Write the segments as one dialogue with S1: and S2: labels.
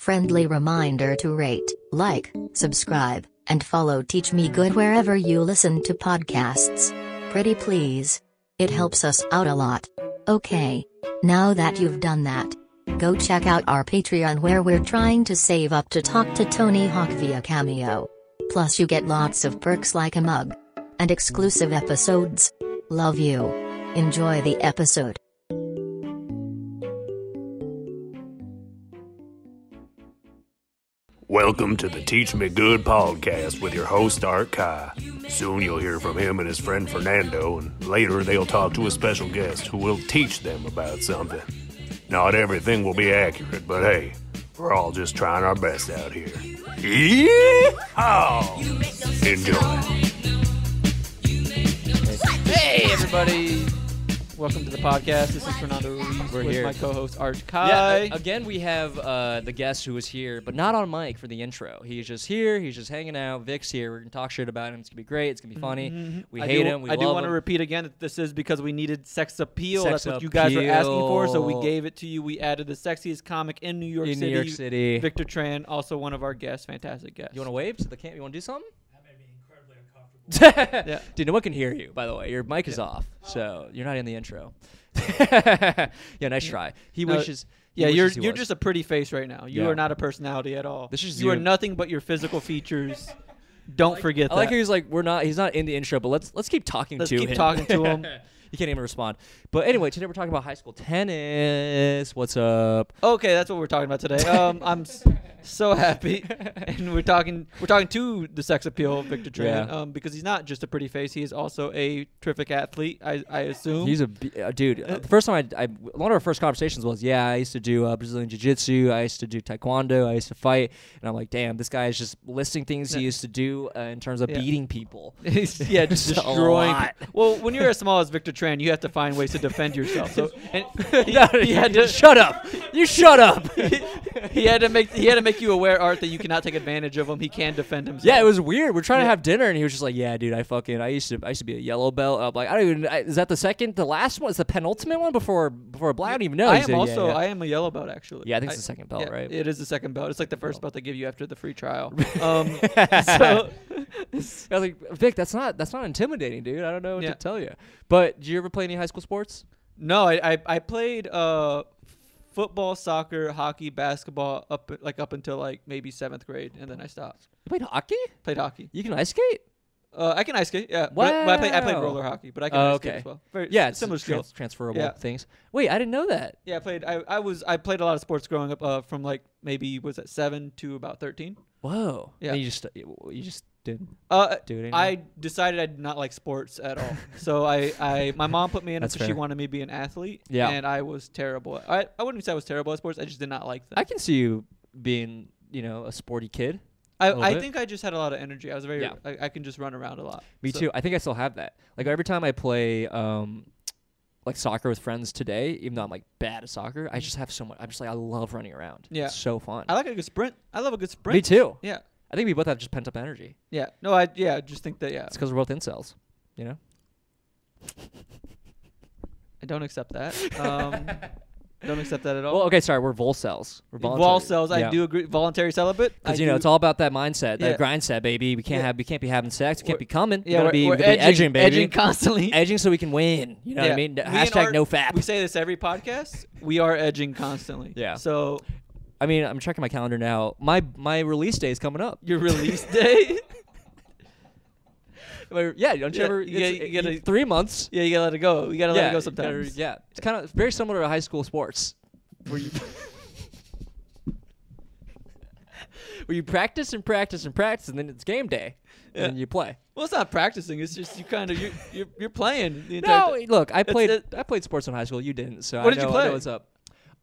S1: Friendly reminder to rate, like, subscribe, and follow Teach Me Good wherever you listen to podcasts. Pretty please. It helps us out a lot. Okay. Now that you've done that, go check out our Patreon where we're trying to save up to talk to Tony Hawk via Cameo. Plus, you get lots of perks like a mug and exclusive episodes. Love you. Enjoy the episode.
S2: Welcome to the Teach Me Good podcast with your host, Art Kai. Soon you'll hear from him and his friend Fernando, and later they'll talk to a special guest who will teach them about something. Not everything will be accurate, but hey, we're all just trying our best out here. Yeehaw! Enjoy.
S3: Hey, everybody. Welcome to the podcast. This is Fernando Ruiz
S4: We're
S3: with
S4: here.
S3: my co-host Arch
S4: Yeah,
S3: Kai.
S4: a- Uh, again, we have uh, the guest who was here, but not on mic for the intro. He's just here. He's just hanging out. Vic's here. We're gonna talk shit about him. It's gonna be great. It's gonna be funny. We
S3: Mm-hmm. I
S4: hate
S3: do,
S4: him. We
S3: I do
S4: love
S3: wanna
S4: him.
S3: repeat again that this is because we needed sex appeal.
S4: Sex
S3: That's what you guys were asking for, so we
S4: appeal.
S3: gave it to you. We added the sexiest comic in New York
S4: In New
S3: City,
S4: York City.
S3: Victor Tran, also one of our guests, fantastic guest.
S4: you want to wave to the camp? You want to do something?
S3: Yeah.
S4: Dude, no one can hear you. By the way, your mic is off, so you're not in the intro. yeah, nice try. He
S3: No,
S4: wishes. he
S3: yeah, you're
S4: wishes he
S3: you're
S4: was.
S3: just a pretty face right now. You
S4: Yeah.
S3: are not a personality at all.
S4: This is
S3: you are
S4: you.
S3: nothing but your physical features. Don't forget
S4: I
S3: that.
S4: like how he's like, we're not. He's not in the intro, but let's let's keep talking
S3: Let's
S4: to him.
S3: keep talking to him.
S4: You can't even respond. But anyway, today we're talking about high school tennis. What's up?
S3: Okay, that's what we're talking about today. Um, I'm s- so happy, and we're talking we're talking to the sex appeal of Victor Tran,
S4: Yeah.
S3: um, because he's not just a pretty face; he is also a terrific athlete. I, I assume
S4: He's a b- uh, dude. Uh, the first time I, I, one of our first conversations was, yeah, I used to do uh, Brazilian jiu jitsu. I used to do taekwondo. I used to fight. And I'm like, damn, this guy is just listing things he used to do uh, in terms of
S3: Yeah.
S4: beating people.
S3: He's- yeah, just
S4: It's a
S3: destroying.
S4: lot.
S3: pe- Well, when you're as small as Victor Tran, you have to find ways to defend yourself. So and he,
S4: No,
S3: he
S4: you
S3: had to
S4: shut up. You shut up.
S3: he had to make he had to make you aware, Art, that you cannot take advantage of him. He can defend himself.
S4: Yeah, it was weird. We're trying to
S3: Yeah.
S4: have dinner, and he was just like, "Yeah, dude, I fucking I used to I used to be a yellow belt." I'm like, "I don't even I, is that the second, the last one? Is the penultimate one before before Black? I don't even know."
S3: I
S4: He
S3: am
S4: said, "Yeah,
S3: also
S4: yeah."
S3: I am a yellow belt actually.
S4: Yeah, I think it's the second belt, right?
S3: It is the second belt. It's like the first belt they give you after the free trial. Um, so
S4: I was like, Vic, that's not that's not intimidating, dude. I don't know what
S3: Yeah.
S4: to tell you. But did you ever play any high school sports?
S3: no, I I, I played uh, football, soccer, hockey, basketball up like up until like maybe seventh grade, and then I stopped.
S4: You played hockey?
S3: Played hockey.
S4: You can ice skate?
S3: Uh, I can ice skate. Yeah. But, I- but I played I played
S4: Wow.
S3: roller hockey, but I can
S4: Oh,
S3: ice skate
S4: okay.
S3: as well. Very
S4: yeah,
S3: s-
S4: it's
S3: similar
S4: trans-
S3: skills.
S4: transferable
S3: Yeah.
S4: things. Wait, I didn't know that.
S3: Yeah, I played. I, I was I played a lot of sports growing up. Uh, from like maybe was at seven to about thirteen.
S4: Whoa.
S3: Yeah.
S4: And you just you just didn't.
S3: Uh,
S4: Do it anyway.
S3: I decided I did not like sports at all. so I, I, my mom put me in it
S4: That's
S3: because she
S4: fair.
S3: wanted me to be an athlete.
S4: Yeah.
S3: And I was terrible. at- I, I wouldn't even say I was terrible at sports. I just did not like them.
S4: I can see you being you know a sporty kid.
S3: I,
S4: little
S3: I
S4: bit.
S3: think I just had a lot of energy. I was very.
S4: Yeah.
S3: I, I can just run around a lot.
S4: Me
S3: So-
S4: too. I think I still have that. Like every time I play um like soccer with friends today, even though I'm like bad at soccer, I just have so much. I'm just like I love running around.
S3: Yeah.
S4: it's so fun.
S3: I like a good sprint. I love a good sprint.
S4: Me too.
S3: Yeah.
S4: I think we both have just pent up energy.
S3: Yeah. No. I. Yeah. I Just think that. Yeah.
S4: It's because we're both incels, you know.
S3: I don't accept that. Um, don't accept that at all.
S4: Well, okay, sorry, we're volcells. We're voluntary.
S3: Wall cells. I
S4: Yeah.
S3: do agree. Voluntary celibate. I
S4: Because you know
S3: do-
S4: it's all about that mindset,
S3: Yeah.
S4: that grind set, baby. We can't
S3: Yeah.
S4: have, we can't be having sex. We
S3: We're-
S4: can't be coming. we
S3: Yeah. We're,
S4: gotta be,
S3: we're
S4: we gotta be edging, baby.
S3: Edging constantly.
S4: Edging so we can win. You know what I
S3: Yeah.
S4: mean?
S3: Me and
S4: Hashtag
S3: Art,
S4: no fap.
S3: We say this every podcast. We are edging constantly.
S4: Yeah.
S3: So
S4: I mean, I'm checking my calendar now. My my release day is coming up.
S3: your release day.
S4: Wait, yeah, don't you
S3: Yeah,
S4: ever?
S3: you
S4: it's-
S3: gotta- you
S4: it-
S3: gotta-
S4: three months.
S3: yeah, you gotta let it go. You gotta let it go
S4: you gotta-
S3: sometimes.
S4: yeah, it's kind of very similar to high school sports, where you where you practice and practice and practice, and then it's game day, and then you play.
S3: Well, it's not practicing. It's just you kind of you're, you're you're playing the entire.
S4: No,
S3: ti-
S4: look, I played
S3: it-
S4: I played sports in high school. You didn't, so
S3: What
S4: I
S3: did you
S4: know, I know
S3: play?
S4: what's up.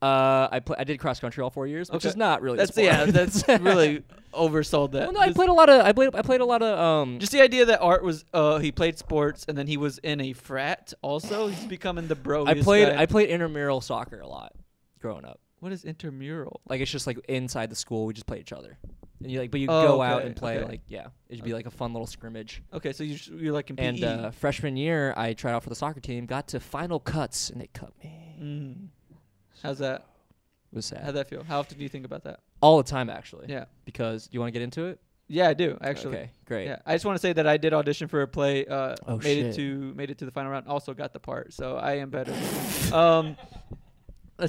S4: Uh, I pla I did cross country all four years, which
S3: Okay.
S4: is not really a
S3: That's
S4: sport.
S3: yeah. That's really oversold that.
S4: Well, no, I
S3: Just-
S4: played a lot of I played I played a lot of um.
S3: Just the idea that Art was uh he played sports and then he was in a frat. Also, he's becoming the bro.
S4: I played I played intramural soccer a lot growing up.
S3: what is intramural?
S4: Like it's just like inside the school, we just play each other, and you like, but you
S3: Oh,
S4: go out
S3: okay,
S4: and play
S3: okay. E.
S4: like yeah, it'd be like a fun little scrimmage.
S3: Okay, so you you're like in PE.
S4: And uh, freshman year, I tried out for the soccer team, got to final cuts, and they cut me.
S3: Mm. How's that?
S4: It was
S3: How'd
S4: sad.
S3: that feel? How often do you think about that?
S4: all the time actually.
S3: Yeah.
S4: Because do you want to get into it?
S3: Yeah, I do actually.
S4: Okay, great.
S3: Yeah, I just want to say that I did audition for a play. Uh,
S4: Oh,
S3: made
S4: shit.
S3: it to made it to the final round. Also got the part, so I am better. um,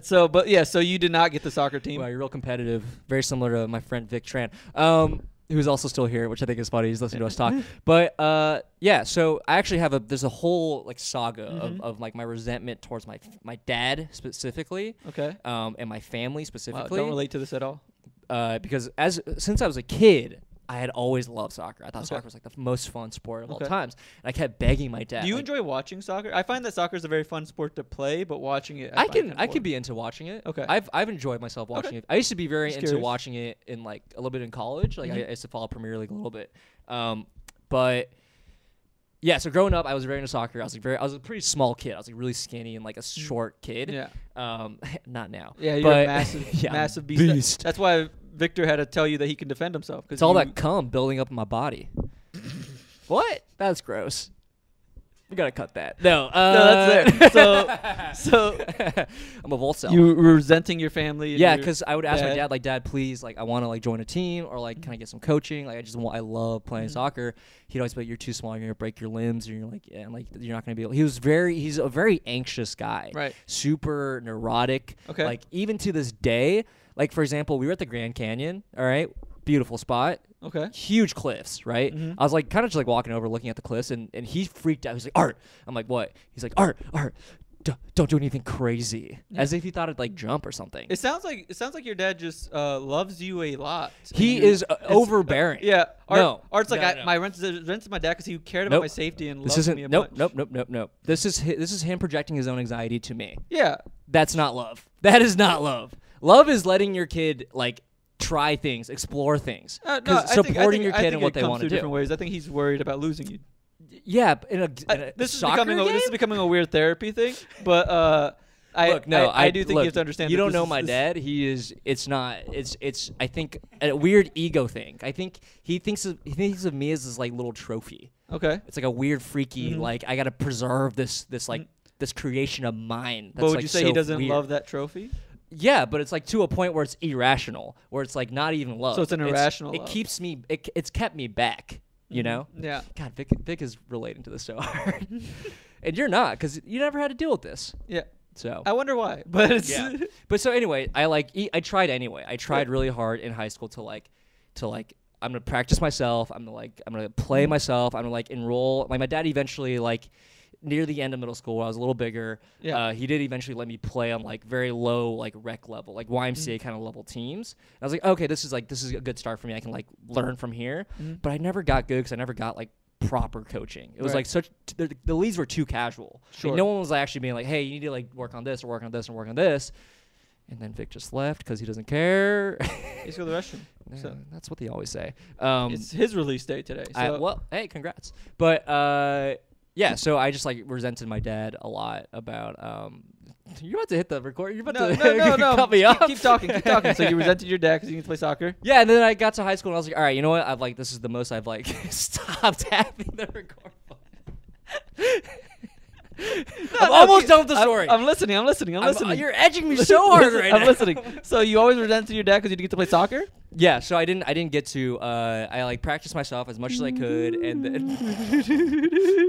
S3: so but yeah, so you did not get the soccer team.
S4: Wow, you're real competitive. Very similar to my friend Vic Tran, um, who's also still here, which I think is funny. He's listening to us talk. But uh, yeah, so I actually have a there's a whole like saga
S3: Mm-hmm.
S4: of, of like my resentment towards my my dad specifically,
S3: Okay.
S4: um, and my family
S3: Wow,
S4: specifically.
S3: Uh, don't relate to this at all.
S4: uh, because as since I was a kid. I had always loved soccer. I thought soccer was like the most fun sport of all
S3: Okay.
S4: times, and I kept begging my dad.
S3: Do you
S4: like,
S3: enjoy watching soccer? I find that soccer is a very fun sport to play, but watching it,
S4: I
S3: I, find
S4: can
S3: kinda
S4: I can
S3: boring.
S4: be into watching it.
S3: Okay.
S4: I've I've enjoyed myself watching it. I used to be very
S3: Just
S4: into
S3: curious. Mm-hmm.
S4: watching it in like a little bit in college. Like I, I used to follow Premier League a little bit. Um, but yeah, so growing up, I was very into soccer. I was like very I was a pretty small kid. I was like really skinny and like a short kid.
S3: Mm. Yeah.
S4: Um, not now.
S3: Yeah, you're
S4: but,
S3: a massive,
S4: yeah, I'm
S3: massive beast. That-
S4: beast.
S3: That's why Victor had to tell you that he can defend himself because
S4: It's all that cum building up in my body. what? That's gross. We gotta cut that. No. Uh,
S3: No, that's there. So, so
S4: I'm a volt cell.
S3: you were resenting your family. and
S4: Yeah,
S3: your
S4: because I would ask my
S3: dad.
S4: dad, like, Dad, please, like, I want to like join a team or like, can I get some coaching? Like, I just want, I love playing soccer. He'd always be like, you're too small, you're gonna break your limbs, and you're like, yeah, and like, you're not gonna be able. He was very, he's a very anxious guy,
S3: Right.
S4: Super neurotic.
S3: Okay.
S4: Like even to this day, like for example, we were at the Grand Canyon. All right, beautiful spot
S3: okay.
S4: huge cliffs, right?
S3: Mm-hmm.
S4: I was like kind of just like walking over, looking at the cliffs, and, and he freaked out. He's like, Art. I'm like, what? He's like, Art, Art, d- don't do anything crazy. As if he thought I'd like jump or something.
S3: It sounds like it sounds like your dad just uh, loves you a lot.
S4: he
S3: And you-
S4: is uh,
S3: it's-
S4: overbearing.
S3: Yeah, Art,
S4: no.
S3: Art's like
S4: No,
S3: I,
S4: no.
S3: my rent's rent's my dad because he cared about
S4: Nope.
S3: my safety and
S4: This
S3: loved
S4: isn't
S3: me a
S4: nope
S3: bunch.
S4: nope nope nope nope. This is hi- this is him projecting his own anxiety to me.
S3: Yeah,
S4: That's not love. That is not love. Love is letting your kid like try things, explore things,
S3: uh, no,
S4: 'Cause
S3: I think- I
S4: supporting
S3: think-
S4: your
S3: I
S4: kid
S3: think
S4: and
S3: it
S4: what they
S3: comes
S4: want to
S3: through
S4: do.
S3: Different ways. I think he's worried about losing you.
S4: Yeah, but in a,
S3: I-
S4: in a
S3: this is
S4: Uh, soccer
S3: becoming a,
S4: game?
S3: this is becoming a weird therapy thing, but uh, I
S4: look, no,
S3: I, I do think
S4: look,
S3: you have to understand.
S4: You
S3: that
S4: don't
S3: this
S4: know
S3: is-
S4: my
S3: this-
S4: dad. He is. It's not. It's. It's. I think a weird ego thing. I think he thinks. Of, he thinks of me as this like little trophy.
S3: Okay,
S4: It's like a weird, freaky.
S3: Mm-hmm.
S4: Like I gotta preserve this. This like this creation of mine. That's
S3: Mm. but would
S4: like,
S3: you say
S4: so
S3: he doesn't
S4: weird.
S3: love that trophy?
S4: Yeah, but it's like to a point where it's irrational, where it's like not even love.
S3: So it's an irrational
S4: It
S3: love. Mm-hmm.
S4: keeps me. It, it's kept me back. You know.
S3: Yeah.
S4: God, Vic, Vic is relating to this so hard, and you're not because you never had to deal with this.
S3: Yeah,
S4: So
S3: I wonder why, but it's
S4: yeah. But so anyway, I like e- I tried anyway. I tried really hard in high school to like to like I'm gonna practice myself. I'm gonna like I'm gonna play
S3: Mm.
S4: myself. I'm gonna like enroll. Like my dad eventually like near the end of middle school, when I was a little bigger.
S3: Yeah.
S4: Uh, he did eventually let me play on like very low like rec level, like YMCA
S3: Mm.
S4: kind of level teams. And I was like, okay, this is like this is a good start for me. I can like learn from here. But I never got good because I never got like proper coaching. It was
S3: Mm. Right.
S4: like such t- the, the leads were too casual. Like,
S3: Sure.
S4: no one was actually being like, hey, you need to like work on this or work on this and work on this. And then Vic just left because he doesn't care.
S3: he's got the Russian. So
S4: And That's what they always say. Um,
S3: it's his release day today. So
S4: I, well, hey, congrats. But uh, yeah, so I just like resented my dad a lot about. Um, you're about to hit the record. You're about
S3: no,
S4: to
S3: no, no, no.
S4: cut me
S3: keep,
S4: off.
S3: keep talking, keep talking. So you resented your dad because you can play soccer.
S4: Yeah, and then I got to high school and I was like, all right, you know what? I've like this is the most I've like stopped having the record button. I'm
S3: No,
S4: almost
S3: keep-
S4: done with the
S3: I'm-
S4: story.
S3: I'm, listening. I'm listening. I'm,
S4: I'm- uh,
S3: listening.
S4: You're edging me so hard
S3: Listen,
S4: right
S3: I'm
S4: now.
S3: listening. So you always resented your dad because you didn't get to play soccer.
S4: Yeah, so I didn't I didn't get to uh, I like practiced myself as much as I could and then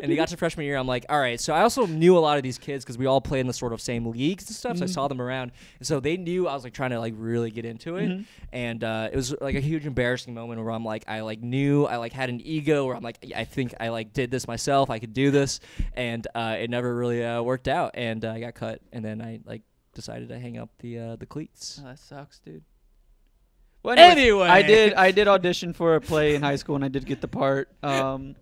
S4: and it got to freshman year I'm like, all right, so I also knew a lot of these kids cuz we all played in the sort of same leagues and stuff. So I saw them around. And so they knew I was like trying to like really get into it and uh, it was like a huge embarrassing moment where I'm like I like knew I like had an ego where I'm like I think I like did this myself. I could do this and uh, it never really uh, worked out and uh, I got cut and then I like decided to hang up the uh, the cleats.
S3: Oh, that sucks, dude. Well, anyways,
S4: Anyway.
S3: I did. I did audition for a play in high school, and I did get the part. Um,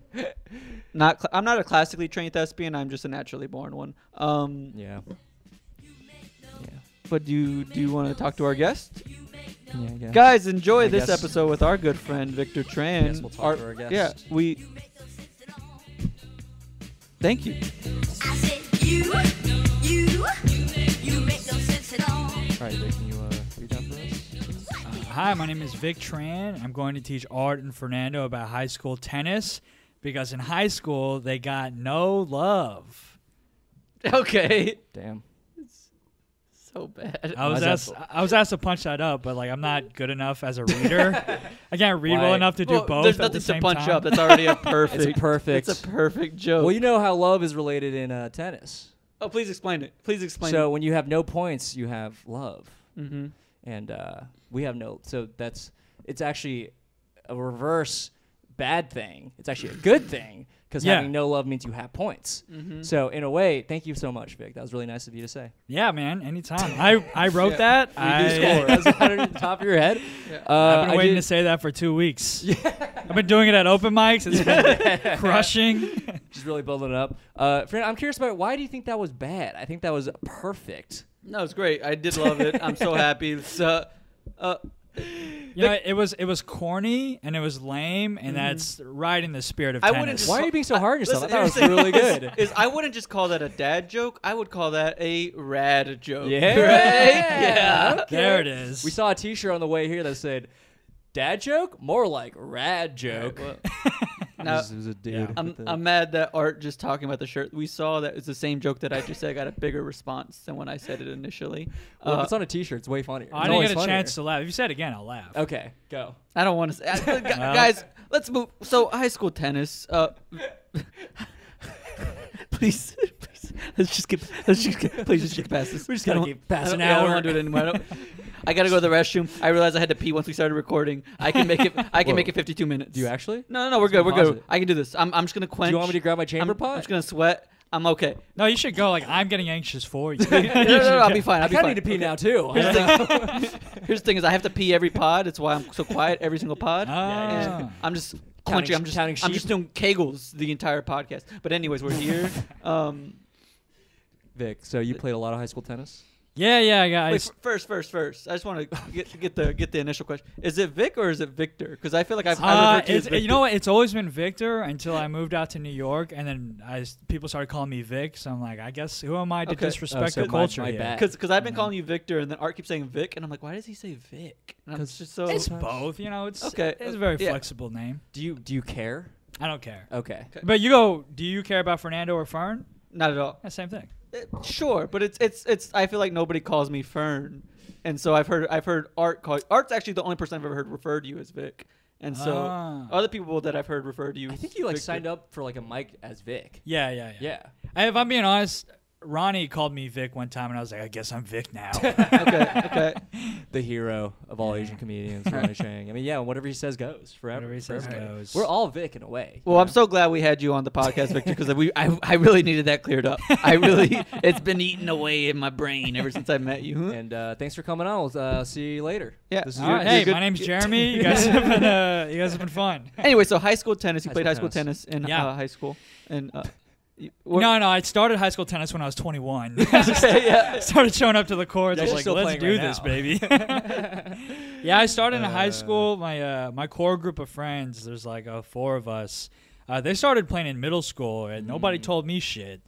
S3: not. Cl- I'm not a classically trained thespian. I'm just a naturally born one. Um,
S4: Yeah.
S3: but do you, do you want to talk to our guest,
S4: Yeah, I guess.
S3: guys? Enjoy
S4: I
S3: this
S4: guess-
S3: episode with our good friend Victor Tran.
S4: guess we'll talk
S3: Our-
S4: to our guest.
S3: Yeah, we. Thank you.
S5: I said, you, you, you make no sense at all.
S4: All right, Vic, can you uh, read out for us?
S6: Hi, my name is Vic Tran. I'm going to teach Art and Fernando about high school tennis because in high school they got no love.
S3: Okay.
S4: Damn.
S3: so bad.
S6: I was
S4: Why is
S6: asked.
S4: that
S6: I was asked to punch that up, but like I'm not good enough as a reader. I can't read well
S4: Why?
S6: enough to do
S3: Well,
S6: both.
S3: There's
S6: at
S3: nothing
S6: the
S3: to
S6: same
S3: punch
S6: time.
S3: up. That's already a perfect.
S4: perfect-
S3: It's a perfect joke.
S4: Well, you know how love is related in uh, tennis.
S3: oh, please explain it. Please explain.
S4: So
S3: it.
S4: when you have no points, you have love,
S3: Mm-hmm.
S4: and uh, we have no. So that's it's actually a reverse bad thing. It's actually a good thing because
S6: Yeah.
S4: having no love means you have points. So in a way, thank you so much, Vic. That was really nice of you to say.
S6: Yeah, man. Anytime. I I wrote that. I,
S4: You do score. That's right on the top of your head. Uh,
S6: I've been
S4: I
S6: waiting
S4: did-
S6: to say that for two weeks. I've been doing it at open mics. It's been crushing.
S4: just really building it up. Uh, Fran, I'm curious about why do you think that was bad? I think that was perfect.
S3: No, it's great. I did love it. I'm so happy. It's, uh, uh,
S6: You know, it was it was corny and it was lame, and that's right in the spirit of
S3: Mm-hmm. I
S6: tennis.
S3: wouldn't. Just
S4: Why are you being so hard on yourself?
S3: Listen,
S4: I thought
S3: here's
S4: it was
S3: the
S4: really
S3: thing.
S4: good.
S3: Is, is I wouldn't just call that a dad joke. I would call that a rad joke.
S4: Yeah.
S3: Right? Yeah.
S6: there it is.
S4: We saw a T-shirt on the way here that said, "Dad joke, more like rad joke."
S3: Well, now,
S4: a dude.
S3: I'm, I'm mad that Art just talking about the shirt. We saw that it's the same joke that I just said. I got a bigger response than when I said it initially.
S4: well, if
S3: Uh,
S4: it's on a T-shirt. It's way funnier.
S6: Oh, I
S4: It's
S6: didn't
S4: always
S6: get a
S4: funnier.
S6: chance to laugh. If you said it again, I'll laugh.
S4: Okay, go.
S3: I don't want to say. I- gu- guys, let's move. So, high school tennis. Uh, please, please, let's just get. Let's just get. Please, just get past this. We
S4: just gotta get past an
S3: I don't
S4: hour.
S3: want to do it anymore. I, don't- I gotta go to the restroom. I realized I had to pee once we started recording. I can make it. I can make it 52 minutes.
S4: Do you actually?
S3: No, no, no. We're good. We're
S4: Pause
S3: good.
S4: it.
S3: I can do this. I'm. I'm just gonna quench.
S4: Do you want me to grab my chamber
S3: I'm,
S4: pot?
S3: I'm just gonna sweat. I'm okay.
S6: No, you should go. Like I'm getting anxious for you.
S3: No, no, no, no, I'll be fine. I'll
S4: I
S3: be
S4: kind
S3: fine.
S4: of need to pee now too.
S3: Here's the, thing. Here's the thing: is I have to pee every pod. It's why I'm so quiet every single pod.
S6: Ah.
S3: And I'm just quenching. I'm just
S4: counting
S3: I'm just
S4: sheep.
S3: doing kegels the entire podcast. But anyways, we're here. Um,
S4: Vic, so you played a lot of high school tennis.
S6: yeah, yeah, guys.
S3: wait, f- first, first, first. I just want to get get the get the initial question. Is it Vic or is it Victor? Because I feel like I've I
S6: Uh,
S3: refer to
S6: it's,
S3: as Victor.
S6: you know what? It's always been Victor until I moved out to New York, and then I, s- people started calling me Vic. So I'm like, I guess who am I to
S3: Okay.
S6: disrespect
S4: Oh, so
S6: the
S4: my-
S6: culture
S4: my
S6: here?
S4: bad.
S3: Because because I've
S6: Uh-huh.
S3: been calling you Victor, and then Art keeps saying Vic, and I'm like, why does he say Vic? And I'm
S4: 'Cause
S3: just so
S6: It's both, you know. It's
S3: Okay,
S6: It's
S3: uh,
S6: a very
S3: yeah.
S6: flexible name.
S4: Do you do you care?
S6: I don't care.
S4: Okay.
S6: But you go. Do you care about Fernando or Fern?
S3: not at all.
S6: Yeah, same thing.
S3: Eh, Sure, but it's it's it's. I feel like nobody calls me Fern, and so I've heard I've heard Art call. Art's actually the only person I've ever heard refer to you as Vic, and so
S6: Ah.
S3: other people that I've heard refer to you.
S4: I think you like signed up for like a mic as Vic.
S6: Yeah, yeah, yeah.
S4: Yeah.
S6: I, if I'm being honest, Ronnie called me Vic one time, and I was like, I guess I'm Vic now.
S3: Okay, okay.
S4: the hero of all Asian comedians, Ronnie Chang. I mean, yeah, whatever he says goes forever.
S6: Whatever he
S4: for
S6: says
S4: everybody.
S6: goes.
S4: We're all Vic in a way.
S3: Well, I'm so glad we had you on the podcast, Victor, because we I, I really needed that cleared up. I really it's been eating away in my brain ever since I met you.
S4: And uh, thanks for coming on. We'll uh, see you later.
S3: Yeah.
S4: This is
S6: All
S4: your,
S6: right,
S3: you're
S6: hey,
S3: good-
S6: my name's Jeremy. You guys have been, uh, you guys have been fun.
S3: anyway, so high school tennis. You
S4: High
S3: played
S4: school
S3: high school tennis,
S4: tennis.
S3: in
S6: Yeah.
S3: uh, high school, and uh, you- what-
S6: No, no, I started high school tennis when I was 21.
S3: Okay, yeah.
S6: started showing up to the courts.
S4: Yeah,
S6: I was
S4: you're
S6: like,
S4: still
S6: let's
S4: playing right
S6: do this,
S4: now."
S6: baby. yeah, I started in high school. My uh, my core group of friends, there's like uh, four of us. Uh, they started playing in middle school, and
S4: Hmm.
S6: nobody told me shit.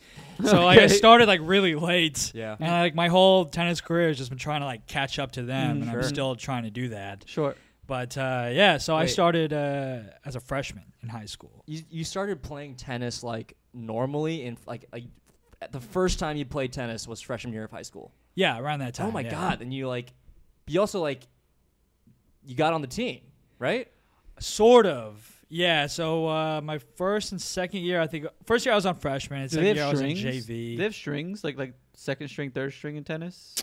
S6: So like, I
S3: Okay.
S6: started like really late.
S4: Yeah.
S6: and like my whole tennis career has just been trying to like catch up to them, and
S4: Hmm, Sure.
S6: I'm still trying to do that.
S3: Sure.
S6: But uh, yeah, so I
S4: Wait.
S6: started uh, as a freshman in high school.
S4: You, you started playing tennis like normally in like, like at the first time you played tennis was freshman year of high school.
S6: Yeah, around that time.
S4: oh my
S6: yeah.
S4: god! And you like you also like you got on the team, right?
S6: Sort of. Yeah. So uh, my first and second year, I think first year I was on freshman. And
S3: Do they have
S6: second year I was on
S3: strings?
S6: JV.
S3: Do they have strings like like second string, third string in tennis?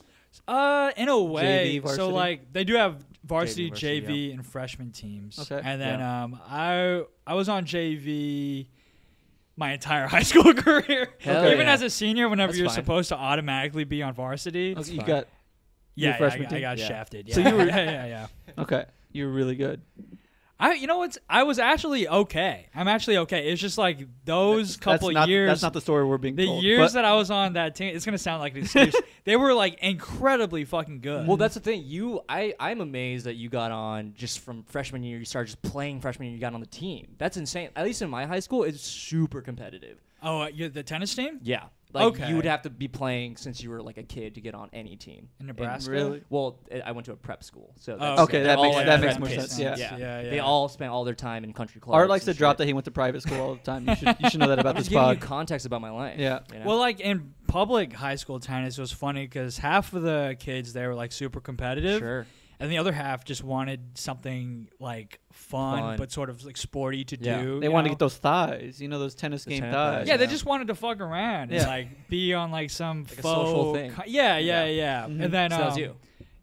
S6: uh, in a way. so
S3: varsity?
S6: like they do have varsity,
S4: JV, varsity,
S6: JV, and freshman teams.
S3: Okay.
S6: And then um, I I was on JV my entire high school career.
S4: Hell
S6: Even
S4: yeah.
S6: as a senior, whenever
S4: That's
S6: you're
S4: fine.
S6: supposed to automatically be on varsity.
S3: Okay, you
S4: fine.
S3: got
S6: yeah,
S3: your
S6: yeah,
S3: freshman
S6: I,
S3: team?
S6: I got
S4: Yeah.
S6: shafted. Yeah.
S3: So you were-
S6: yeah, yeah, yeah.
S3: okay. You're really good.
S6: I you know what's I was actually okay. I'm actually okay. It's just like those couple
S3: that's not,
S6: years
S3: That's not the story we're being
S6: The
S3: told.
S6: years
S3: but-
S6: that I was on that team, it's gonna sound like an excuse. they were like incredibly fucking good.
S4: Well, that's the thing. You, I, I'm amazed that you got on just from freshman year. You started just playing freshman year. You got on the team. That's insane. At least in my high school, it's super competitive.
S6: oh, uh, you the tennis team
S4: Yeah. Like
S6: Okay.
S4: you would have to be playing since you were like a kid to get on any team. And-
S6: in Nebraska.
S3: really?
S4: well, eh, I- I went to a prep school, so
S6: Oh,
S4: that's
S6: okay.
S4: they're
S6: That
S4: all,
S6: makes-
S4: like,
S6: that
S4: prep
S6: makes more
S4: kids.
S6: sense, yeah. Yeah,
S4: they
S6: yeah.
S4: all spent all their time in country clubs.
S3: Art likes to
S4: and
S3: drop
S4: shit.
S3: that he went to private school all the time. You should you should know that about
S4: I'm
S3: this
S4: just giving you
S3: pod.
S4: context about my life.
S3: Yeah.
S4: you know?
S6: Well, like in public high school tennis was funny because half of the kids there were like super competitive,
S4: Sure.
S6: and the other half just wanted something like fun,
S4: Fun.
S6: but sort of like sporty to
S4: Yeah.
S6: do.
S3: They
S6: you
S3: want to
S6: know?
S3: get those thighs, you know, those tennis
S4: The
S3: game
S4: tennis
S3: thighs.
S4: thighs,
S6: Yeah, they
S4: Yeah.
S6: just wanted to fuck around and
S3: Yeah.
S6: like be on like some
S4: a
S6: faux
S4: social thing. Mm-hmm.
S6: co- yeah, yeah, yeah. And then
S4: So that was
S6: um,
S4: you.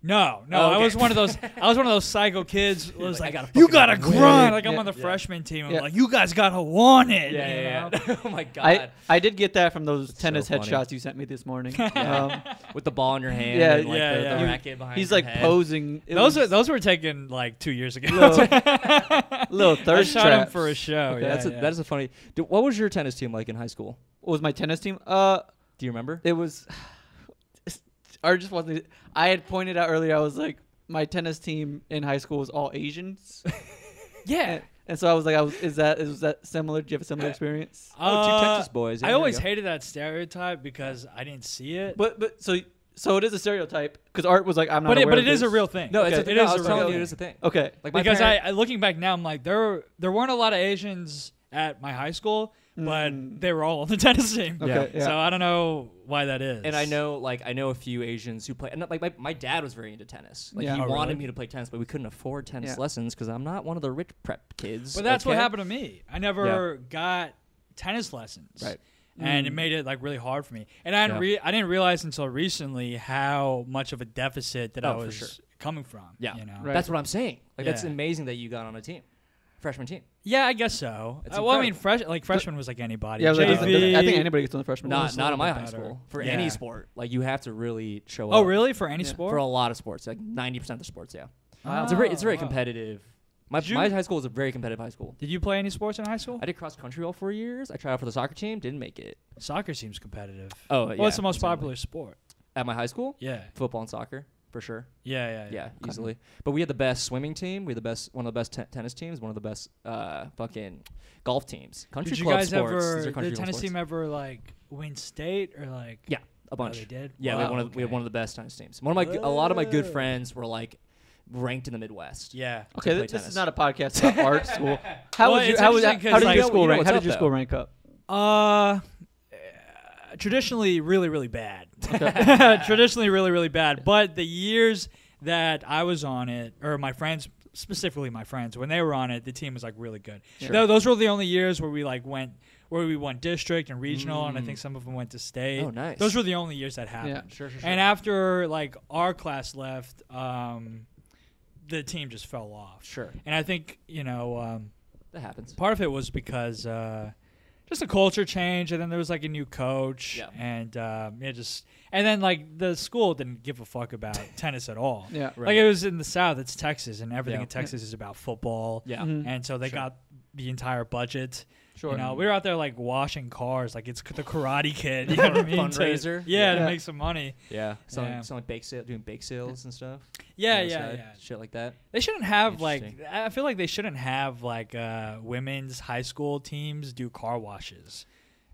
S6: No, no,
S4: Oh,
S6: I
S4: okay.
S6: was one of those. I was one of those psycho kids. who was
S4: like, I
S6: like,
S4: gotta
S6: you
S4: fucking
S6: gotta
S4: win."
S6: grind. Like I'm
S4: Yeah,
S6: on the
S4: yeah.
S6: freshman team. I'm
S3: Yeah.
S6: like, you guys gotta want it. you
S4: Yeah,
S6: know?
S4: yeah, yeah. oh my god.
S3: I, I did get that from those
S4: so
S3: tennis
S4: funny.
S3: headshots you sent me this morning. um,
S4: With the ball in your hand.
S3: Yeah,
S4: and, like,
S6: yeah,
S4: the,
S6: yeah.
S4: the
S6: You-
S4: racket behind.
S3: he's
S4: your
S3: like
S4: head.
S3: posing. It
S6: Those
S3: was
S6: are those were taken like two years ago.
S3: little thirst
S6: I shot 'em
S3: traps.
S6: for a show.
S4: Okay,
S6: yeah,
S4: that's a,
S6: yeah.
S4: that is a funny. Dude, what was your tennis team like in high school?
S3: What was my tennis team? Uh,
S4: Do you remember?
S3: it was. Or just wasn't. I had pointed out earlier. I was like, my tennis team in high school was all Asians,
S6: yeah.
S3: and so I was like, I was, is that is that similar? Do you have a similar experience?
S4: Oh, two
S6: Uh,
S4: Texas boys. Yeah,
S6: I
S4: there you
S6: always
S4: go.
S6: hated that stereotype because I didn't see it.
S3: But but so so it is a stereotype because Art was like, I'm not.
S6: but it,
S3: aware
S6: but
S3: of
S6: it is a
S3: this.
S6: real thing.
S4: No, it's
S3: Okay.
S4: a,
S6: It
S4: no,
S6: is
S4: I
S6: a
S4: was
S6: real
S4: telling
S6: thing.
S4: you, it is a thing.
S3: Okay.
S4: Like my
S6: because
S4: parent-
S6: I, I looking back now, I'm like there there weren't a lot of Asians at my high school,
S4: Mm.
S6: but they were all on the tennis team.
S3: Okay, yeah.
S6: So I don't know why that is.
S4: and I know like I know a few Asians who play. And like my, my dad was very into tennis. Like
S3: Yeah.
S4: he
S3: Oh,
S4: wanted
S6: really?
S4: me to play tennis, but we couldn't afford tennis
S3: Yeah.
S4: lessons because I'm not one of the rich prep kids.
S6: But that's what
S4: okay?
S6: happened to me. I never got tennis lessons.
S4: Right.
S6: And it made it like really hard for me. And I didn't,
S4: Yeah.
S6: re- I didn't realize until recently how much of a deficit that I
S4: Oh, for
S6: was
S4: sure.
S6: coming from.
S4: Yeah,
S6: You know?
S3: Right.
S4: that's what I'm saying. Like that's
S6: Yeah.
S4: amazing that you got on a team, freshman team.
S6: Yeah, I guess so.
S4: It's
S6: Uh, well, I mean,
S4: incredible.
S6: fresh like freshman was like anybody.
S3: Yeah, but it doesn't-
S6: JV.
S3: I think anybody gets on the freshman.
S4: Not
S3: list.
S4: not in my high
S6: better.
S4: school for
S6: Yeah.
S4: any sport. Like you have to really show up.
S6: Oh, really? For any sport?
S4: For a lot of sports, like 90 percent of the sports. Yeah, it's a very it's a very competitive. My,
S6: you-
S4: my high school was a very competitive high school.
S6: did you play any sports in high school?
S4: I did cross country all four years. I tried out for the soccer team, didn't make it.
S6: Soccer seems competitive.
S4: Oh,
S6: well,
S4: yeah,
S6: it's the most
S4: exactly.
S6: popular sport.
S4: At my high school,
S6: Yeah.
S4: football and soccer for sure.
S6: Yeah, yeah,
S4: Yeah, easily. But we had the best swimming team. We had the best, one of the best te- tennis teams. One of the best uh, fucking golf teams. Country
S6: Did you
S4: club
S6: guys
S4: sports.
S6: ever?
S4: These are
S6: Did
S4: country
S6: the
S4: club
S6: tennis
S4: sports.
S6: team ever like win state or like?
S4: Yeah, a bunch.
S6: Oh, they did?
S4: Yeah, we, had
S6: Wow,
S4: one of, we had
S6: okay.
S4: one of the best tennis teams. One of my, g- a lot of my good friends were like ranked in the Midwest.
S6: Yeah.
S4: play
S3: Okay, th- this
S4: tennis.
S3: is not a podcast about art school. How
S6: Well,
S3: would you?
S6: it's
S3: How, was, how
S6: interesting
S3: did
S6: 'cause, like,
S3: your
S6: you
S3: school
S4: know
S3: rank?
S4: what's
S3: How did
S4: up,
S3: your school
S4: though.
S3: rank up?
S6: Uh, traditionally, really, really bad. traditionally, really, really bad. But the years that I was on it, or my friends, specifically my friends, when they were on it, the team was like really good. Tho- those were the only years where we like went. Where we won district and regional, and I think some of them went to state.
S4: Mm. Oh, nice.
S6: Those were the only years that happened.
S4: sure, sure,
S6: And after like our class left, um, the team just fell off.
S4: Sure.
S6: And I think you know um,
S4: That happens.
S6: part of it was because uh, just a culture change, and then there was like a new coach,
S4: Yeah.
S6: and um, it just and then like the school didn't give a fuck about tennis at all.
S3: Yeah.
S6: Like it was in the South, it's Texas, and everything
S4: Yeah.
S6: in Texas is about football.
S4: Yeah. Mhm.
S6: And so they got the entire budget.
S3: Sure.
S6: You know, we were out there like washing cars, like it's the Karate Kid. You know what I mean? To-
S4: Fundraiser.
S6: yeah, to
S3: Yeah.
S6: make some money.
S4: Yeah. Selling,
S6: Yeah.
S4: selling bake sale, doing bake sales and stuff.
S6: Yeah,
S4: on the
S6: yeah,
S4: side,
S6: yeah.
S4: Shit like that.
S6: They shouldn't have like
S4: Interesting.
S6: I feel like they shouldn't have like uh women's high school teams do car washes.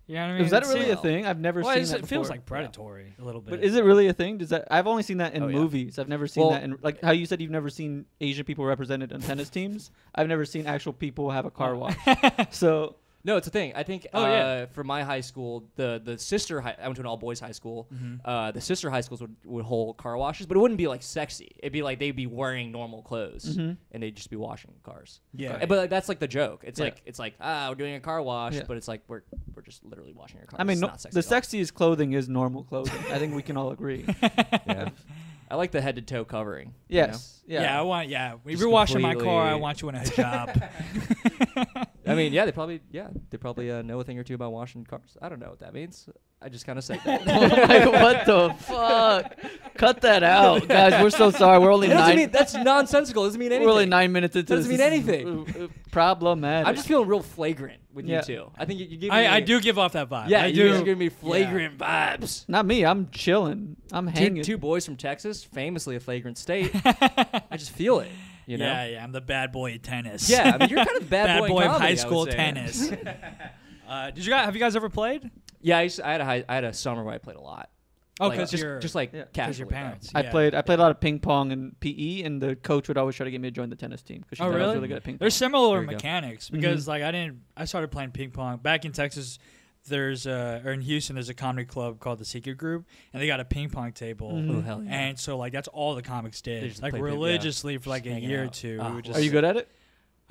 S6: You know what I mean?
S3: Is that
S6: It
S3: really a
S6: seems-
S3: thing? I've never
S6: Well,
S3: seen
S6: it's-
S3: that.
S6: it feels
S3: before.
S6: like predatory a little bit.
S3: But is it really a thing? Does that? I've only seen that in
S4: Oh, yeah.
S3: movies. I've never seen
S4: Well-
S3: that in like how you said you've never seen Asian people represented on tennis teams. I've never seen actual people have a
S4: Oh.
S3: car wash. so
S4: No, it's a thing. I think
S6: Oh,
S4: uh,
S6: yeah.
S4: for my high school, the the sister high, I went to an all boys high school.
S3: Mm-hmm.
S4: Uh, the sister high schools would, would hold car washes, but it wouldn't be like sexy. It'd be like they'd be wearing normal clothes
S3: Mm-hmm.
S4: and they'd just be washing cars.
S6: Yeah.
S4: Uh, but like, that's like the joke. It's
S3: Yeah.
S4: like it's like ah, we're doing a car wash,
S3: Yeah.
S4: but it's like we're we're just literally washing your car.
S3: I mean,
S4: it's
S3: no,
S4: not sexy
S3: the
S4: at all.
S3: sexiest clothing is normal clothing. I think we can all agree.
S4: I like the head to toe covering. you know?
S3: Yes.
S6: yeah. I
S3: Yeah.
S6: want yeah. If
S4: Just
S6: you're washing my car, I
S4: completely-
S6: want you in a hijab.
S4: I mean, yeah, they probably yeah they probably uh, know a thing or two about washing cars. I don't know what that means. I just kind of said that.
S3: like, what the fuck? Cut that out, guys. We're so sorry. We're only
S4: It doesn't
S3: nine.
S4: mean that's nonsensical. It doesn't mean anything.
S3: We're only nine minutes into
S4: Doesn't
S3: this.
S4: mean
S3: This is,
S4: anything.
S3: uh, uh, Problematic.
S4: I'm just feeling real flagrant with
S3: Yeah.
S4: you two. I think you, you give me.
S6: I, I do give off that vibe.
S4: Yeah,
S6: I
S4: you
S6: do.
S4: guys are giving me flagrant vibes.
S3: not me. I'm chilling. I'm hanging.
S4: Two, two boys from Texas, famously a flagrant state. I just feel it. You know.
S6: Yeah, yeah. I'm the bad boy at tennis.
S4: Yeah, I mean, you're kind of the bad boy in comedy,
S6: of
S4: I
S6: high
S4: would
S6: school
S4: say.
S6: tennis. uh, did you guys have you guys ever played?
S4: Yeah, I, used to- I had a high, I had a summer where I played a lot.
S6: Oh,
S4: Like,
S6: 'cause
S4: just
S6: you're-
S4: just like
S3: Yeah. 'Cause
S6: Because
S4: casually.
S6: your
S4: though.
S6: parents.
S3: I
S6: yeah.
S3: played. I played a lot of ping pong and PE, and the coach would always try to get me to join the tennis team because she
S6: Oh,
S3: thought I was
S6: really?
S3: really good at ping pong.
S6: They're similar
S4: we go.
S6: mechanics because like I didn't I started playing ping pong back in Texas. there's a, or in Houston there's a comedy club called the Secret Group, and they got a ping pong table.
S4: Oh, hell yeah.
S6: And so like that's all the comics
S4: They
S6: did,
S4: just
S6: like
S4: play ping- yeah.
S6: religiously for like
S4: Just
S6: a
S4: hanging
S6: year or
S4: out.
S6: two.
S4: Ah,
S6: we would
S4: well,
S6: just,
S3: Are you good at it?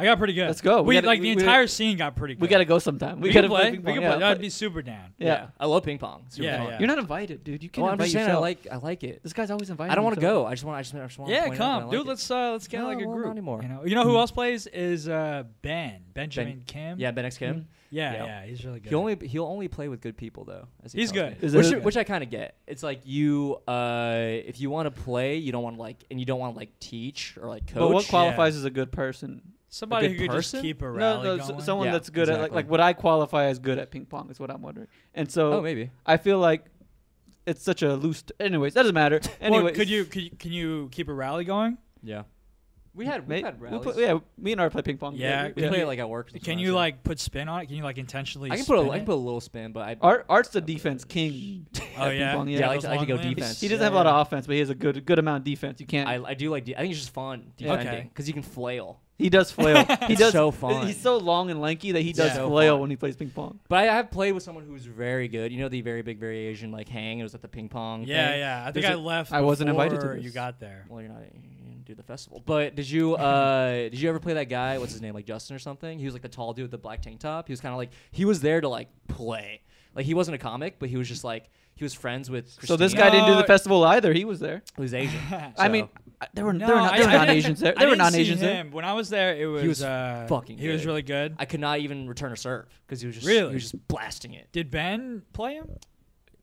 S6: I got pretty good.
S3: Let's go.
S6: We,
S3: We gotta-
S6: like
S3: we-
S6: the
S3: we-
S6: entire scene got pretty good.
S3: We gotta go sometime. We,
S6: We,
S3: gotta
S6: can play.
S3: ping
S6: we
S3: pong,
S6: can
S3: yeah,
S6: play. I'd
S3: play.
S6: be super down.
S3: Yeah.
S4: I love ping pong. Super
S6: Yeah,
S4: fun.
S6: yeah.
S3: You're not invited, dude. You can't
S4: Oh, I'm
S3: invite
S4: just saying. I
S3: yourself.
S4: like. I like it.
S3: this guy's always invited.
S4: I don't want to
S3: himself.
S4: go. I just want. I just, I just want.
S6: Yeah,
S4: to
S6: come,
S4: like
S6: dude.
S4: it.
S6: Let's uh, let's get
S4: No,
S6: like a
S4: well,
S6: group
S4: not anymore.
S6: You know, you know who else plays is uh, Ben Benjamin Kim.
S4: Yeah, Ben X Kim.
S3: Mm-hmm.
S6: yeah,
S4: yeah.
S6: yeah, He's really good.
S4: He only he'll only play with good people though. as he
S6: He's
S4: tells me.
S6: good. Is
S4: which,
S3: it-
S4: which I kind of get. It's like you, uh, if you want to play, you don't want to like, and you don't want to like teach or like coach.
S3: But what qualifies
S6: Yeah.
S3: as a good person?
S6: somebody
S4: good
S6: who could
S4: person?
S6: just keep a
S3: No,
S6: rally
S3: no,
S6: going.
S3: s- someone
S4: Yeah,
S3: that's good at like,
S4: exactly.
S3: like what I qualify as good at ping pong is what I'm wondering. And so
S4: oh, maybe.
S3: I feel like it's such a loose. T- anyways, that doesn't matter. Anyway,
S6: well, could you, could you can you keep a rally going?
S4: Yeah. We had we
S3: May-
S4: had
S3: we
S4: rallies.
S3: play- yeah, me and I play ping pong.
S6: Yeah,
S3: together.
S4: We play it like at work.
S6: Can
S4: sometimes,
S6: you
S4: yeah.
S6: like put spin on it? Can you like intentionally?
S4: I can put a,
S6: spin
S4: I can
S6: it?
S4: put a little spin, but I.
S3: Art, Art's the defense king.
S6: Oh
S3: at ping
S6: yeah,
S3: pong, yeah.
S4: Yeah, I like to-
S6: those
S4: I like to
S6: long
S4: go
S6: limbs.
S4: defense.
S3: He doesn't have a lot of offense, but he has a good good amount of defense. You can't.
S4: I, I do like. De- I think it's just fun
S6: Yeah.
S4: defending
S6: Okay.
S4: because you can flail.
S3: he does flail. he
S4: It's
S3: does
S4: so fun.
S3: He's so long and lanky that he does
S4: so
S3: flail
S4: fun.
S3: when he plays ping pong.
S4: But I have played with someone who was very good. You know the very big, very Asian like hang. It was at the ping pong.
S6: Yeah,
S4: thing?
S6: yeah. I think
S4: There's
S6: I
S4: a-
S6: left.
S3: I wasn't invited to
S6: before You
S3: this.
S6: got there.
S4: Well, you're not. You didn't do the festival. But did you? Uh, did you ever play that guy? What's his name? Like Justin or something? He was like the tall dude with the black tank top. He was kind of like he was there to like play. Like he wasn't a comic, but he was just like he was friends with. Christina,
S3: So this guy didn't do the
S6: No.
S3: festival either. He was there.
S4: who's Asian.
S3: I
S4: So-
S3: mean, I- there were
S6: No,
S3: there were, not,
S6: I-
S3: there were
S6: I didn't-
S3: non-Asians there.
S6: I
S3: There were
S6: didn't see
S3: non-Asians there.
S6: him. When I was there, it was,
S4: was
S6: uh,
S4: fucking
S6: He was
S4: good.
S6: really good.
S4: I could not even return a serve because he was just
S6: Really?
S4: he was just blasting it.
S6: Did Ben play him?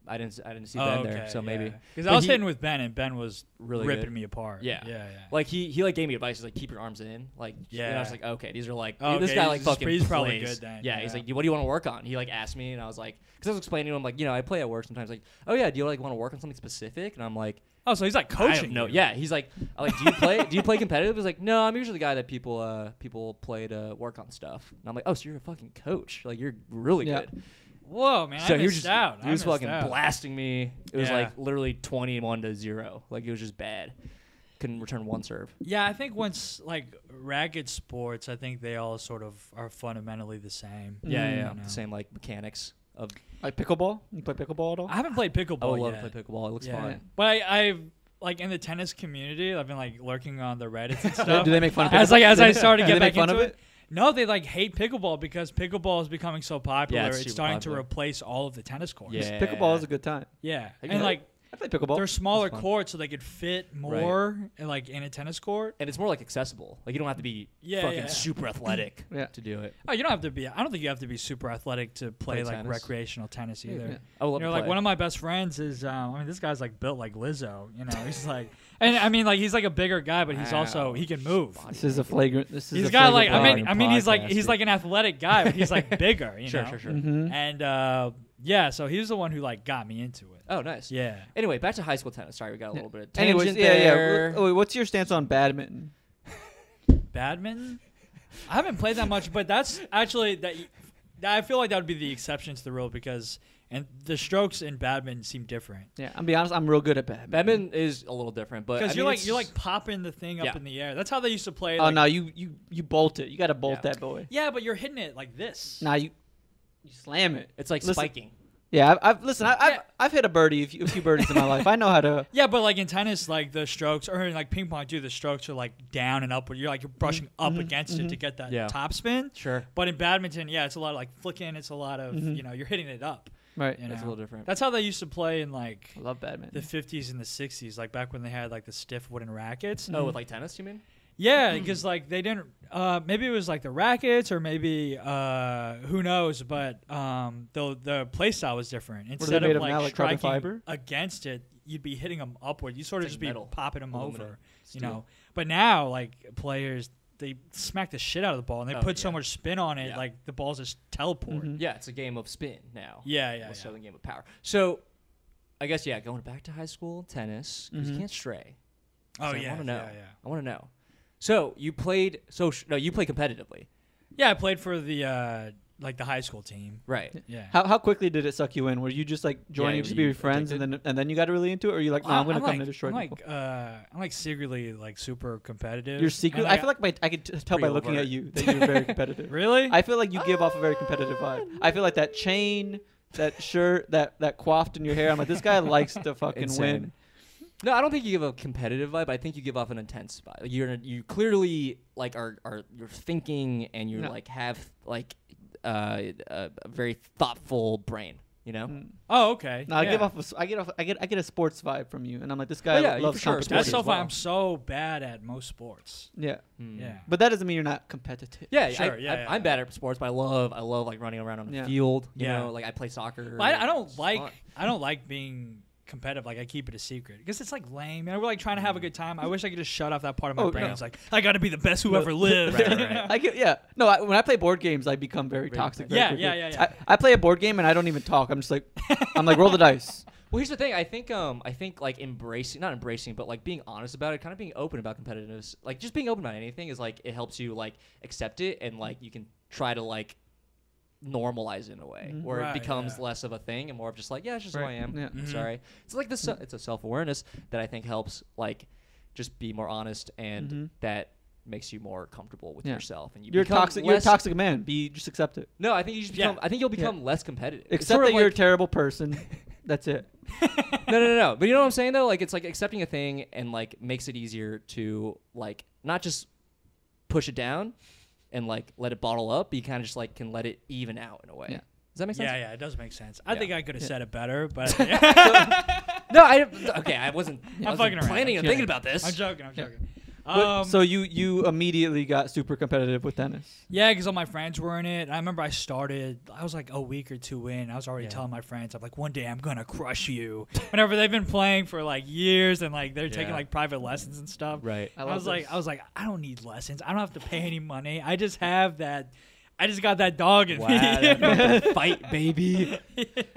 S4: I didn't I didn't see Ben there, so maybe
S6: because
S4: But
S6: I was
S4: he-
S6: hitting with Ben and Ben was
S4: Really
S6: ripping
S4: good.
S6: me apart.
S4: Yeah.
S6: yeah, yeah.
S4: Like he he like gave me advice. He's like, keep your arms in. Like yeah. And I
S6: Yeah.
S4: was like, okay, these are like
S6: Oh,
S4: this
S6: okay,
S4: guy
S6: he's
S4: like
S6: just-
S4: fucking
S6: he's probably
S4: plays.
S6: good then,
S4: Yeah, He's
S6: yeah.
S4: like, what do you want to work on? He like asked me, and I was like, because I was explaining to him like, you know, I play at work sometimes. Like, oh yeah, do you like want to work on something specific? And I'm like,
S6: oh, so he's like
S4: I
S6: coaching.
S4: don't know.
S6: you.
S4: Yeah. He's like, I'm like, do you play? do you play competitive? He's like, no, I'm usually the guy that people uh people play to work on stuff. And I'm like, oh, so you're a fucking coach? Like you're really
S3: Yeah.
S4: good.
S6: Whoa, man.
S4: so
S6: I
S4: he was
S6: missed
S4: just he
S6: out.
S4: was
S6: I missed
S4: fucking
S6: out.
S4: blasting me. It was
S6: Yeah.
S4: like literally 21 to zero. Like it was just bad. Couldn't return one serve.
S6: Yeah, I think once like ragged sports, I think they all sort of are fundamentally the same.
S4: Yeah,
S6: You
S4: yeah,
S6: know?
S4: The same like mechanics of
S3: Like pickleball? You play pickleball at all?
S6: I haven't played pickleball.
S4: I would love
S6: yet.
S4: to play pickleball. It looks
S6: Oh, Yeah.
S4: fun.
S6: But I, I've like in the tennis community, I've been like lurking on the Reddit and stuff.
S3: Do they make fun of
S6: Uh, as like as I started
S3: Do they
S6: getting
S3: make
S6: back
S3: fun
S6: into
S3: of
S6: it? No, they like hate pickleball because pickleball is becoming so popular.
S4: Yeah, it's
S6: it's,
S4: super
S6: starting
S4: popular.
S6: to replace all of the tennis courts.
S4: Yeah.
S3: Pickleball is a good time.
S6: yeah,
S4: you
S6: and
S4: heard-
S6: like
S3: I play pickleball.
S6: they're smaller
S4: fun.
S6: courts, so they could fit more in, like in a tennis court.
S4: And it's more like accessible. Like you don't have to be
S6: Yeah,
S4: fucking
S6: yeah.
S4: super athletic
S3: Yeah.
S4: to do it.
S6: Oh, you don't have to be. I don't think you have to be super athletic to play,
S4: Play
S6: like
S4: tennis.
S6: recreational tennis either.
S3: yeah.
S4: Oh, I would love
S6: you know,
S4: to
S6: like
S4: play.
S6: one of my best friends is. Um, I mean, this guy's like built like Lizzo. You know, he's like, and I mean, like he's like a bigger guy, but he's also he can move.
S3: This is a flagrant. This is
S6: He's
S3: a
S6: got like
S3: flagrant
S6: I mean
S3: lie.
S6: I mean he's like
S4: podcast,
S6: he's
S4: dude.
S6: like an athletic guy, but he's like bigger. You
S4: sure,
S6: know?
S4: sure, sure,
S3: Mm-hmm.
S6: And uh, yeah, so he was the one who like got me into it.
S4: Oh, nice.
S6: Yeah.
S4: Anyway, back to high school tennis. Sorry, we got a little bit of tangent
S3: Anyways, yeah,
S4: there.
S3: yeah. Oh, wait, what's your stance on badminton?
S6: Badminton. I haven't played that much, but that's actually that. that- I feel like that would be the exception to the rule because and the strokes in badminton seem different
S3: Yeah, I'm be honest. I'm real good at badminton.
S4: Badminton is a little different, but I
S6: because
S4: mean,
S6: you're like
S4: it's-
S6: you're like popping the thing up
S4: Yeah.
S6: in the air. That's how they used to play.
S3: Oh
S6: like-
S3: no, you you you bolt it. You got to bolt
S4: Yeah.
S3: that boy.
S6: Yeah, but you're hitting it like this.
S3: Nah, you you slam it.
S4: it's like
S3: Listen-
S4: spiking.
S3: Yeah, I've, I've listen. I, I've
S6: Yeah.
S3: I've hit a birdie, a few, a few birdies in my life. I know how to.
S6: Yeah, but like in tennis, like the strokes or in like ping pong too, the strokes are like down and upward. You're like you're brushing up against it to get that
S4: Yeah.
S6: top spin.
S4: Sure.
S6: But in badminton, yeah, it's a lot of like flicking. It's a lot of you know you're hitting it up.
S3: Right.
S6: You
S4: It's a
S6: know?
S4: little different.
S6: That's how they used to play in like
S3: I love
S6: the
S3: badminton.
S6: 50s and the 60s, like back when they had like the stiff wooden rackets.
S4: Oh, with like tennis, you mean?
S6: Yeah,
S4: Hmm.
S6: because like they didn't. Uh, maybe it was like the rackets, or maybe uh, who knows. But um, the the play style was different. Instead
S3: made
S6: of
S3: of
S6: like
S3: now, like carbon
S6: striking
S3: fiber?
S6: against it, you'd be hitting them upward. You sort of
S4: It's like
S6: just be
S4: metal,
S6: popping them
S4: aluminum,
S6: over,
S4: steel.
S6: you know. But now, like players, they smack the shit out of the ball, and they
S4: Oh,
S6: put so
S4: yeah.
S6: much spin on it,
S4: Yeah. Mm-hmm.
S6: like the balls just teleport.
S4: Yeah, it's a game of spin now.
S6: Yeah, yeah,
S4: More so
S6: yeah.
S4: than game of power. So, I guess yeah, going back to high school tennis, 'cause
S6: Mm-hmm.
S4: you can't stray.
S6: Oh
S4: So
S6: yeah,
S4: I want to know.
S6: yeah, yeah.
S4: I want to know. So you played social? No, you play competitively,
S6: Yeah, I played for the uh, like the high school team.
S4: right?
S6: Yeah.
S3: How, how quickly did it suck you in? Were you just like joining
S4: were
S3: just to be
S4: you
S3: friends, and then and then you got really into it, or you like, no,
S4: uh,
S3: I'm gonna come
S6: like,
S3: to destroy
S6: I'm
S3: people?
S6: like, uh, I'm like secretly like super competitive.
S3: You're secret.
S6: And,
S3: I feel like my, I could t- tell by
S4: pretty
S3: looking
S4: overt.
S3: at you that you're very competitive.
S6: really. Oh,
S3: I feel like you give off a very competitive vibe. I feel like that chain, that shirt, that that coiffed in your hair. I'm like, this guy likes to fucking win.
S4: Insane. No, I don't think you give a competitive vibe. I think you give off an intense vibe. Like, You're you clearly like are are you're thinking and you
S3: No.
S4: like have like uh, a, a very thoughtful brain. You know,
S3: Mm.
S6: Oh, okay.
S3: No, I
S6: yeah.
S3: give off. A, s- I get off. I get. I get a sports vibe from you, and I'm like, this
S4: Oh,
S3: guy
S4: yeah, you
S3: loves
S4: for sure,
S3: competition.
S6: That's
S4: as
S6: so fun.
S4: well.
S6: I'm so bad at most sports.
S3: yeah,
S4: Hmm.
S6: Yeah.
S3: but that doesn't mean you're not competitive.
S4: yeah, I,
S6: Sure, yeah,
S4: I,
S6: yeah.
S4: I'm bad at sports, but I love I love like running around on a
S3: Yeah.
S4: field. You
S6: Yeah.
S4: know, like I play soccer.
S6: But I, I don't
S4: It's
S6: like
S4: fun.
S6: I don't like being competitive. Like I keep it a secret because it's like lame. And we're like trying to
S4: Hmm.
S6: have a good time. I wish I could just shut off that part of my
S3: Oh,
S6: brain.
S3: no.
S6: It's like I got to be the best who ever lived.
S4: Right, right.
S3: I get. Yeah, no. I, when I play board games, I become very toxic. very
S6: Yeah,
S3: quickly.
S6: yeah, yeah, yeah.
S3: I, I play a board game and I don't even talk. I'm just like, I'm like, roll the dice.
S4: Well, here's the thing. I think um I think like embracing not embracing but like being honest about it, kind of being open about competitiveness, like just being open about anything is like it helps you like accept it and like you can try to like normalize it in a way where
S6: Right,
S4: it becomes
S6: yeah.
S4: less of a thing and more of just like yeah, it's just who I
S3: Right,
S4: am.
S3: yeah.
S4: I'm sorry. It's like this. It's a self awareness that I think helps like just be more honest and that makes you more comfortable with
S3: Mm-hmm. Yeah.
S4: yourself and you
S3: You're a
S4: become
S3: toxic. You're a
S4: less-
S3: toxic man. Be just accept it.
S4: No, I think you just
S6: Yeah.
S4: become. I think you'll become less competitive. It's
S3: Accept
S4: sort of
S3: that you're a
S4: like-
S3: terrible person. That's it.
S4: no, no, no, no. But you know what I'm saying though? Like it's like accepting a thing and like makes it easier to like not just push it down and like let it bottle up, but you kind of just like can let it even out in a way.
S3: Yeah.
S4: Does that make sense?
S6: Yeah, yeah, it does make sense. I
S4: Yeah.
S6: think I could have said it better, but
S4: No, I okay, I wasn't, I
S6: I'm
S4: wasn't
S6: fucking around.
S4: planning
S6: I'm
S4: on thinking
S6: kidding.
S4: about this.
S6: I'm joking. I'm joking.
S3: But-
S6: Um,
S3: so you you immediately got super competitive with Dennis.
S6: yeah, because all my friends were in it. And I remember I started. I was like a week or two in. I was already telling my friends, "I'm like, one day I'm gonna crush you." Whenever they've been playing for like years and like they're taking
S4: Yeah.
S6: like private lessons and stuff.
S4: Right.
S6: I,
S3: I love
S6: was like,
S3: this.
S6: I was like, I don't need lessons. I don't have to pay any money. I just have that. I just got that dog in
S4: Wow,
S6: me.
S4: that fucking fight, baby.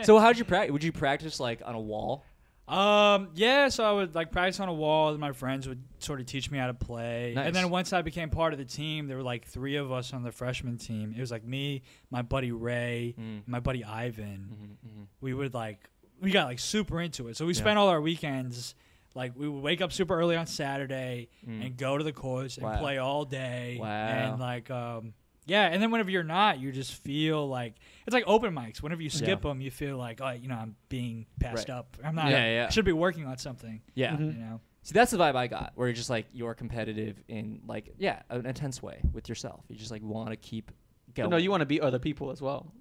S4: So how'd you practice? Would you practice like on a wall?
S6: Um, yeah, so I would like practice on a wall, and my friends would sort of teach me how to play.
S4: Nice.
S6: And then once I became part of the team, there were like three of us on the freshman team. It was like me, my buddy Ray,
S4: Mm.
S6: and my buddy Ivan.
S4: Mm-hmm,
S6: We would like we got like super into it. So we spent all our weekends like we would wake up super early on Saturday and go to the course and
S4: Mm. Wow.
S6: play all day.
S4: Wow.
S6: And like um yeah, and then whenever you're not, you just feel like it's like open mics. Whenever you skip them, you feel like, oh, you know, I'm being passed
S4: Right.
S6: up. I'm not.
S4: Yeah, yeah.
S6: Should be working on something.
S4: Yeah.
S6: You know.
S4: Mm-hmm. See, that's the vibe I got, where you're just like you're competitive in like yeah, an intense way with yourself. You just like want to keep going.
S3: No, you want to beat other people as well.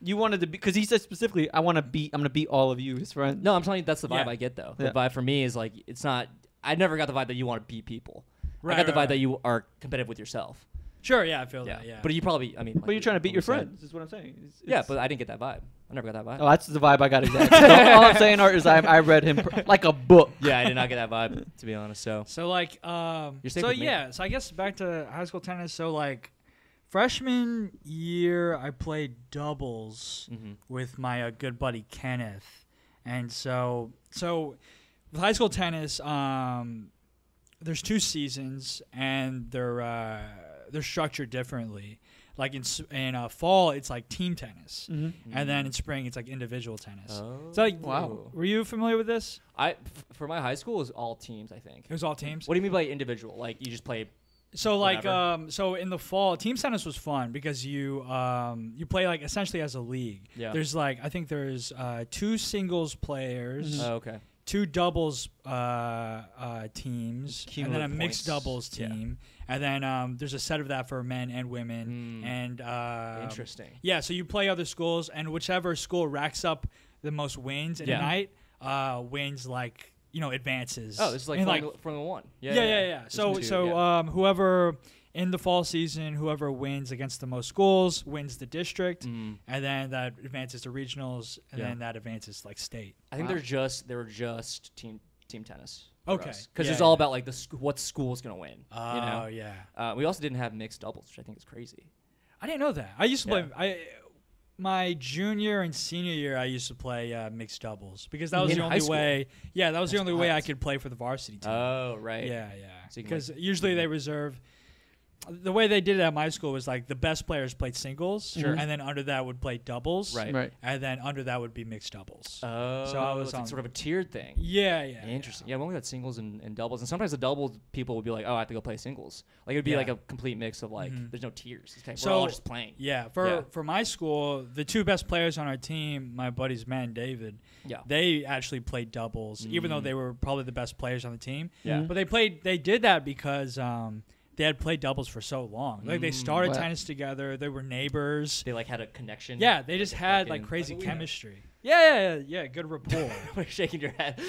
S3: You wanted to because he said specifically, I want to beat. I'm gonna beat all of you, his friends.
S4: No, I'm telling you, that's the vibe
S6: Yeah.
S4: I get though.
S3: Yeah.
S4: The vibe for me is like it's not. I never got the vibe that you want to beat people.
S6: Right,
S4: I got the vibe
S6: right, right.
S4: that you are competitive with yourself.
S6: Sure. Yeah, I feel
S4: Yeah,
S6: that. Yeah.
S4: But you probably, I mean, like
S3: but you're trying to beat your
S4: almost said-
S3: friends. Is what I'm saying. It's-
S4: Yeah,
S3: it's-
S4: but I didn't get that vibe. I never got that vibe.
S3: Oh, that's the vibe I got exactly. all, all I'm saying Art, is I, I read him pr- like a book.
S4: yeah, I did not get that vibe to be honest. So
S6: so like, um,
S4: You're safe
S6: so
S4: with me.
S6: yeah. So I guess back to high school tennis. So like, freshman year, I played doubles
S4: Mm-hmm.
S6: with my uh, good buddy Kenneth, and so so with high school tennis, um, there's two seasons and they're uh, they're structured differently. Like in s- in uh, fall, it's like team tennis,
S4: Mm-hmm.
S6: and then in spring, it's like individual tennis.
S4: Oh.
S6: So like,
S4: Wow.
S6: were you familiar with this?
S4: I, f- for my high school, it was all teams. I think.
S6: It was all teams.
S4: What do you mean by individual? Like you just play.
S6: So like
S4: Whatever.
S6: um so in the fall, team tennis was fun because you um you play like essentially as a league.
S4: Yeah.
S6: There's like I think there's uh two singles players,
S4: Oh, okay.
S6: two doubles uh uh teams, and then a
S4: Cumulative
S6: mixed
S4: points.
S6: doubles
S4: Yeah.
S6: team. And then um there's a set of that for men and women
S4: Mm.
S6: and uh
S4: Interesting.
S6: Yeah, so you play other schools and whichever school racks up the most wins in
S4: Yeah.
S6: a night uh wins like you know advances.
S4: Oh, this is like,
S6: And,
S4: Formula, Formula One. Yeah,
S6: yeah, yeah, yeah.
S4: There's
S6: So,
S4: two,
S6: so
S4: yeah.
S6: Um, whoever in the fall season, whoever wins against the most schools wins the district, and then that advances to regionals,
S4: Mm-hmm.
S6: and
S4: Yeah.
S6: then that advances like state.
S4: I think they're just they were just team team tennis.
S6: Okay.
S4: Because
S6: Yeah,
S4: it's
S6: yeah. Oh,
S4: all about like the sc- what school's gonna win. you know?
S6: yeah,
S4: Uh, we also didn't have mixed doubles, which I think is crazy.
S6: I didn't know that. I used to play.
S4: Yeah.
S6: I my junior and senior year, I used to play uh, mixed doubles because that was
S4: In
S6: the
S4: high
S6: only
S4: school?
S6: way. Yeah, that was the only way I
S4: nuts.
S6: could play for the varsity team.
S4: Oh right.
S6: yeah, yeah.
S4: So you Mm-hmm. can, like-
S6: Because usually they reserve. the way they did it at my school was like the best players played singles,
S4: Sure.
S6: and then under that would play doubles,
S4: Right.
S3: Right.
S6: And then under that would be mixed doubles.
S4: Oh,
S6: so I was
S4: it's like
S6: on-
S4: sort of a tiered thing.
S6: yeah, yeah,
S4: Interesting. Yeah, we only got singles and, and doubles, and sometimes the doubles people would be like, "Oh, I have to go play singles." Like it'd be
S6: Yeah. Mm-hmm.
S4: like a complete mix of like, there's no tiers. It's like,
S6: So
S4: we're all just playing.
S6: Yeah, for
S4: Yeah.
S6: for my school, the two best players on our team, my buddies Matt and David,
S4: Yeah.
S6: they actually played doubles, even though they were probably the best players on the team.
S4: Yeah.
S6: but they played they did that because um, they had played doubles for so long. Like they started
S3: Wow.
S6: tennis together, Mm, they were neighbors.
S4: They like had a connection.
S6: Yeah, they just had
S4: fucking-
S6: like crazy
S4: Like, we-
S6: chemistry. Yeah, yeah, yeah, yeah, good rapport.
S4: We're shaking your head.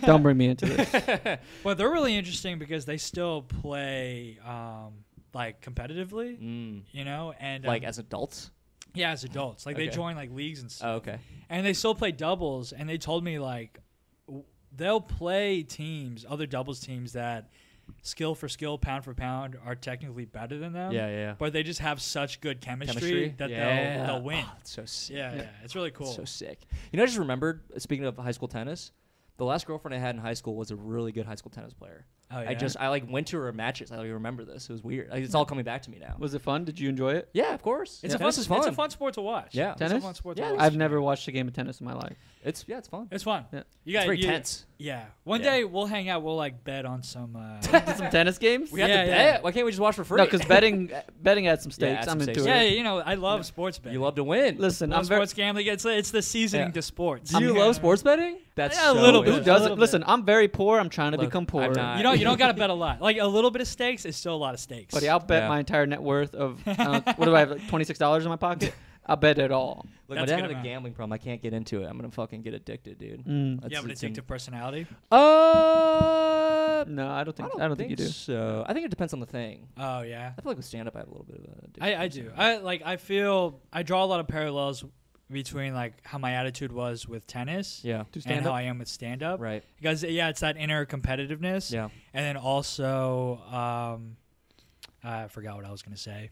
S3: Don't bring me into this.
S6: but they're really interesting because they still play um, like competitively,
S4: mm.
S6: you know, and um,
S4: Like as adults.
S6: yeah, as adults, like they
S4: Okay.
S6: join like leagues and stuff.
S4: Oh, okay.
S6: and they still play doubles and they told me like w- they'll play teams other doubles teams that skill for skill pound for pound are technically better than them
S4: Yeah, yeah, yeah.
S6: but they just have such good chemistry, that
S4: Yeah.
S6: they'll, they'll win
S4: Oh, that's so sick.
S6: yeah, yeah it's really cool
S4: So sick. You know, I just remembered. uh, Speaking of high school tennis, the last girlfriend I had in high school was a really good high school tennis player.
S6: Oh,
S4: I
S6: yeah?
S4: just I like went to her matches. I like, remember this. It was weird. Like, it's all coming back to me now.
S3: Was it fun? Did you enjoy it?
S4: yeah, of course.
S6: it's, a fun,
S4: tennis is fun.
S6: it's a fun sport to watch
S4: Yeah.
S6: it's a
S3: Tennis?
S6: fun sport
S4: Yeah,
S6: to watch
S3: I've never watched a game of tennis in my life.
S4: It's yeah, it's fun.
S6: it's fun
S3: Yeah.
S6: you
S4: It's
S6: got
S4: very tense.
S6: yeah one
S4: Yeah.
S6: day we'll hang out we'll like bet on some uh,
S3: Did some tennis games?
S4: We have
S6: Yeah,
S4: to
S6: yeah.
S4: bet. Why can't we just watch for free?
S3: No, because betting betting at some stakes.
S4: add some
S3: I'm into
S4: stakes.
S3: it.
S6: yeah you know i love sports betting
S4: you love to win.
S3: Listen,
S6: Love
S3: I'm very.
S6: sports gambling it's, it's the seasoning
S4: Yeah.
S6: to sports
S4: do you
S6: I'm-
S4: love sports betting? That's
S6: Yeah, a
S4: so
S6: little
S4: weird.
S6: bit.
S3: Who
S6: A
S3: doesn't?
S6: little bit.
S3: Listen, I'm very poor. I'm trying to
S4: Look,
S3: become
S4: I'm
S3: poor.
S4: not-
S6: You don't you don't gotta bet a lot. Like a little bit of stakes is still a lot of stakes.
S3: Buddy, I'll bet
S4: Yeah.
S3: my entire net worth of uh, what do I have? Like Twenty six dollars in my pocket. I'll bet it all.
S4: Look, my
S6: That's
S4: dad
S6: good
S4: had a
S6: amount.
S4: gambling problem. I can't get into it. I'm gonna fucking get addicted, dude. That's-
S3: Mm.
S6: you have an
S4: it's in-
S6: addictive personality.
S4: Uh,
S3: No, Mm, I don't think. I don't, think, you do.
S4: So I think it depends on the thing.
S6: Oh yeah,
S4: I feel like with stand up, I have a little bit of a.
S6: I, I do. I like I feel I draw a lot of parallels between like how my attitude was with tennis,
S4: Yeah.
S3: Do
S6: and
S3: stand
S6: how
S3: up.
S6: I am with stand up,
S4: Right.
S6: Because yeah, it's that inner competitiveness,
S4: Yeah.
S6: and then also um, I forgot what I was gonna say.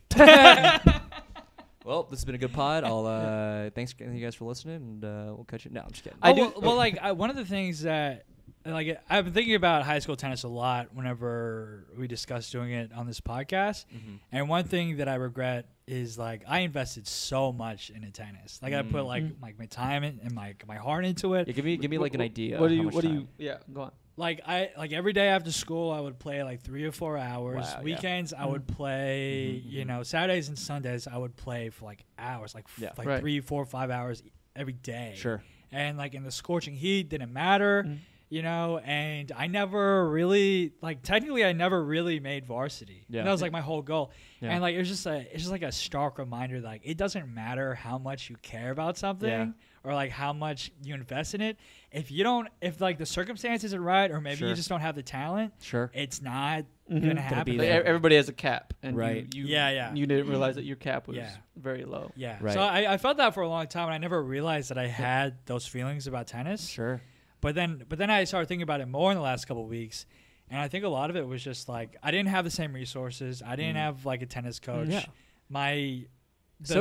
S4: Well, this has been a good pod. I'll uh, thanks thank you guys for listening, and uh, we'll catch you. No, I'm just kidding.
S3: I
S6: Oh,
S3: do-
S6: Well, well, like I, one of the things that like I've been thinking about high school tennis a lot whenever we discuss doing it on this podcast.
S3: Mm-hmm.
S6: And one thing that I regret is like I invested so much into tennis. Like I put
S3: Mm-hmm.
S6: like my, my time in- and my my heart into it.
S4: Yeah, give me give me like an idea. of
S3: What do
S4: how
S3: you?
S4: much
S3: What do you?
S4: time.
S3: Yeah, go on.
S6: Like I like every day after school I would play like 3 or 4 hours.
S4: Wow, yeah. Mm-hmm,
S6: Weekends I would play, you know, Saturdays and Sundays I would play for like hours, like f-
S4: Yeah.
S6: like
S3: Right.
S6: three, four, five hours every day.
S4: Sure.
S6: and like in the scorching heat didn't matter you know and i never really like technically i never really made varsity
S4: Yeah.
S6: and that was like my whole goal
S4: Yeah.
S6: and like it was just a it's just like a stark reminder like it doesn't matter how much you care about something or like how much you invest in it if you don't if like the circumstance isn't right or maybe
S4: Sure.
S6: you just don't have the talent
S4: Sure.
S6: it's not gonna happen
S4: be
S3: Like, e-
S4: there.
S3: everybody has a cap, and you-
S4: Right.
S3: you,
S6: Yeah, yeah.
S3: You didn't realize that your cap was
S6: Yeah.
S3: very low.
S6: yeah
S4: Right.
S6: so I, I felt that for a long time and i never realized that i had those feelings about tennis
S4: Sure.
S6: But then, but then I started thinking about it more in the last couple of weeks, and I think a lot of it was just like I didn't have the same resources. I didn't have like a tennis coach.
S4: Yeah.
S6: My the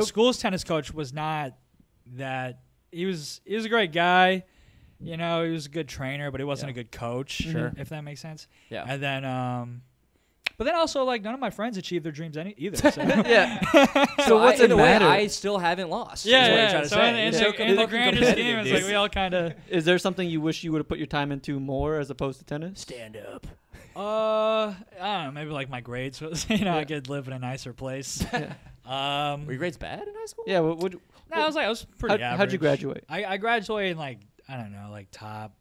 S4: So-
S6: school's tennis coach was not that. He was he was a great guy, you know. He was a good trainer, but he wasn't a good coach. Mm-hmm. Sure, if that makes sense.
S4: Yeah.
S6: And then, um, but then also like none of my friends achieved their dreams any either. So.
S3: Yeah.
S4: so
S3: what's
S4: I,
S3: it
S4: in a way,
S3: matter?
S4: I still haven't lost.
S6: Yeah,
S4: is what
S6: yeah.
S4: I'm trying to
S6: So
S4: say.
S6: in, in
S4: It's
S6: the,
S4: so
S6: in the
S4: fucking
S6: grander
S4: competitive,
S6: scheme, it's
S4: dude.
S6: like we all kind of.
S3: Is there something you wish you would have put your time into more as opposed to tennis?
S4: stand up.
S6: Uh, I don't know. Maybe like my grades was, you know, I could live in a nicer place. Um,
S4: Were your grades bad in high school?
S3: Yeah. What, would
S6: no, I was like, I was
S3: how,
S6: pretty average.
S3: how'd you graduate?
S6: I, I graduated in like, I don't know, like top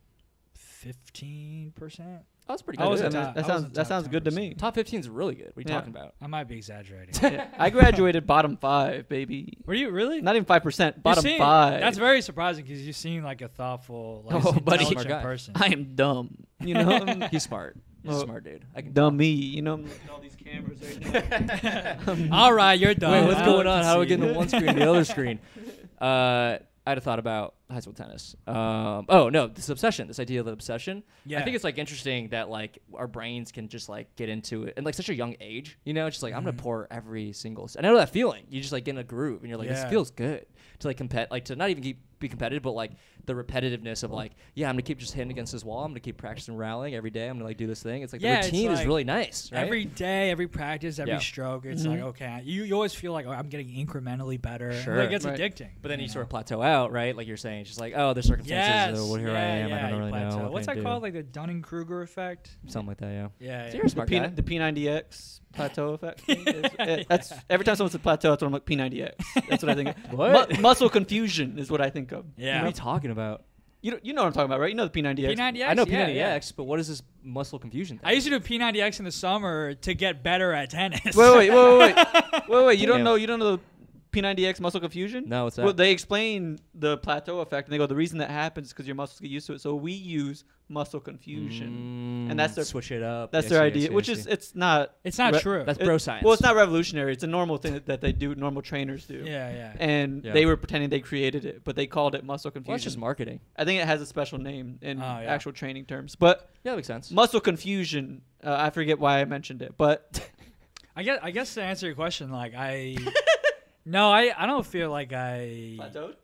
S6: 15%.
S4: I was pretty
S6: I
S4: good.
S6: was a
S3: I mean,
S6: top- I
S3: that
S6: was
S3: sounds
S6: a
S3: that
S6: top
S3: sounds good to
S6: 10%.
S3: me.
S4: Top 15 is really good. What are you
S3: Yeah.
S4: talking about?
S6: I might be exaggerating.
S3: Yeah. I graduated bottom five, baby.
S6: Were you really?
S3: Not even five percent. Bottom
S6: seem,
S3: five.
S6: That's very surprising because you seem like a thoughtful, like,
S3: Oh, buddy.
S6: intelligent
S4: Smart guy.
S6: person.
S3: I am dumb. You know, I'm
S4: He's smart. He's a
S3: Oh.
S4: smart dude. I can.
S3: dummy. You know, I'm looking at all these cameras right now.
S6: All right, you're done.
S4: Wait, what's
S6: I
S4: going
S6: can
S4: on? How do we
S6: see
S4: get
S6: you.
S4: the one screen to the other screen? Uh, I'd have thought about high school tennis. Um, oh no, this obsession, this idea of an obsession. I
S6: Yeah.
S4: think it's like interesting that like our brains can just like get into it, and like such a young age, you know, it's just like I'm gonna
S6: Mm-hmm.
S4: pour every single. s- And I know that feeling. You just like get in a groove, and you're like, this
S6: Yeah.
S4: feels good to like compete, like to not even keep, be competitive, but like the repetitiveness of like, yeah, I'm gonna keep just hitting against this wall. I'm gonna keep practicing rallying every day. I'm gonna like do this thing. It's like
S6: Yeah,
S4: the
S6: it's
S4: routine is
S6: like
S4: really nice. Right?
S6: Every day, every practice, every
S4: Yeah. Mm-hmm.
S6: stroke, it's like okay. You, you always feel like oh, I'm getting incrementally better.
S4: Sure.
S6: Like it's
S3: Right.
S6: addicting.
S4: but then you
S6: know?
S4: sort of plateau out, right? Like you're saying, it's just like, oh, there's circumstances.
S6: yes,
S4: oh, well, here
S6: yeah,
S4: I am.
S6: Yeah,
S4: I
S6: you
S4: don't really
S6: plateau.
S4: know. what
S6: What's
S4: can I
S6: that
S4: do?
S6: called? Like the Dunning Kruger effect.
S4: Something like that. Yeah.
S6: Yeah,
S4: So
S6: yeah.
S4: you're a
S3: The,
S4: smart
S3: P,
S4: guy.
S3: the P90X plateau effect. thing is- it- that's every time someone says plateau, that's what I'm like P90X. That's what I think. of.
S4: What?
S3: Mu- muscle confusion is what I think of.
S6: Yeah.
S4: What are you talking about?
S3: You know, you know what I'm talking about, right? You know the P90X.
S6: P90X.
S4: I know P90X,
S6: yeah, yeah.
S4: but what is this muscle confusion thing?
S6: I used to do P90X in the summer to get better at tennis.
S3: Wait, wait, wait, wait, wait, wait, wait. You don't
S4: Yeah.
S3: know. You don't know the P90X muscle confusion.
S4: No, what's that?
S3: Well, they explain the plateau effect, and they go the reason that happens is because your muscles get used to it. So we use muscle confusion, and that's their
S4: switch it up. Mm.
S3: that's
S4: I
S3: their
S4: see, I
S3: idea,
S4: see, I
S3: which
S4: see.
S3: is it's not
S6: It's not
S3: re-
S6: true.
S4: that's
S3: it-
S4: bro science.
S3: Well, it's not revolutionary. It's a normal thing that, that they do. Normal trainers do.
S6: yeah, yeah.
S3: And
S4: Yeah.
S3: they were pretending they created it, but they called it muscle confusion.
S4: Well, that's just marketing.
S3: I think it has a special name in
S6: Oh, yeah.
S3: actual training terms, but
S4: Yeah, that makes sense.
S3: muscle confusion. Uh, I forget why I mentioned it, but
S6: I guess I guess to answer your question, like I No, I, I don't feel like I
S3: plateaued.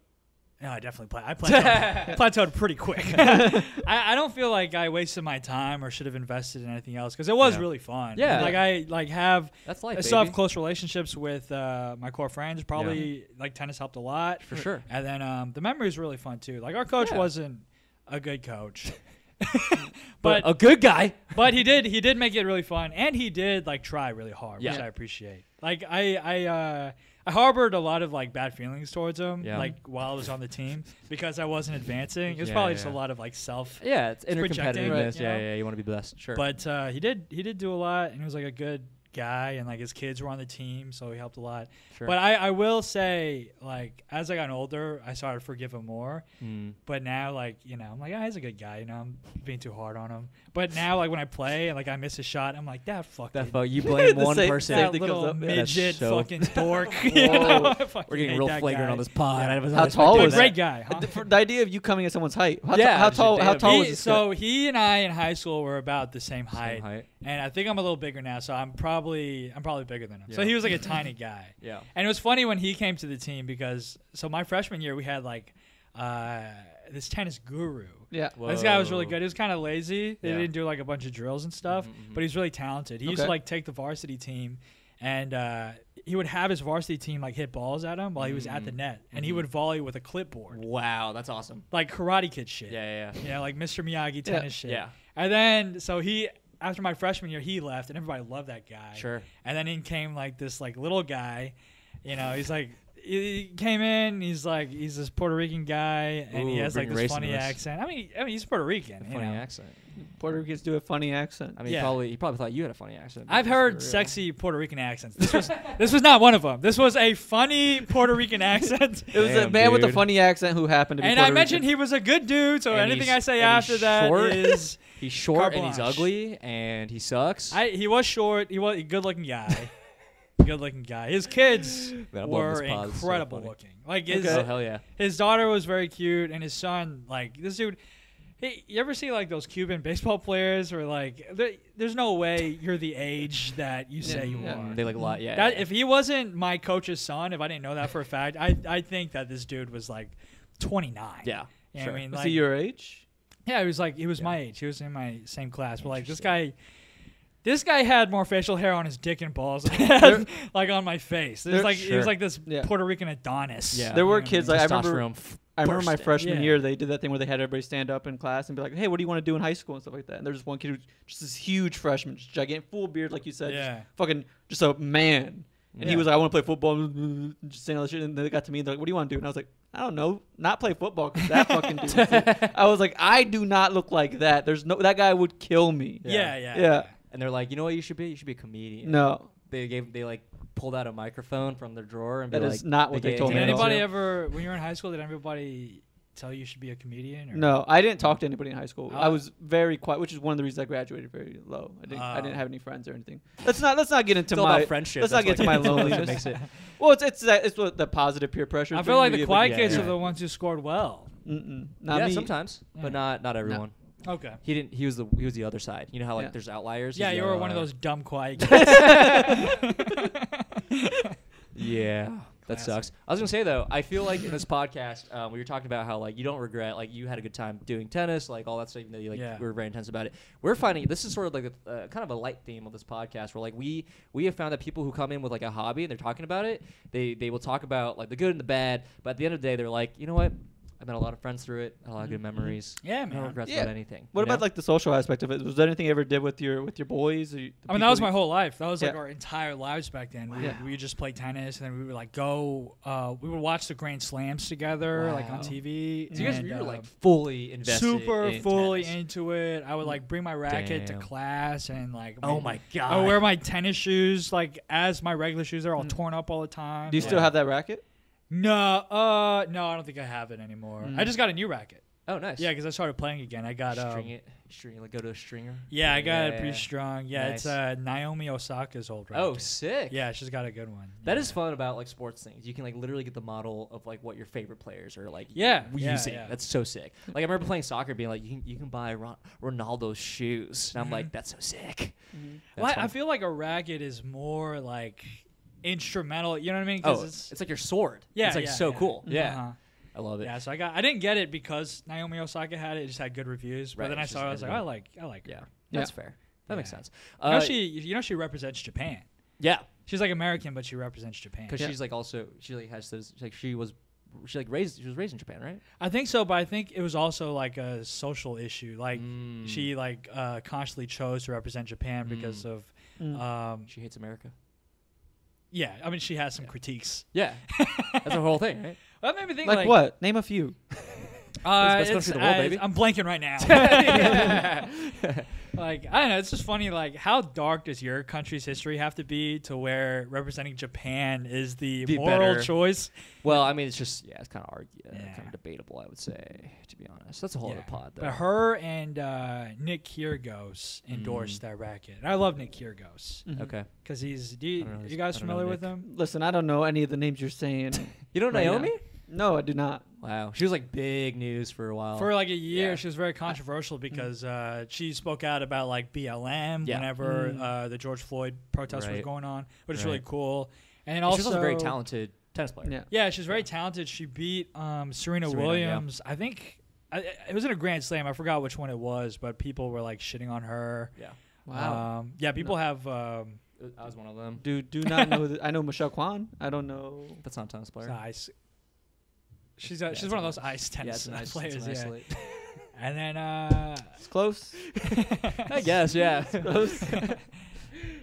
S6: No, I definitely pla- I plateaued, plateaued pretty quick. I, I don't feel like I wasted my time or should have invested in anything else because it was
S4: Yeah.
S6: really fun.
S4: Yeah.
S6: like I like have
S4: That's life,
S6: I still have
S4: baby.
S6: close relationships with uh, my core friends. Probably like tennis helped a lot
S4: For sure.
S6: And then um, the memory is really fun too. Like our coach
S4: Yeah.
S6: wasn't a good coach,
S4: but
S6: but
S4: a good guy.
S6: but he did he did make it really fun and he did like try really hard which
S4: Yeah.
S6: i appreciate like i i uh i harbored a lot of like bad feelings towards him
S4: Yeah.
S6: like while i was on the team because i wasn't advancing it was
S4: Yeah,
S6: probably
S4: yeah,
S6: just a
S4: yeah.
S6: lot of like self
S4: Yeah, it's inner
S6: projecting, right,
S4: competitiveness.
S6: you
S4: yeah,
S6: know?
S4: yeah, you want to be the best. Sure.
S6: but uh he did he did do a lot and he was like a good guy and like his kids were on the team so he helped a lot
S4: Sure.
S6: but i i will say like as i got older i started to forgive him more
S4: Mm.
S6: But now, like you know, I'm like, ah, he's a good guy. You know, I'm being too hard on him. But now, like when I play and like I miss a shot, I'm like, that fucking
S4: that fuck, you blame
S3: The
S4: one
S3: same-
S4: person.
S3: same
S6: that
S3: thing.
S6: little
S3: comes up, yeah.
S4: That's
S6: midget
S4: so-
S6: fucking dork. you know? I fucking
S4: We're getting
S6: hate
S4: real
S6: that
S4: flagrant
S6: guy.
S4: on this pod. I was
S3: How
S4: always
S3: tall
S4: like,
S6: Dude,
S3: was
S6: great
S3: that?
S6: guy. Huh?
S3: The, for the idea of you coming at someone's height. How,
S4: Yeah,
S3: yeah, how
S4: it's
S3: tall? How
S4: ridiculous.
S3: tall
S6: He-
S3: was this? guy?
S6: so he and I in high school were about the same height,
S4: height.
S6: and I think I'm a little bigger now, so I'm probably I'm probably bigger than him. So
S4: Yeah.
S6: he was like a tiny guy.
S4: Yeah.
S6: And it was funny when he came to the team because so my freshman year we had like uh, this tennis guru.
S3: yeah.
S4: Whoa.
S6: This guy was really
S4: Whoa.
S6: good. He was kind of lazy. They
S4: Yeah.
S6: didn't do like a bunch of drills and stuff, but he's really talented. He used to
S3: Okay.
S6: like take the varsity team and uh, he would have his varsity team like hit balls at him while he was at the net and he would volley with a clipboard.
S4: Wow, that's awesome.
S6: Like karate kid shit.
S4: Yeah, yeah, yeah.
S6: You know, like Mr. Miyagi tennis shit.
S4: Yeah.
S6: And then so he after my freshman year he left and everybody loved that guy.
S4: Sure.
S6: And then in came like this like little guy, you know, he's like he he came in. He's like he's this Puerto Rican guy, and he
S4: Ooh,
S6: has like
S4: bringing
S6: this
S4: race
S6: funny
S4: into this.
S6: accent. I mean, I mean, he's Puerto Rican. you
S4: Funny
S6: know.
S4: accent.
S3: Puerto Ricans do a funny accent.
S4: I mean,
S6: Yeah.
S4: probably he probably thought you had a funny accent.
S6: I've
S4: because
S6: heard
S4: for real.
S6: sexy Puerto Rican accents. This was this was not one of them. This was a funny Puerto Rican accent.
S3: it was a
S4: Damn,
S3: man with a
S4: dude.
S3: funny accent who happened to be.
S6: and I
S3: Puerto
S6: mentioned
S3: Rican.
S6: he was a good dude, so
S4: And
S6: anything
S4: he's-
S6: I say
S4: and
S6: after
S4: he's
S6: that
S4: short.
S6: is
S4: He's short
S6: Carte
S4: and he's
S6: blanche.
S4: ugly and he sucks.
S6: I he was short. He was a good-looking guy. good-looking guy. His kids
S4: Man, I'm loving
S6: were
S4: this pod. This is so
S6: incredible
S4: funny.
S6: looking. Like his
S4: Oh hell yeah.
S6: his daughter was very cute, and his son, like this dude. Hey, you ever see like those Cuban baseball players, or like there- there's no way you're the age that you say you
S3: yeah.
S6: are.
S4: Mm, They like a lot. Yeah.
S6: That
S4: yeah.
S6: if he wasn't my coach's son, if I didn't know that for a fact, I I think that this dude was like 29.
S4: Yeah,
S6: You know
S4: sure.
S6: what I mean,
S3: Was
S6: like,
S3: he your age?
S6: yeah, he was like he was my age. He was in my same class. But like this guy, this guy had more facial hair on his dick and balls, than I had, like on my face. It was
S3: there-
S6: like he was
S4: Sure.
S6: like this
S3: Yeah.
S6: Puerto Rican Adonis.
S4: Yeah.
S3: There
S6: You know
S3: were
S6: what I
S3: kids.
S6: mean?
S3: Like, I remember.
S4: Testosterone f-
S3: I remember my
S4: bursting.
S3: freshman
S6: Yeah.
S3: year, they did that thing where they had everybody stand up in class and be like, "Hey, what do you want to do in high school and stuff like that?" And there's one kid who's just this huge freshman, just gigantic, full beard, like you said, just
S6: Yeah.
S3: fucking, just a man. And he
S6: Yeah.
S3: was like, "I want to play football," and just saying all this shit. And then they got to me, and they're like, "What do you want to do?" And I was like, "I don't know, not play football." 'cause that fucking dude. I was like, "I do not look like that. There's no that guy would kill me."
S4: Yeah.
S6: Yeah, yeah,
S3: yeah.
S4: and they're like, you know what you should be? You should be a comedian.
S3: No.
S4: They gave they like pulled out a microphone from their drawer and be
S3: That
S4: like,
S3: is not what they told
S6: Did
S3: me at all.
S6: anybody
S4: ever?
S6: ever, when you were in high school, did anybody tell you you should be a comedian? Or?
S3: No, I didn't talk to anybody in high school. I
S6: Oh.
S3: was very quiet, which is one of the reasons I graduated very low. I didn't, I
S6: Oh.
S3: didn't have any friends or anything. Let's not, let's not get into
S4: It's all
S3: my
S4: about friendship.
S3: Let's not get
S4: That's
S3: to my
S4: what- that's what
S3: loneliness.
S4: makes it-
S3: Well, it's it's that it's what the positive peer pressure.
S6: I
S3: thing
S6: feel like
S3: where
S6: the
S3: you-
S6: quiet
S4: yeah,
S6: kids
S4: yeah.
S6: are the ones who scored well.
S3: Mm-mm, not
S4: Yeah,
S3: me.
S4: sometimes,
S6: Yeah.
S4: but not not everyone.
S6: Okay.
S4: He didn't. He was the he was the other side. You know how like
S3: Yeah.
S4: there's outliers.
S6: Yeah,
S4: He's
S6: you
S4: the
S6: were
S4: other
S6: one of
S4: outlier.
S6: those dumb quiet kids.
S4: Yeah.
S6: Oh,
S4: That sucks. I was gonna say though, I feel like in this podcast, um, we were talking about how like you don't regret, like you had a good time doing tennis, like all that stuff. Even though you like
S6: Yeah.
S4: we were very intense about it, we're finding this is sort of like a, uh, kind of a light theme of this podcast, where like we we have found that people who come in with like a hobby and they're talking about it, they they will talk about like the good and the bad, but at the end of the day, they're like, you know what, I met a lot of friends through it, had a lot of good memories.
S6: Mm-hmm. Yeah,
S4: No
S6: man.
S4: regrets
S3: Yeah.
S4: about anything.
S3: What
S4: you
S3: about
S4: know?
S3: like the social aspect of it? Was there anything you ever did with your with your boys? Or the
S6: I mean, that was
S3: people
S6: my whole life. That was like
S3: Yeah.
S6: our entire lives back then. We,
S3: Wow.
S6: we would just play tennis, and then we would like go. Uh, we would watch the Grand Slams together, like on
S4: Wow.
S6: TV.
S4: So you guys
S6: and,
S4: you were
S6: uh,
S4: like fully invested,
S6: super
S4: in
S6: fully
S4: tennis.
S6: into it. I would like bring my racket
S4: Damn.
S6: to class and like.
S4: Oh
S6: we'd-
S4: my
S6: I would
S4: god! Hmm.
S6: wear my tennis shoes like as my regular shoes. They're all torn up all the time.
S3: Do you still
S6: Like-
S3: have that racket?
S6: No, uh, no, I don't think I have it anymore.
S4: Hmm.
S6: I just got a new racket.
S4: oh nice.
S6: Yeah, because I started playing again. I got um,
S4: string it, string it, like go to a stringer.
S6: Yeah, I got it
S4: Yeah.
S6: pretty strong. Yeah, it's uh,
S4: Nice.
S6: Naomi Osaka's old racket.
S4: Oh, sick.
S6: Yeah, she's got a good one.
S4: That is fun about like sports things. You can like literally get the model of like what your favorite players are like
S6: Yeah, yeah,
S4: using.
S6: yeah.
S4: That's so sick. Like I remember playing soccer, being like, you can, you can buy Ron- Ronaldo's shoes, and I'm
S6: Mm-hmm.
S4: like, that's so sick. That's
S6: Well, I- I
S4: fun.
S6: feel like a racket is more like instrumental. You know what I mean? 'Cause
S4: oh,
S6: it's,
S4: it's, like your sword.
S6: yeah,
S4: it's like
S6: yeah,
S4: so
S6: yeah.
S4: cool. Yeah,
S6: Uh-huh.
S4: I love it.
S6: Yeah, so I got I didn't get it because Naomi Osaka had it. It just had good reviews. But
S4: Right,
S6: then I
S4: it's
S6: saw
S4: just
S6: it. I was like, I
S4: everyone-
S6: like "Oh, I like.
S4: Yeah,
S6: Her.
S4: that's
S3: Yeah.
S4: fair. That makes
S6: Yeah.
S4: sense.
S6: You know
S4: Uh,
S6: she you know she represents Japan.
S4: yeah,
S6: She's like American, but she represents Japan.
S4: because
S3: Yeah.
S4: she's like also she like has those like she was she like raised she was raised in Japan, right?
S6: I think so, but I think it was also like a social issue. Like
S4: Mm.
S6: she like uh, consciously chose to represent Japan because
S4: Mm.
S6: of, um,
S4: She hates America.
S6: yeah. I mean, she has some critiques.
S4: Yeah, that's her whole thing, right?
S6: That made me think
S3: Like,
S6: like
S3: what? Name a few.
S6: Uh,
S4: It's the best country
S6: it's-
S4: in the world,
S6: I-
S4: baby.
S6: I'm blanking right now. like I don't know, it's just funny. Like, how dark does your country's history have to be to where representing Japan is the,
S4: The
S6: moral
S4: better-
S6: choice?
S4: Well, I mean, it's just yeah, it's kind of argue,
S6: Yeah.
S4: kind of debatable, I would say, to be honest. That's a whole
S6: Yeah.
S4: other pod, though.
S6: But her and uh, Nick Kyrgios
S4: Mm.
S6: endorsed that racket. And I love Nick Kyrgios
S4: okay,
S6: because he's. Do you,
S4: don't know
S6: you
S4: this-
S6: guys
S4: Mm. I don't know
S6: familiar with
S4: Nick.
S6: him?
S3: Listen, I don't know any of the names you're saying.
S4: you know
S3: right now.
S4: Naomi?
S3: No, I do not.
S4: Wow, she was like big news for a while.
S6: For like a year,
S4: yeah. Mm.
S6: she was very controversial because uh, she spoke out about like BLM
S4: Yeah. Mm.
S6: whenever uh, the George Floyd protest was
S4: Right.
S6: going on, which is
S4: Right.
S6: really cool. And then
S4: And
S6: also,
S4: she was also a very talented tennis player.
S3: Yeah.
S6: Yeah, she's very talented. She beat um, Serena,
S4: Serena, yeah.
S6: Williams. I think I, it was in a Grand Slam. I forgot which one it was, but people were like shitting on her.
S4: yeah,
S6: Um, yeah, people have. Um,
S4: Uh, I was one of them.
S3: Uh, do do not know. That, I know Michelle Kwan. I don't know.
S4: That's not a tennis player.
S6: it's not ice. She's a,
S4: Yeah,
S6: she's
S4: it's
S6: one of
S4: an
S6: those
S4: ice-
S6: ice
S4: yeah,
S6: tennis
S4: it's an ice,
S6: players.
S4: It's an
S6: yeah.
S4: isolate.
S6: And then uh,
S3: It's close.
S4: I guess, yeah.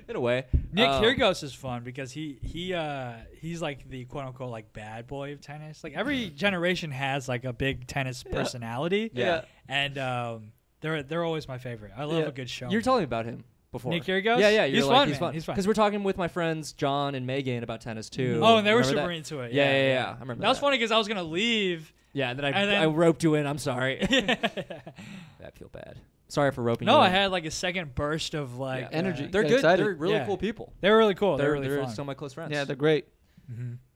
S4: In a way,
S6: Nick
S4: Um,
S6: Kyrgios is fun because he he uh, he's like the quote unquote like bad boy of tennis. Like every generation has like a big tennis personality.
S4: Yeah.
S6: and um, they're they're always my favorite. I love
S3: Yeah.
S6: a good show.
S4: You're telling me about him before.
S6: Nick Kyrgios?
S4: Yeah, yeah.
S6: He's
S4: You're like,
S6: fun,
S4: He's
S6: man.
S4: fun.
S6: He's fun.
S4: Because we're talking with my friends John and Megan about tennis too.
S6: Oh, and they were
S4: Remember
S6: super
S4: that?
S6: into it.
S4: Yeah,
S6: yeah,
S4: yeah, yeah. I remember.
S6: That was funny because I was gonna leave.
S4: Yeah, and then I,
S6: And then-
S4: I roped you in. I'm sorry. I feel bad. Sorry for roping
S6: No,
S4: you
S6: I
S4: in.
S6: had like a second burst of like
S4: Yeah.
S3: Energy.
S4: They're
S3: Got
S4: good.
S3: excited.
S4: They're really
S6: Yeah.
S4: cool people.
S6: They're really cool. They're,
S4: They're,
S6: really
S4: they're
S6: fun.
S4: still my close friends.
S3: Yeah, they're great.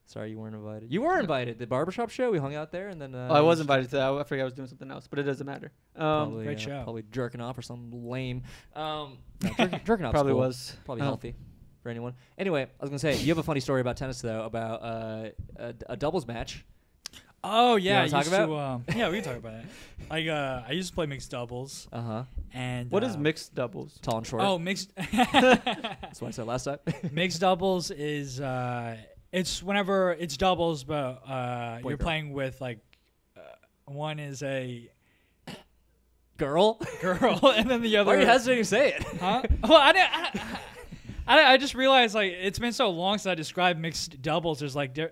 S4: Sorry you weren't invited. You were invited. The barbershop show. We hung out there, and then uh,
S3: Oh, I
S6: Um,
S3: was invited to that. I forgot I was doing something else, but it doesn't matter. Um,
S4: Probably,
S6: Great
S4: uh,
S6: show.
S4: probably jerking off or something lame. Um, no, jerk, jerking off
S3: Probably was.
S4: probably
S3: Oh.
S4: healthy for anyone. Anyway, I was gonna say you have a funny story about tennis though about uh, a, a doubles match.
S6: Oh yeah,
S4: wanna talk
S6: I used to,
S4: about
S6: um, yeah, we can talk about it. Like uh, I used to play mixed doubles,
S4: Uh
S3: Uh-huh.
S4: huh.
S6: and
S3: what
S6: uh,
S3: is mixed doubles?
S4: Tall and short.
S6: Oh, mixed
S4: that's what I said last time.
S6: mixed doubles is uh, it's whenever it's doubles, but uh,
S4: Boy,
S6: you're
S4: girl.
S6: playing with like uh, one is a
S4: Girl,
S6: girl and then the other.
S4: why are you hesitating to say it?
S6: Huh? Well, I didn't. I, I, I just realized like it's been so long since I described mixed doubles. There's like, there,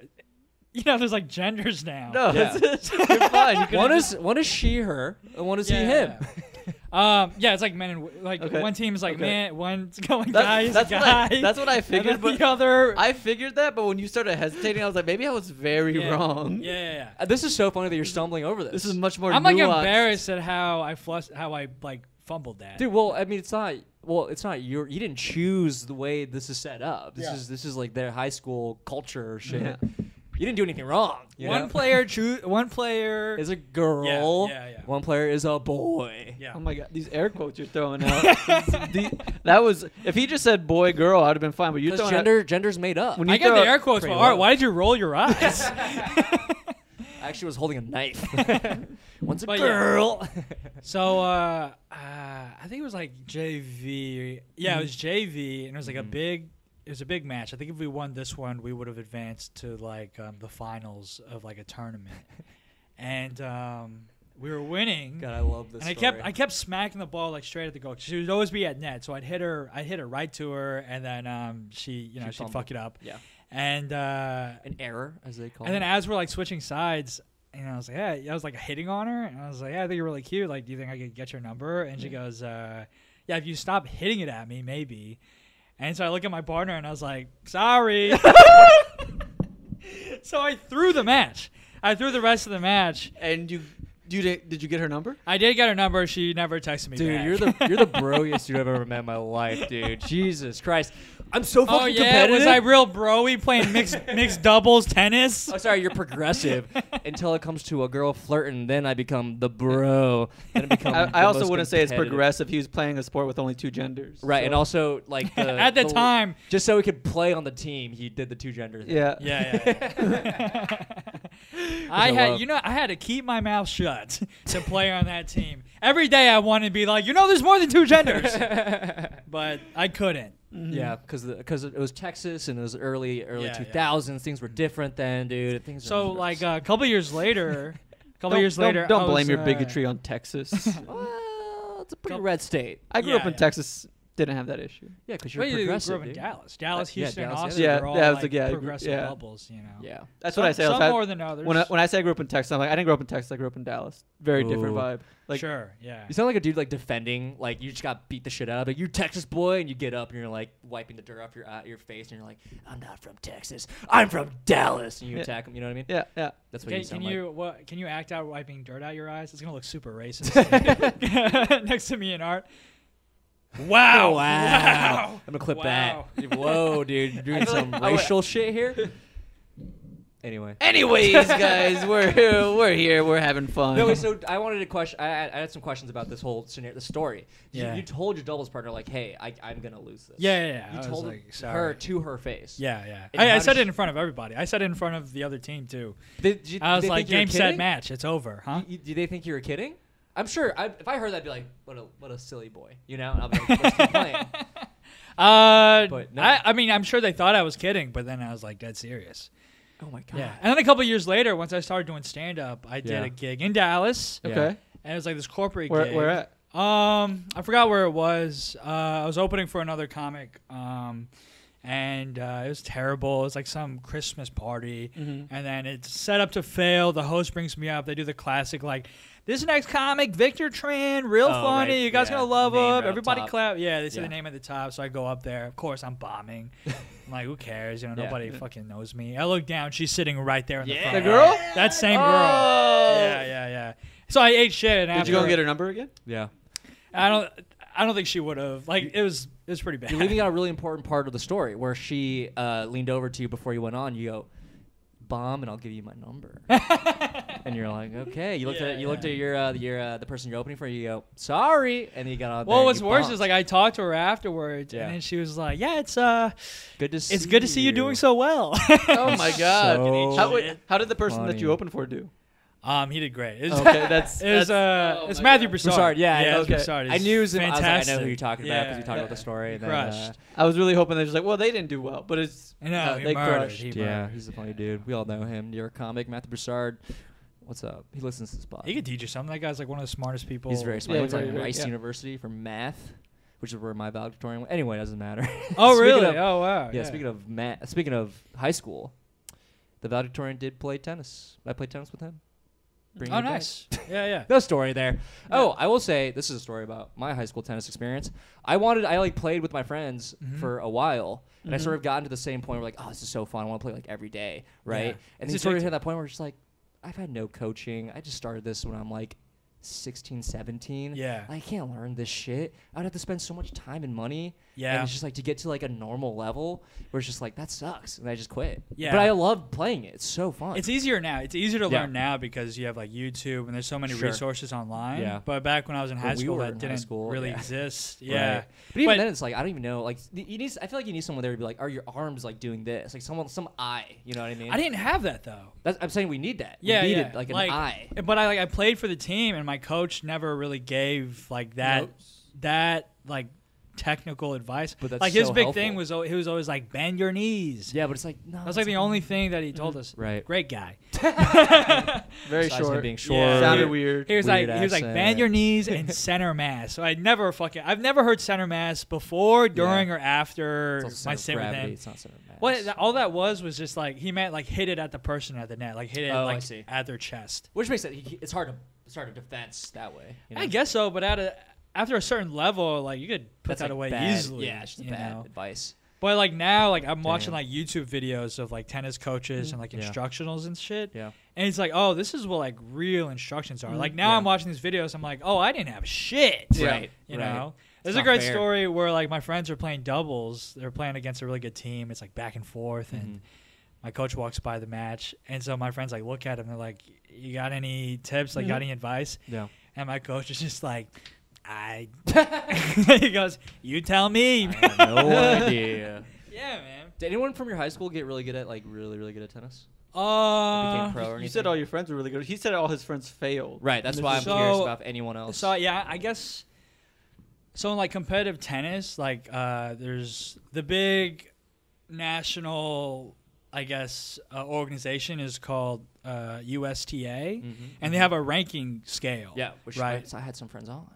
S6: you know, there's like genders now.
S3: No,
S4: Yeah.
S3: it's- you're fine. You can
S4: one is one is she her, and one is
S6: yeah,
S4: he
S6: yeah,
S4: him.
S6: yeah. um, yeah, it's like men and w- like
S3: Okay.
S6: one team is like
S3: Okay.
S6: man, one's going
S3: That's-
S6: guys,
S3: that's what I-
S6: guy.
S3: that's what I
S6: and
S3: figured,
S6: then
S3: but
S6: the other
S3: I figured that, but when you started hesitating, I was like, maybe I was very
S6: yeah,
S3: wrong.
S6: Yeah, yeah. yeah.
S4: Uh, This is so funny that you're stumbling over this.
S3: This is much more.
S6: I'm like
S3: nuanced.
S6: embarrassed at how I flus- how I like fumbled that.
S4: Dude, well, I mean, it's not. Well, it's not your. You didn't choose the way this is set up. This
S6: Yeah.
S4: is this is like their high school culture shit.
S3: Yeah.
S4: You didn't do anything wrong. you know?
S6: One player choose. One player.
S4: is a girl.
S6: Yeah, yeah, yeah.
S4: One player is a boy.
S6: yeah.
S3: Oh my god, these air quotes you're throwing out. The- that was if he just said boy girl, I'd have been fine. But you're
S4: Because
S3: throwing
S4: gender, gender's made up.
S3: When
S6: I
S3: you
S6: got
S3: throw
S6: the
S3: out
S6: air quotes. But
S4: pretty
S6: Art,
S4: low.
S6: why did you roll your eyes?
S4: I actually was holding a knife. Once a
S6: But yeah.
S4: girl.
S6: so uh, uh, I think it was like JV. Yeah, it was
S4: Mm-hmm.
S6: JV, and it was like a big. It was a big match. I think if we won this one, we would have advanced to like um, the finals of like a tournament, and um, we were winning.
S4: God, I love this.
S6: And I kept I kept smacking the ball like straight at the goal. She would always be at net, so I'd hit her. I'd hit her right to her, and then um, she you know she'd,
S4: fumbled.
S6: fuck it up.
S4: Yeah.
S6: And uh,
S4: an error, as they call
S6: and then
S4: it.
S6: as we're like switching sides, and I was like, yeah, I was like hitting on her, and I was like, yeah, I think you're really cute. Like, do you think I could get your number? And she goes, uh, yeah, if you stop hitting it at me, maybe. And so I look at my partner, and I was like, sorry. so I threw the match. I threw the rest of the match.
S3: and you, you did, did you get her number?
S6: I did get her number. She never texted me.
S4: Dude,
S6: back.
S4: you're the you're the broiest dude I've ever met in my life, dude. Jesus Christ, I'm so fucking
S6: Oh yeah,
S4: competitive.
S6: was I real broy playing mixed mixed doubles tennis?
S4: oh, sorry, you're progressive until it comes to a girl flirting. Then I become the bro. Then it become
S3: I, I
S4: the
S3: also
S4: most
S3: wouldn't say it's
S4: competitive.
S3: progressive. He was playing a sport with only two genders.
S4: Right, and
S3: so-
S4: also like the,
S6: At the time-
S4: just so he could play on the team, he did the two gender thing.
S3: yeah,
S6: Yeah, yeah. yeah. I had,
S4: love.
S6: you know, I had to keep my mouth shut to play on that team. Every day I wanted to be like, you know, there's more than two genders, but I couldn't.
S4: Yeah,
S3: Mm-hmm.
S4: because because it was Texas and it was early early
S6: Yeah, yeah.
S4: 2000s. Things were different then, dude. Things were
S6: So
S4: nuts.
S6: like uh, a couple years later, a couple
S3: Don't,
S6: years
S3: don't-
S6: later,
S3: don't
S6: I
S3: blame
S6: was,
S3: your
S6: uh,
S3: bigotry on Texas.
S4: well, it's a pretty
S6: Don't-
S4: red state.
S3: I grew
S6: Yeah,
S3: up in
S6: yeah.
S3: Texas, didn't have that issue.
S4: Yeah, because you're
S6: Well, you grew
S4: progressive.
S6: up in
S4: dude.
S6: Dallas, Dallas,
S4: Uh, yeah,
S6: Houston,
S4: Dallas,
S6: Austin.
S4: yeah.
S6: they're
S3: Yeah,
S6: all
S3: that was
S6: like
S3: the- yeah, I grew-
S6: progressive
S3: yeah.
S6: bubbles, you know.
S4: Yeah.
S3: That's
S6: Some,
S3: what I say. I was
S6: some
S3: had-
S6: more than others.
S3: when I, when I say I grew up in Texas, I'm like I didn't grow up in Texas. I grew up in Dallas. Very different
S4: Ooh.
S3: vibe. Like
S6: sure, yeah.
S4: You sound like a dude like defending, like you just got beat the shit out of. Like you Texas boy, and you get up and you're like wiping the dirt off your eye, your face, and you're like, I'm not from Texas, I'm from Dallas, and you
S3: Yeah.
S4: attack him. You know what I mean?
S3: yeah, yeah.
S4: That's what you
S6: Can, can
S4: sound like.
S6: you what? Can you act out wiping dirt out your eyes? It's gonna look super racist next to me and Art. Wow!
S4: Oh, wow. I'm gonna clip
S6: Wow.
S4: that. Whoa, dude, you're doing some racial shit here. Anyway.
S3: Anyways, guys, we're we're here. We're having fun.
S4: No, wait, so I wanted to question. I, I I had some questions about this whole scenario, the story. You-
S6: Yeah.
S4: You, told your doubles partner like, "Hey, I, I'm gonna lose this."
S6: Yeah, yeah, yeah.
S4: You
S6: I was
S4: told
S6: like,
S4: him-
S6: sorry.
S4: her to her face.
S6: Yeah, yeah.
S4: And
S6: I,
S4: how
S6: I
S4: does
S6: said
S4: she-
S6: it in front of everybody. I said it in front of the other team too.
S4: Did, did,
S6: I was
S4: they
S6: like,
S4: think you were
S6: game set
S4: kidding?
S6: match. It's over, huh?
S4: Y- Do they think you were kidding? I'm sure. I, if I heard that, I'd be like, "What a what a silly boy," you know. And I'll be like, Let's keep playing.
S6: Uh,
S4: But no.
S6: I, I mean, I'm sure they thought I was kidding, but then I was like dead serious.
S4: Oh my god.
S6: Yeah. And then a couple years later, once I started doing stand up, I did
S4: Yeah.
S6: a gig in Dallas.
S4: Yeah.
S3: okay,
S6: And it was like this corporate
S3: where
S6: gig.
S3: where at?
S6: Um, I forgot where it was. Uh, I was opening for another comic. Um, and uh, it was terrible. It was like some Christmas party,
S4: Mm-hmm.
S6: and then it's set up to fail. The host brings me up. They do the classic like, "This next comic, Victor Tran, real
S4: Oh,
S6: funny.
S4: right.
S6: You guys
S4: Yeah.
S6: gonna love
S4: Name right
S6: him.
S4: up
S6: Everybody
S4: top.
S6: clap." Yeah, they say
S4: Yeah.
S6: the name at the top. So I go up there. Of course, I'm bombing. I'm like, who cares? You know,
S4: Yeah.
S6: nobody fucking knows me. I look down. She's sitting right there in
S4: Yeah. Oh.
S6: the front.
S3: The
S6: row.
S3: girl?
S6: That same girl. Yeah, yeah, yeah. So I ate shit. And
S3: Did you go
S6: after-
S3: and get her number again?
S4: Yeah.
S6: I don't. I don't think she would have. Like it was. It was pretty bad.
S4: You're leaving out a really important part of the story where she uh, leaned over to you before you went on. You go, "Bomb," and I'll give you my number. and you're like, "Okay." You looked
S6: Yeah,
S4: at you
S6: yeah.
S4: looked at your uh, your uh, the person you're opening for. You go, "Sorry," and you got on.
S6: What
S4: there and
S6: was
S4: you
S6: worse
S4: bombed.
S6: is like I talked to her afterwards,
S4: Yeah.
S6: and then she was like, "Yeah, it's uh,
S4: good to see
S6: it's good to see you doing so well."
S3: Oh my god!
S4: So
S3: how, wait, how did the person that
S4: funny.
S3: you opened for do?
S6: um, he did great. It was,
S3: Okay, that's
S6: it was
S3: that's-
S6: uh,
S3: oh
S6: it's
S3: my
S6: Matthew
S3: God.
S6: Broussard.
S4: Broussard, yeah,
S6: yeah,
S3: okay.
S6: Broussard.
S4: I
S6: He's
S4: knew him. I was like, I know who
S6: fantastic.
S4: you're talking about because you talked
S6: Yeah,
S4: about the story. And then, uh,
S6: Crushed.
S3: I was really hoping they're just like, well, they didn't do well, but it's
S6: I know,
S3: uh,
S6: he
S3: they
S6: murdered.
S3: crushed.
S6: He
S4: yeah,
S6: murdered.
S4: he's a funny dude. We all know him. You're a comic, Matthew Broussard. What's up? He listens to this podcast.
S6: He could teach you something. That guy's like one of the smartest people. Oh,
S4: He's very smart.
S3: Yeah,
S4: he went to
S3: very,
S4: like,
S3: very-
S4: Rice
S3: yeah.
S4: University for math, which is where my valedictorian went. Anyway, it doesn't matter.
S6: Oh
S4: Speaking
S6: really?
S4: of- yeah,
S6: oh wow.
S4: Speaking of math, speaking of high school, the valedictorian did play tennis. I played tennis with him. Bring
S6: Oh
S4: it back.
S6: nice. yeah, yeah.
S4: No story there. Oh, I will say this is a story about my high school tennis experience. I wanted, I like played with my friends
S6: Mm-hmm.
S4: for a while, and I sort of got to the same point where like, oh, this is so fun. I want to play like every day, right?
S6: Yeah.
S4: And
S6: It's
S4: then sort of
S6: addictive.
S4: hit that point where it's just like, I've had no coaching. I just started this when I'm like 16, 17.
S6: Yeah.
S4: I can't learn this shit. I'd have to spend so much time and money. And
S6: Yeah.
S4: it's just like to get to like a normal level where it's just like, that sucks. And I just quit.
S6: Yeah.
S4: But I love playing it. It's so fun.
S6: It's easier now. It's easier to
S4: Yeah.
S6: learn now because you have like YouTube and there's so many
S4: Sure.
S6: resources online.
S4: Yeah.
S6: But back when I was in high
S4: we
S6: school,
S4: were
S6: that
S4: in high
S6: didn't
S4: school,
S6: really
S4: yeah.
S6: exist. Yeah.
S4: Right. But even then, it's like I don't even know. Like th- you need, I feel like you need someone there to be like, "Are your arms like doing this?" Like someone, some eye. You know what I mean?
S6: I didn't have that though.
S4: That's, I'm saying we need that.
S6: Yeah,
S4: we needed
S6: yeah.
S4: like an eye.
S6: But I like I played for the team, and my coach never really gave like that that like technical advice.
S4: But that's
S6: like his
S4: so
S6: big
S4: helpful.
S6: thing was al- he was always like bend your knees.
S4: Yeah, but it's like no.
S6: That was like the only thing that he told us.
S4: Right.
S6: Great guy.
S3: Very
S4: Besides him
S3: short.
S4: being short.
S6: Yeah.
S3: Sounded
S6: He-
S3: weird.
S6: He was
S4: Weird
S6: like, he was like,
S4: accent.
S6: bend your knees and center mass. So I never fucking, I've never heard center mass before, during, or after
S4: It's also
S6: my
S4: center
S6: sit
S4: of
S6: with
S4: gravity.
S6: him.
S4: It's not center of mass.
S6: What th- all that was was just like he meant like hit it at the person at the net, like hit it
S4: Oh, I
S6: like
S4: see.
S6: at their chest.
S4: Which makes it. he- It's hard to. It's hard to defense that way. you know?
S6: I guess so, but at a after a certain level, like you could put
S4: That's
S6: that
S4: like,
S6: away
S4: bad-
S6: easily.
S4: Yeah, it's just
S6: you
S4: bad
S6: know?
S4: advice.
S6: But like now, like I'm watching
S4: Damn.
S6: like YouTube videos of like tennis coaches and like
S4: Yeah.
S6: instructionals and shit.
S4: Yeah. Mm-hmm.
S6: And it's like, oh, this is what like real instructions are. Like now
S4: Yeah.
S6: I'm watching these videos, I'm like, oh, I didn't have shit.
S4: Right,
S6: You
S4: right.
S6: know? There's a
S4: not
S6: great
S4: fair.
S6: story where like my friends are playing doubles. They're playing against a really good team. It's like back and forth and
S4: Mm-hmm.
S6: my coach walks by the match and so my friends like look at him they're like, You got any tips? Like got any advice?
S4: Mm-hmm. Yeah.
S6: And my coach is just like I he goes, You tell me.
S4: no idea.
S6: yeah, man.
S4: Did anyone from your high school get really good at like really really good at tennis?
S6: Uh,
S4: Became pro or anything?
S3: You said all your friends were really good. He said all his friends failed.
S4: Right. That's why I'm
S6: So-
S4: curious about if anyone else.
S6: So yeah, I guess. So in like competitive tennis, like uh, there's the big national, I guess, uh, organization is called uh, USTA, and they have a ranking scale.
S4: Mm-hmm. yeah. Which
S6: right.
S4: I had some friends on.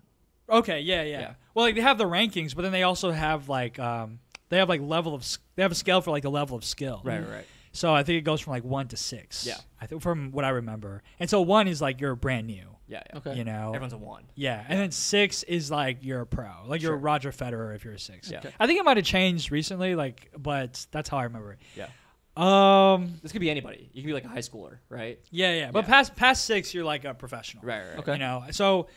S6: Okay, yeah, yeah,
S4: Yeah.
S6: Well, like they have the rankings, but then they also have like um, they have like level of s- they have a scale for like the level of skill.
S4: Right. Right.
S6: So I think it goes from like one to six.
S4: Yeah.
S6: I think from what I remember, and so one is like you're brand new.
S4: Yeah. yeah.
S3: Okay.
S6: You know,
S4: Everyone's a one.
S6: Yeah, and then six is like you're a pro, like you're
S4: Sure.
S6: Roger Federer if you're a six.
S4: Yeah. Okay.
S6: I think it might have changed recently, like, but that's how I remember it.
S4: Yeah.
S6: Um,
S4: This could be anybody. You could be like a high schooler, right?
S6: yeah, yeah, but
S4: Yeah.
S6: past past six, you're like a professional,
S4: Right. right.
S3: Okay.
S6: You know, so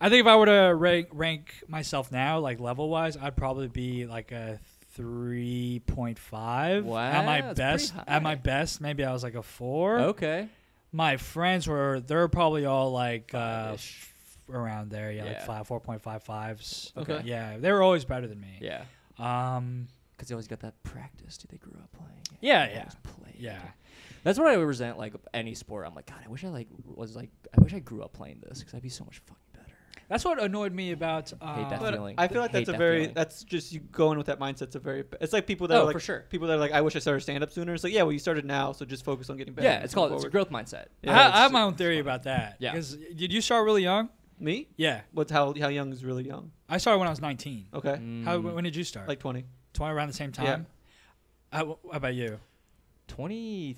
S6: I think if I were to rank rank myself now, like level wise, I'd probably be like a three point five.
S4: Wow,
S6: at my
S4: that's pretty
S6: best, at my
S4: high.
S6: best, maybe I was like a four.
S4: Okay.
S6: my friends were they're probably all like uh,
S4: Five-ish.
S6: f- around there yeah,
S4: Yeah.
S6: like five four point five fives
S4: Okay.
S6: yeah they were always better than me
S4: Yeah.
S6: yeah um
S4: Because they always got that practice. Dude, they grew up playing. it.
S6: yeah
S4: They
S6: yeah
S4: always played
S6: yeah
S4: it. That's what I resent. Like any sport, I'm like, God, I wish I like was like, I wish I grew up playing this because I'd be so much fucking better.
S6: that's what annoyed me about uh,
S4: that
S3: But
S4: feeling.
S3: I feel like
S4: Hate
S3: that's a
S4: that
S3: very
S4: feeling.
S3: that's just you going with that mindset's a very it's like people that
S4: Oh,
S3: are like
S4: for sure.
S3: people that are like I wish I started stand up sooner. It's like yeah, well you started now, so just focus on getting better.
S4: yeah,
S3: and
S4: it's
S3: move
S4: called it's a growth
S3: forward.
S4: mindset.
S3: Yeah,
S6: I,
S3: it's-
S6: I have my own theory about that
S4: Yeah.
S6: 'Cause did you start really young
S3: me.
S6: yeah
S3: What's how how young is really young?
S6: i started when i was 19
S3: Okay,
S4: Mm.
S6: how when did you start
S3: like twenty.
S6: 20 around the same time yeah. how, about you
S4: Twenty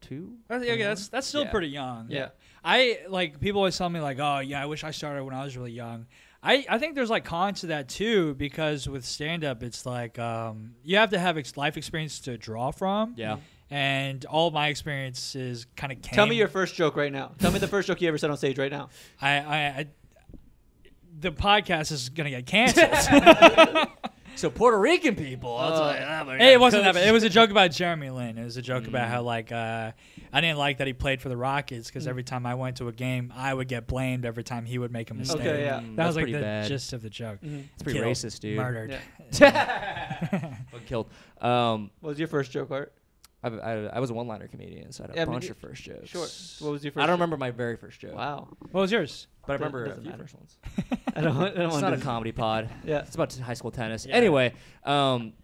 S4: two.
S6: okay okay, that's that's still
S4: Yeah.
S6: pretty young
S3: Yeah.
S6: I like people always tell me like, oh yeah, I wish I started when I was really young. I, I think there's like cons to that too because with stand up it's like um, you have to have ex- life experience to draw from.
S4: Yeah.
S6: And all my experiences kind of came.
S3: Tell me your first joke right now. Tell me the first joke you ever said on stage right now.
S6: I, I, I the podcast is gonna get canceled.
S4: So Puerto Rican people. That's what I- oh my
S6: Hey, it
S4: God,
S6: wasn't that
S4: coach.
S6: bad. It was a joke about Jeremy Lin. It was a joke
S3: Mm.
S6: about how like uh, I didn't like that he played for the Rockets because every time I went to a game, I would get blamed every time he would make a mistake.
S3: Okay, yeah.
S6: That
S4: Mm, That's
S6: was like
S4: pretty
S6: the
S4: bad.
S6: gist of the joke.
S4: It's pretty
S6: Killed.
S4: racist, dude.
S6: Murdered.
S3: Yeah.
S4: Fucking Killed. Um,
S3: What was your first joke, Art?
S4: I, I, I was a one-liner comedian, so I had a
S3: Yeah, I mean,
S4: bunch
S3: you-
S4: of first jokes.
S3: Sure. What was your first?
S4: I don't
S3: joke?
S4: remember my very first joke.
S3: Wow.
S6: What was yours?
S4: But I
S3: Doesn't-
S4: remember a
S3: doesn't
S4: few
S3: matter.
S4: first ones.
S3: I don't. I don't
S4: It's
S3: want
S4: not a
S3: to-
S4: comedy pod.
S3: Yeah.
S4: It's about high school tennis. Anyway, um,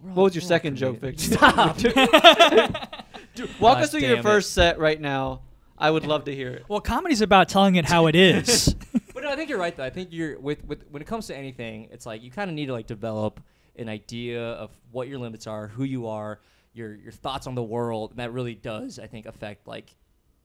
S3: What was your second joke, Victor?
S4: Stop.
S3: Walk
S4: God
S3: us through your
S4: damn it.
S3: first set right now. I would love to hear it.
S6: Well, comedy's about telling it how it is.
S4: but no, I think you're right though. I think you're with, with when it comes to anything, it's like you kind of need to like develop an idea of what your limits are, who you are, your your thoughts on the world, and that really does I think affect like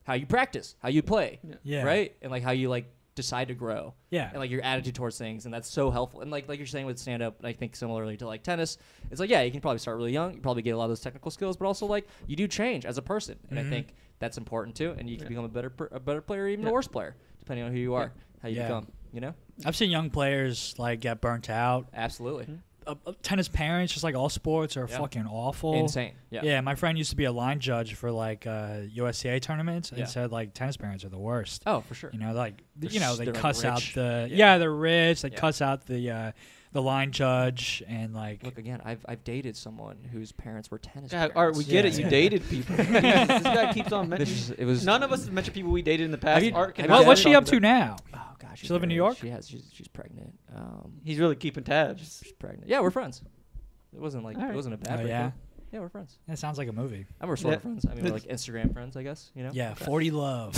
S4: how you practice, how you play,
S6: Yeah.
S4: right, and like how you like decide to grow,
S6: Yeah.
S4: and like your attitude towards things, and that's so helpful. And like like you're saying with stand up, I think similarly to like tennis,
S6: Mm-hmm.
S4: it's like yeah, you can probably start really young, you probably get a lot of those technical skills, but also like you do change as a person, and I think That's important too, and you can become a better per- a better player, or even a worse player, depending on who you are, how you
S6: Yeah.
S4: become. You know,
S6: I've seen young players like get burnt out.
S4: absolutely
S6: Uh, uh, tennis parents, just like all sports, are fucking awful.
S4: insane. Yeah.
S6: Yeah, my friend used to be a line judge for like uh, USCA tournaments, and
S4: Yeah.
S6: said like tennis parents are the worst.
S4: Oh, for sure.
S6: You know, like
S4: They're
S6: you know,
S4: s-
S6: they
S4: they're, like,
S6: cuss out
S4: rich.
S6: the yeah.
S4: Yeah.
S6: they're rich. They
S4: Yeah.
S6: cuss out the uh, the line judge and like
S4: Look again. I've I've dated someone whose parents were tennis.
S3: God,
S4: parents.
S3: all right, we get it. You
S6: Yeah.
S3: dated people. Jesus, this guy keeps on mentioning.
S4: This is- it was-
S3: None of us have mentioned people we dated in the past.
S4: Have you-
S3: Art can
S4: have you
S6: what,
S4: Yeah,
S6: what's
S4: we're
S6: she up to now?
S4: Oh gosh, she's
S6: She live in New
S4: married.
S6: York?
S4: She has. She's, she's pregnant. Um,
S3: He's really keeping tabs.
S4: she's pregnant. Yeah, we're friends. It wasn't like
S3: All right.
S4: it wasn't a
S6: Oh,
S4: bad.
S6: yeah?
S4: breakup. Yeah, we're friends.
S6: That sounds like a movie.
S4: And we're sort of
S3: Yeah.
S4: friends. I mean, we're like Instagram friends, I guess. You know.
S6: Yeah, forty love.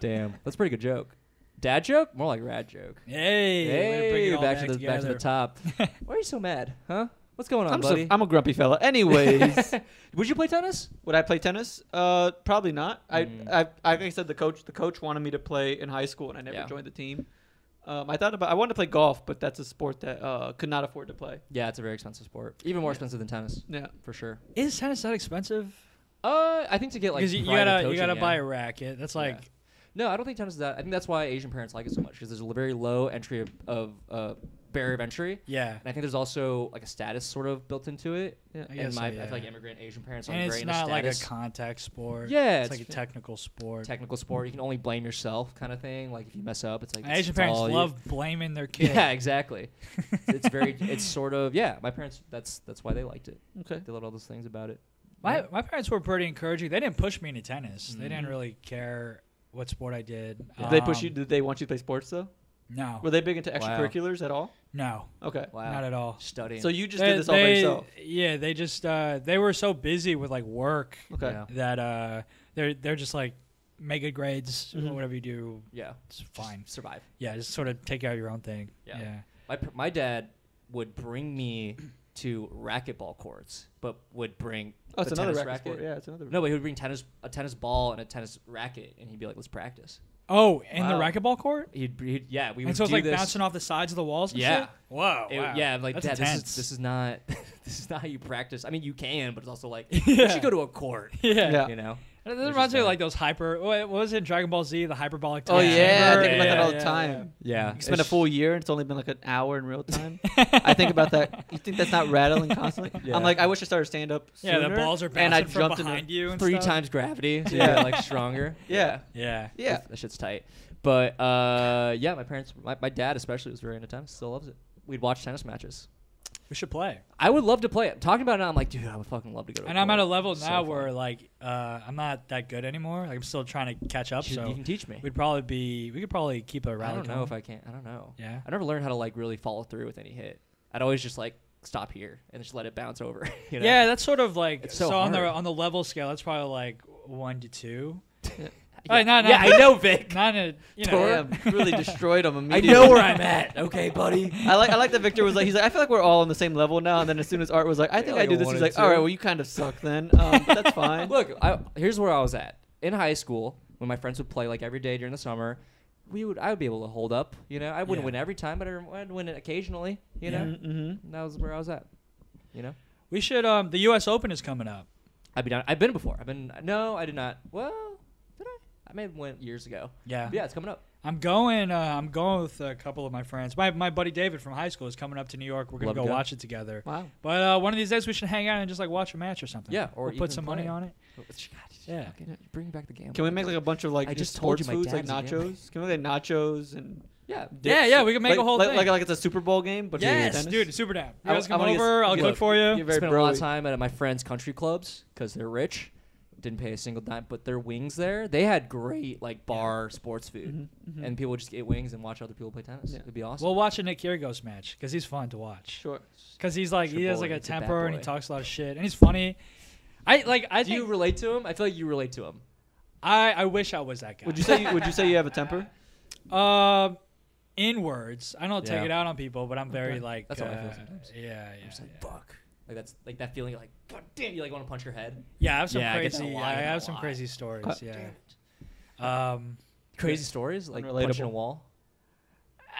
S4: Damn, that's a pretty good joke. Dad joke? More like rad joke.
S6: hey, way bring it
S4: Hey,
S6: all
S4: back, to the back to
S6: together.
S4: the top. Why are you so mad? Huh? What's going on,
S3: I'm, so-
S4: buddy?
S3: I'm a grumpy fella. Anyways,
S4: Would you play tennis?
S3: would I play tennis? Uh, probably not. I,
S4: Hmm.
S3: I, I, like I said the coach. The coach wanted me to play in high school, and I never
S4: Yeah.
S3: joined the team. Um, I thought about. I wanted to play golf, but that's a sport that uh, could not afford to play.
S4: Yeah, it's a very expensive sport. Even more expensive than tennis,
S3: Yeah.
S4: for sure.
S6: Is tennis that expensive?
S4: Uh, I think to get like
S6: Because you,
S4: private
S6: gotta you
S4: coaching,
S6: gotta
S4: yeah.
S6: buy a racket. That's like
S4: No, I don't think tennis is that. I think that's why Asian parents like it so much because there's a very low entry of, of uh, barrier of entry.
S6: yeah.
S4: And I think there's also like a status sort of built into it.
S3: Yeah.
S6: I
S4: and
S6: guess
S4: my
S6: so,
S4: I
S6: yeah.
S4: feel like immigrant Asian parents
S6: and
S4: aren't
S6: it's
S4: great
S6: not
S4: into
S6: like a
S4: status.
S6: contact sport.
S4: Yeah,
S6: it's, like
S4: it's
S6: a technical sport.
S4: technical sport. You can only blame yourself, kind of thing. Like if you mess up, it's like
S6: And
S4: it's-
S6: Asian
S4: it's
S6: parents
S4: all you.
S6: love blaming their kids.
S4: Yeah, exactly. It's- it's very. It's sort of yeah. My parents. That's that's why they liked it.
S3: Okay.
S4: They loved all those things about it.
S6: My my parents were pretty encouraging. They didn't push me into tennis. They
S4: Mm-hmm.
S6: didn't really care what sport I did.
S3: Did they push you?
S6: Um,
S3: Did they want you to play sports though?
S6: No,
S3: Were they big into
S4: Wow.
S3: extracurriculars at all?
S6: no,
S3: Okay.
S4: Wow.
S6: not at all.
S4: Studying.
S3: So you just
S6: They-
S3: did this all by
S6: they-
S3: yourself.
S6: Yeah, they just uh, they were so busy with like work
S3: Okay.
S4: Yeah.
S6: that uh, they're they're just like make good grades.
S3: Mhm.
S6: Whatever you do,
S4: Mm-hmm. yeah.
S6: it's fine.
S4: Survive.
S6: Yeah, just sort of take out your own thing.
S4: Yeah.
S6: yeah.
S4: My pr- my dad would bring me to racquetball courts, but would bring
S3: Oh, it's
S4: the
S3: another
S4: tennis
S3: racket, sport. Yeah, it's another.
S4: No, but he would bring tennis a tennis ball and a tennis racket, and he'd be like, "Let's practice."
S6: Oh, in the
S4: Wow.
S6: racquetball court?
S4: He'd, he'd yeah, we would
S6: And so it's
S4: do
S6: like
S4: this.
S6: bouncing off the sides of the walls and
S4: Yeah.
S6: shit? Wow,
S4: It-
S6: wow.
S4: Yeah, I'm like
S6: That's
S4: Dad, this
S6: intense.
S4: is this is not this is not how you practice. I mean, you can, but it's also like
S6: Yeah.
S4: you should go to a court.
S6: Yeah.
S3: Yeah.
S4: You know.
S6: It
S4: Which is
S6: reminds me of
S4: bad.
S6: like those hyper. What what was it in Dragon Ball Z? The hyperbolic.
S3: Oh
S6: time
S3: yeah, I
S6: chamber?
S3: think about that
S6: Yeah,
S3: all the
S6: yeah,
S3: time.
S4: Yeah.
S3: You spend a full year and it's only been like an hour in real time. I think about that. You think that's not rattling constantly?
S4: Yeah.
S3: I'm like, I wish I started stand up.
S6: Yeah, Yeah, the balls are bouncing
S3: and I
S6: from
S3: jumped
S6: behind
S3: in a-
S6: you and
S4: three
S6: stuff.
S4: times gravity, so
S3: Yeah.
S4: you're like stronger.
S3: Yeah,
S6: Yeah.
S3: yeah.
S4: That, that shit's tight. But uh, yeah, my parents, my, my dad especially was very into tennis. Still loves it. We'd watch tennis matches.
S6: We should play.
S4: I would love to play it. Talking about it, now, I'm like, dude, I would fucking love to go. to
S6: And I'm at
S4: court.
S6: a level
S4: So
S6: now
S4: fun.
S6: where like uh, I'm not that good anymore. Like I'm still trying to catch up.
S4: you,
S6: so
S4: you can teach me.
S6: we'd probably be. We could probably keep a rally.
S4: I don't know
S6: going.
S4: if I can. I don't know.
S6: Yeah.
S4: I never learned how to like really follow through with any hit. I'd always just like stop here and just let it bounce over. you know?
S6: Yeah, that's sort of like
S4: It's so
S6: on the
S4: hard.
S6: on the level scale. That's probably like one to two.
S4: Yeah,
S6: Alright, no, no.
S4: yeah, I know, Vic.
S6: Not in a you know.
S3: Damn, really destroyed him
S4: I
S3: immediately.
S4: know where I'm at. Okay, buddy.
S3: I like. I like that Victor was like. He's like. I feel like we're all on the same level now. And then as soon as Art was like, I think
S4: like
S3: I do
S4: a
S3: this.
S4: one
S3: He's
S4: and
S3: like, all right.
S4: two.
S3: Well, you kind of suck then. Um, but that's fine.
S4: Look, I, here's where I was at in high school when my friends would play like every day during the summer. We would, I would be able to hold up. You know, I wouldn't
S6: Yeah.
S4: win every time, but I- I'd win it occasionally. You know,
S3: hmm
S4: And that was where I was at. You know,
S6: We should. Um, the U.S. Open is coming up.
S4: I'd be down. I've been before. I've been. No, I did not. Well, did I? I may have went years ago.
S6: Yeah.
S4: But yeah, it's coming up.
S6: I'm going. Uh, I'm going with a couple of my friends. My my buddy David from high school is coming up to New York. We're gonna
S4: Love to
S6: go
S4: go.
S6: watch it together.
S3: Wow.
S6: But uh, one of these days we should hang out and just like watch a match or something.
S4: Yeah, or
S6: We'll put
S4: even
S6: some money
S4: play.
S6: on it.
S4: Oh, it's- God, it's
S6: Yeah.
S4: fucking- bring back the game.
S3: Can we make like a bunch of like
S4: I
S3: just
S4: just told
S3: sports
S4: you my
S3: foods, like
S4: dad's a gambler.
S3: nachos? Can we make nachos and?
S4: yeah?
S6: Yeah, yeah, we can make
S3: like,
S6: a whole
S3: like,
S6: thing.
S3: Like, like it's a Super Bowl game, but
S6: yes,
S3: for tennis?
S6: dude, super down. You
S3: I-
S6: guys
S3: I
S6: come
S3: wanna get-
S6: over. I'll
S3: get-
S6: cook for
S3: You're
S6: you.
S3: very
S4: Spent a lot of
S3: broy.
S4: time at my friends' country clubs because they're rich. Didn't pay a single dime, but their wings there, they had great like bar sports food, and people would just eat wings and watch other people play tennis.
S3: Mm-hmm, Yeah.
S4: It'd be awesome.
S6: We'll watch a Nick Kyrgios match because he's fun to watch.
S3: Sure.
S6: Because he's like
S4: your
S6: he has
S4: boy.
S6: like a
S4: He's a bad
S6: temper and he
S4: boy.
S6: talks a lot of shit and he's funny. I like. I
S4: Do you
S6: think
S4: relate to him? I feel like you relate to him.
S6: I I wish I was that guy.
S3: Would you say you, would you say you have a temper?
S6: Um, in words, I don't take
S4: Yeah.
S6: it out on people, but I'm very like.
S4: That's how I feel
S6: uh,
S4: sometimes.
S6: Yeah, yeah.
S4: It's like fuck. Like that's like that feeling like god damn you like want to punch your head.
S6: Yeah, I have some
S4: Yeah, I get that
S6: crazy.
S4: a
S6: I,
S4: lot, I get that
S6: have
S4: a
S6: some
S4: lot.
S6: crazy stories.
S3: Cut.
S6: Yeah. Um,
S4: Crazy stories like
S3: Unrelatable.
S4: punching a wall.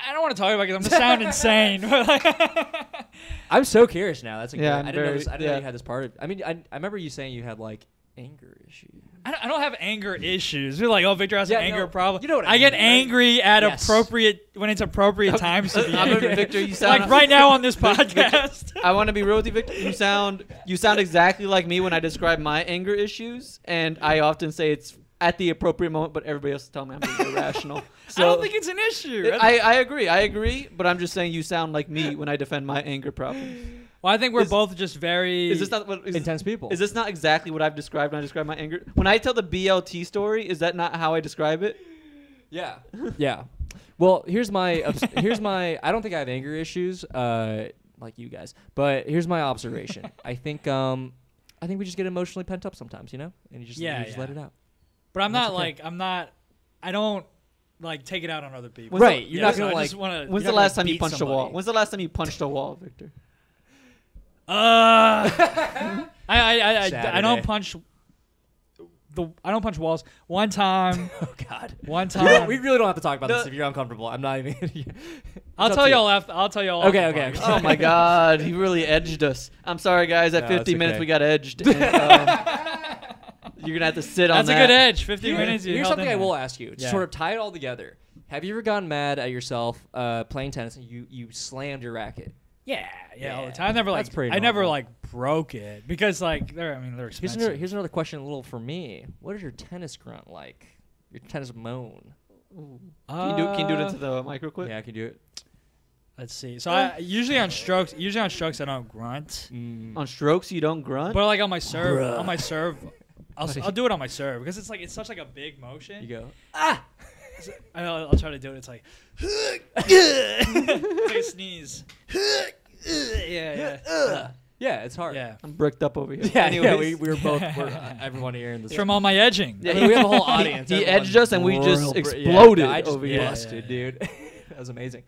S6: I don't want to talk about it because I'm gonna sound insane. but, like-
S4: I'm so curious now. That's a
S3: Yeah,
S4: yeah,
S3: I'm
S4: I didn't know
S3: very-
S4: this, I didn't know
S3: yeah.
S4: you had this part. Of, I mean, I, I remember you saying you had like anger issues.
S6: I don't, I don't have anger issues. You're like, oh, Victor has
S4: Yeah,
S6: an anger
S4: no,
S6: problem.
S4: you know what I
S6: I get
S4: mean, right?
S6: angry at
S4: Yes.
S6: appropriate when it's appropriate times to be
S3: I'm gonna-
S6: angry.
S3: Victor, you sound-
S6: like right now on this podcast.
S3: I want to be real with you, Victor. You sound you sound exactly like me when I describe my anger issues, and I often say it's at the appropriate moment, but everybody else is telling me I'm being irrational. So
S6: I don't think it's an issue.
S3: I, I agree, I agree, but I'm just saying you sound like me when I defend my anger problems.
S6: well, I think we're
S3: Is-
S6: both just very.
S3: Is this not what is,
S4: Intense people.
S3: Is this not exactly what I've described when I describe my anger? When I tell the BLT story, is that not how I describe it?
S4: Yeah. yeah. Well, here's my obs- here's my I don't think I have anger issues uh like you guys. But here's my observation. I think um I think we just get emotionally pent up sometimes, you know? And you just
S6: Yeah,
S4: you just
S6: yeah.
S4: let it out.
S6: But I'm
S4: That's
S6: not
S4: okay.
S6: like I'm not. I don't like take it out on other people.
S3: When's the-
S4: right. You're
S6: Yeah,
S4: not
S6: so
S4: going to
S6: I
S4: like
S6: just wanna-
S3: When's
S6: you're
S3: the
S6: not
S3: last
S6: gonna
S3: time you
S6: beat
S3: punched a wall?
S6: somebody.
S3: When's the last time you punched a wall, Victor?
S6: Uh, I, I, I, I, I
S4: Saturday.
S6: don't punch. The I don't punch walls. One time,
S4: Oh god.
S6: one
S4: You don't-
S6: time.
S4: we really don't have to talk about this
S3: The-
S4: if you're uncomfortable. I'm not even
S6: I'll
S4: It's up
S6: tell
S4: to you.
S6: y'all after. I'll tell y'all.
S4: Okay,
S6: after the
S4: okay.
S6: podcast.
S3: Oh my God, he really edged us. I'm sorry, guys. At
S4: No,
S3: 50
S4: it's
S3: minutes,
S4: okay.
S3: we got edged. and, um, you're gonna have to sit on
S6: That's a
S3: that.
S6: good edge. 15 minutes. you
S4: Here's
S6: held in
S4: something I
S6: there.
S4: will ask you. Just
S6: Yeah.
S4: sort of tie it all together. Have you ever gotten mad at yourself uh, playing tennis and you, you slammed your racket?
S6: Yeah, yeah, all the
S4: Yeah.
S6: time. I never like.
S4: That's pretty
S6: I never
S4: normal.
S6: like broke it because like they're. I mean they're
S4: Here's
S6: expensive.
S4: another, here's another question, a little for me. What is your tennis grunt like? Your tennis moan.
S3: Can you
S6: Uh,
S3: do, can you do it into the mic real quick?
S4: Yeah, I can do it.
S6: Let's see. So I usually on strokes. Usually on strokes I don't grunt,
S3: On strokes, you don't grunt.
S6: but like on my serve. On my serve. I'll, s- I'll do it on my serve because it's like it's such like a big motion. Ah!
S4: You go.
S6: I know, I'll try to do it. It's like, it's like a sneeze. yeah, yeah.
S4: Yeah, it's hard.
S6: yeah.
S3: I'm bricked up over here.
S4: Yeah, yeah,
S3: Anyways.
S4: we, we were both, we're, uh, everyone here in this.
S6: It's from all my edging.
S4: I mean, we have a whole audience.
S3: he
S4: everyone
S3: edged us and we just
S4: real br- yeah,
S3: exploded
S4: I just
S3: over here.
S4: busted, dude. that was amazing.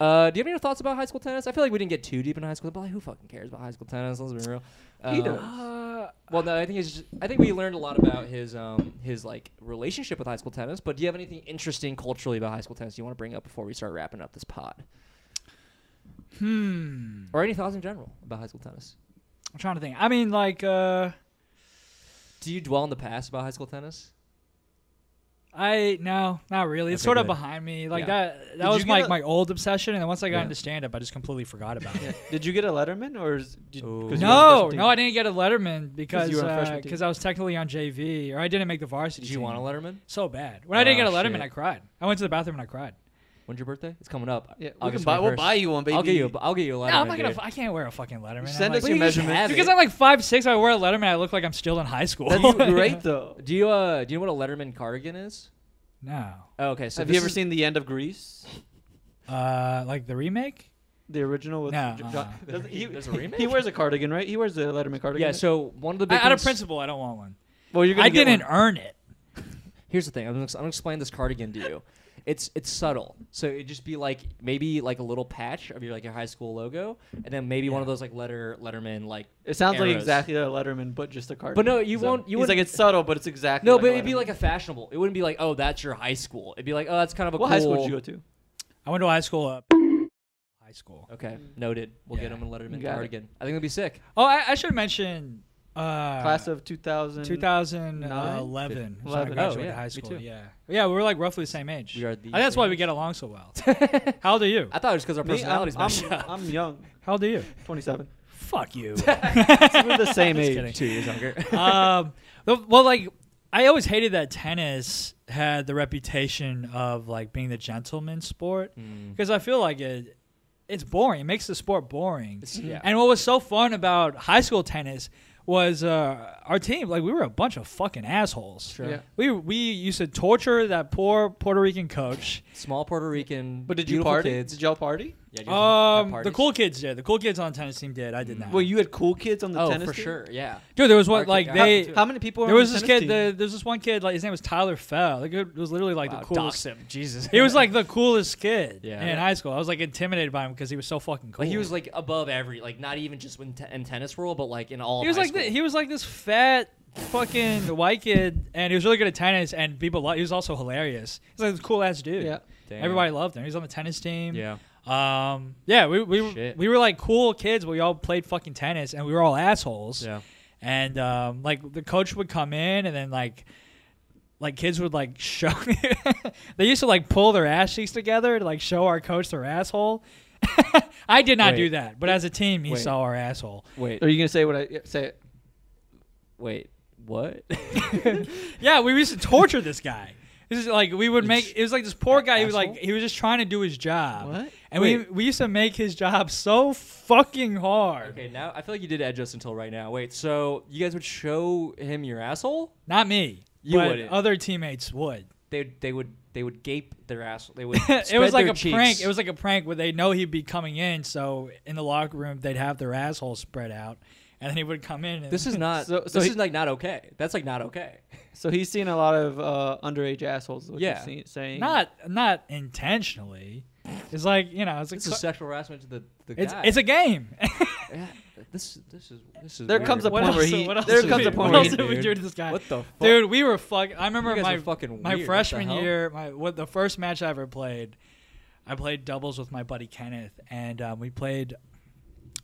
S4: Uh, do you have any other thoughts about high school tennis? I feel like we didn't get too deep in high school, but like, who fucking cares about high school tennis? Let's be real.
S3: He
S4: Um,
S3: does.
S4: Well, no, I think it's just, I think we learned a lot about his um his like relationship with high school tennis. But do you have anything interesting culturally about high school tennis you want to bring up before we start wrapping up this pod,
S6: Hmm.
S4: or any thoughts in general about high school tennis?
S6: I'm trying to think. I mean, like, uh,
S4: Do you dwell in the past about high school tennis?
S6: I no, not really. It's
S4: Okay,
S6: sort of
S4: good.
S6: behind me.
S4: Yeah.
S6: Like that.
S3: Did
S6: That was
S3: you get
S6: my
S3: a-
S6: my old obsession, and then once I got
S4: Yeah.
S6: into stand up, I just completely forgot about it.
S3: Did you get a Letterman or is, did, 'cause
S4: Ooh.
S3: you were on
S6: No,
S3: freshman
S6: no, I
S3: team?
S6: didn't get a Letterman because
S3: you were on freshman
S6: because
S3: team.
S6: I was technically on JV, or I didn't make the varsity.
S4: Did you
S6: team.
S4: want a Letterman?
S6: So bad. When I didn't get a
S4: Oh,
S6: Letterman,
S4: shit.
S6: I cried. I went to the bathroom and I cried.
S4: When's your birthday? It's coming up.
S3: Yeah, we can
S4: August
S3: buy, we'll
S4: 21st.
S3: buy you one, baby.
S4: I'll get you. A, I'll get you a Letterman.
S6: No, I'm not gonna.
S4: dude.
S6: I can't wear a fucking Letterman. I'm
S3: Send
S6: like-
S3: us your
S4: you just
S3: measurements.
S4: have it.
S6: because I'm like five six. I wear a Letterman. I look like I'm still in high school.
S3: That's great though.
S4: Do you uh do you know what a Letterman cardigan is?
S6: no,
S4: Oh, okay, so
S3: Have
S4: this
S3: you ever
S4: is-
S3: seen the end of Grease?
S6: uh, like the remake.
S3: The original with
S6: No,
S3: J-
S6: uh-uh.
S3: John- doesn't- he,
S4: There's a
S3: he-
S4: remake?
S3: He wears a cardigan, right? He wears a Letterman cardigan.
S4: Yeah,
S3: right?
S4: so one of the
S6: I,
S4: big
S6: out of
S4: things-
S6: principle, I don't want one.
S3: well, you're gonna
S6: I
S3: get
S6: didn't
S3: one.
S6: earn it.
S4: Here's the thing. I'm gonna, I'm gonna explain this cardigan to you. It's it's subtle. So it'd just be like maybe like a little patch of your like your high school logo, and then maybe one of those like letter Letterman like.
S3: It sounds like
S4: arrows.
S3: exactly a Letterman, but just a cardigan.
S4: But no, you won't- you
S3: He's like
S4: wouldn't-
S3: it's subtle, but it's exactly.
S4: No,
S3: like
S4: but
S3: a
S4: it'd be
S3: Letterman.
S4: like a fashionable. It wouldn't be like oh that's your high school. It'd be like oh that's kind of a
S3: What
S4: cool.
S3: high school did you go to?
S6: I went to high school up. High school.
S4: Okay, noted. We'll get
S6: Yeah.
S4: him a Letterman
S3: Got it.
S4: cardigan. I think it'd be sick.
S6: Oh, I, I should mention. Uh,
S3: Class of 2000.
S6: 2011. is when I
S3: Eleven.
S6: graduated
S4: Oh, yeah,
S6: high
S4: me
S6: school.
S4: too.
S6: Yeah, yeah, we were like roughly the same age.
S4: We are
S6: I
S4: the
S6: think that's why
S4: same
S6: we
S4: age.
S6: get along so well. How old are you?
S4: I thought it was because our
S3: Me,
S4: personalities
S3: I'm,
S4: match
S3: I'm-
S4: up.
S3: I'm young,
S6: How old are you?
S3: 27.
S6: Fuck you.
S3: We're the same
S6: Just
S3: age.
S6: kidding.
S4: Two years younger.
S6: um, the- well, like I always hated that tennis had the reputation of like being the gentleman sport
S4: Mm.
S6: because I feel like it, it's boring. It makes the sport boring.
S4: yeah.
S6: And what was so fun about high school tennis was uh, our team. Like we were a bunch of fucking assholes.
S4: Sure. Yeah.
S6: We we used to torture that poor Puerto Rican coach.
S4: Small Puerto Rican.
S3: But did you
S4: beautiful
S3: party?
S4: Kids.
S3: Did y'all party?
S4: Yeah, you have
S6: Um, the
S4: parties.
S6: cool kids did. The cool kids on the tennis team did. I did not.
S3: Well, you had cool kids on the
S4: Oh,
S3: tennis
S4: for
S3: team?
S4: sure. Yeah.
S6: dude, there was one
S4: Our kid
S6: like
S4: got it,
S6: they.
S4: too.
S3: How many people were
S6: There
S3: on
S6: was
S3: the
S6: this
S3: tennis
S6: kid.
S3: team?
S6: The, there's this one kid. Like his name was Tyler Fell. Like it was literally like
S4: Wow,
S6: the coolest.
S4: dox him. Jesus.
S6: He was like the coolest kid
S4: Yeah.
S6: in high school. I was like intimidated by him because he was so fucking cool.
S4: Like he was like above every like not even just in, te- in tennis world, but like in all.
S6: he was
S4: high
S6: like the,
S4: school.
S6: he was like this fat fucking the white kid, and he was really good at tennis, and people li- he was also hilarious. He's like this cool ass dude.
S3: Yeah.
S4: Damn.
S6: everybody loved him. He was on the tennis team.
S4: Yeah.
S6: Um. Yeah. We we were
S4: Shit.
S6: we were like cool kids, but we all played fucking tennis, and we were all assholes.
S4: Yeah.
S6: And um, like the coach would come in, and then like. Like kids would like show. they used to like pull their ass cheeks together to like show our coach their asshole. I did not
S4: Wait.
S6: do that, but as a team, he
S4: Wait.
S6: saw our asshole.
S4: Wait.
S3: Are you gonna say what I yeah, say? It.
S4: Wait. What?
S6: Yeah, we used to torture this guy. This is like we would make it was like this poor guy. He was like
S4: Asshole?
S6: he was just trying to do his job.
S3: What?
S6: And we
S4: Wait.
S6: we used to make his job so fucking hard.
S4: okay, now I feel like you did edge us until right now. Wait, so you guys would show him your asshole?
S6: Not me.
S4: You
S6: but
S4: wouldn't.
S6: other teammates would.
S4: They they would they would gape their asshole. They would.
S6: it was
S4: spread
S6: like
S4: their
S6: a
S4: cheeks.
S6: prank. It was like a prank where they know he'd be coming in, so in the locker room they'd have their asshole spread out, and then he would come in. And
S4: This is not.
S3: So- so
S4: this
S3: he-
S4: is like not okay. That's like not okay.
S3: So he's seen a lot of uh, underage assholes. is What
S4: Yeah.
S3: You're seeing, saying
S6: not not intentionally. It's like you know, it's like
S4: This is sexual harassment to the the
S6: it's,
S4: guy.
S6: it's a game.
S4: Yeah, this this is this is.
S3: There
S4: weird.
S3: comes a
S6: What
S3: point where
S6: else-
S3: he.
S6: what else
S3: There
S6: did
S3: comes
S6: we-
S3: a point
S6: what
S3: where
S6: else
S3: he.
S6: did we do to this guy?
S4: What the fuck?
S6: Dude, we were fuck. I remember
S4: guys
S6: my
S4: are fucking
S6: my
S4: weird. What the
S6: freshman
S4: hell?
S6: year, my what the first match I ever played. I played doubles with my buddy Kenneth, and um, we played.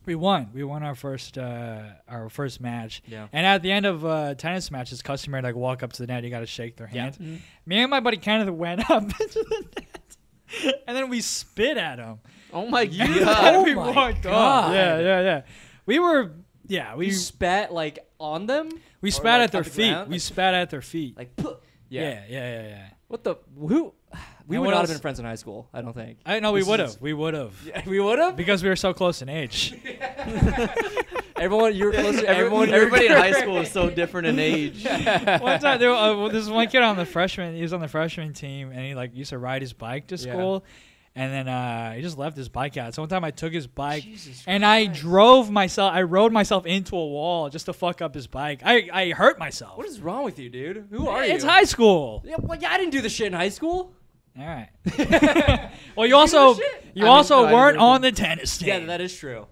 S6: We won. We won our first uh, our first match.
S4: Yeah.
S6: And at the end of uh, tennis matches, customary like walk up to the net. You got to shake their
S4: Yeah. Mm-hmm.
S6: hand. Me and my buddy Kenneth went up into the net, and then we spit at him.
S3: Oh my
S6: And
S3: god!
S6: we
S4: Oh my
S6: walked off.
S4: God.
S6: Yeah, yeah, yeah. We were. Yeah, we
S4: You spat like on them.
S6: we
S4: Or,
S6: spat
S4: like,
S6: at their
S4: on the
S6: feet.
S4: ground?
S6: We
S4: like,
S6: spat at their feet.
S4: like "Puh." yeah.
S6: yeah, yeah, yeah. yeah.
S4: What the who? We would
S6: And what
S4: not have
S6: else?
S4: been friends in high school. I don't think.
S6: I know we
S4: This
S6: would
S4: is-
S6: have. We would have.
S4: we would have.
S6: Because we were so close in age.
S4: Everyone, you were close to everyone.
S3: Everyone,
S4: you were-
S3: everybody in high school is so different in age.
S6: one time, there, uh, well, this one kid on the freshman, he was on the freshman team, and he like used to ride his bike to
S4: Yeah.
S6: school, and then uh, he just left his bike out. So one time, I took his bike,
S4: Jesus
S6: and I drove myself. I rode myself into a wall just to fuck up his bike. I, I hurt myself.
S4: What is wrong with you, dude? Who are you?
S6: It's high school.
S4: Yeah, well, yeah, I didn't do this shit in high school.
S6: All right. well, you also
S4: shit.
S6: you
S3: I mean,
S6: also
S3: no, I didn't
S6: weren't
S3: do anything.
S6: on the tennis team.
S4: Yeah, that is true.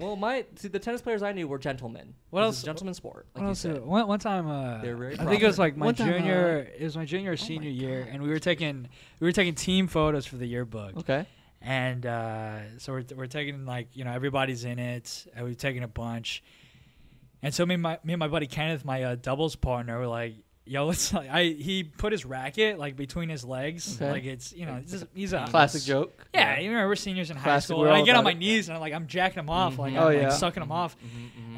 S4: Well, my see, the tennis players I knew were gentlemen.
S7: What
S4: This
S7: else-
S4: is a gentleman sport. Like
S7: What
S4: you
S7: else?
S4: said.
S7: uh, One, one time, uh,
S4: They're very
S7: I think it was like my
S3: One time, uh,
S7: junior. it was my junior or senior year, and we were taking we were taking team photos for the yearbook.
S3: Okay.
S6: and uh, so we're, we're taking like you know everybody's in it and we've taken a bunch and so me and my, me and my buddy kenneth my uh, doubles partner were like yo let's like i he put his racket like between his legs
S3: Okay.
S6: like it's you know it's just, he's a
S3: Classic joke.
S6: yeah, you remember we're seniors in high
S3: Classic,
S6: school.
S3: we're
S6: And I
S3: all
S6: get on
S3: about
S6: my
S3: it.
S6: knees and I'm like, I'm jacking them off, like
S3: Mhm.
S6: I'm
S3: Oh,
S6: like,
S3: yeah. Mm-hmm,
S6: sucking them off.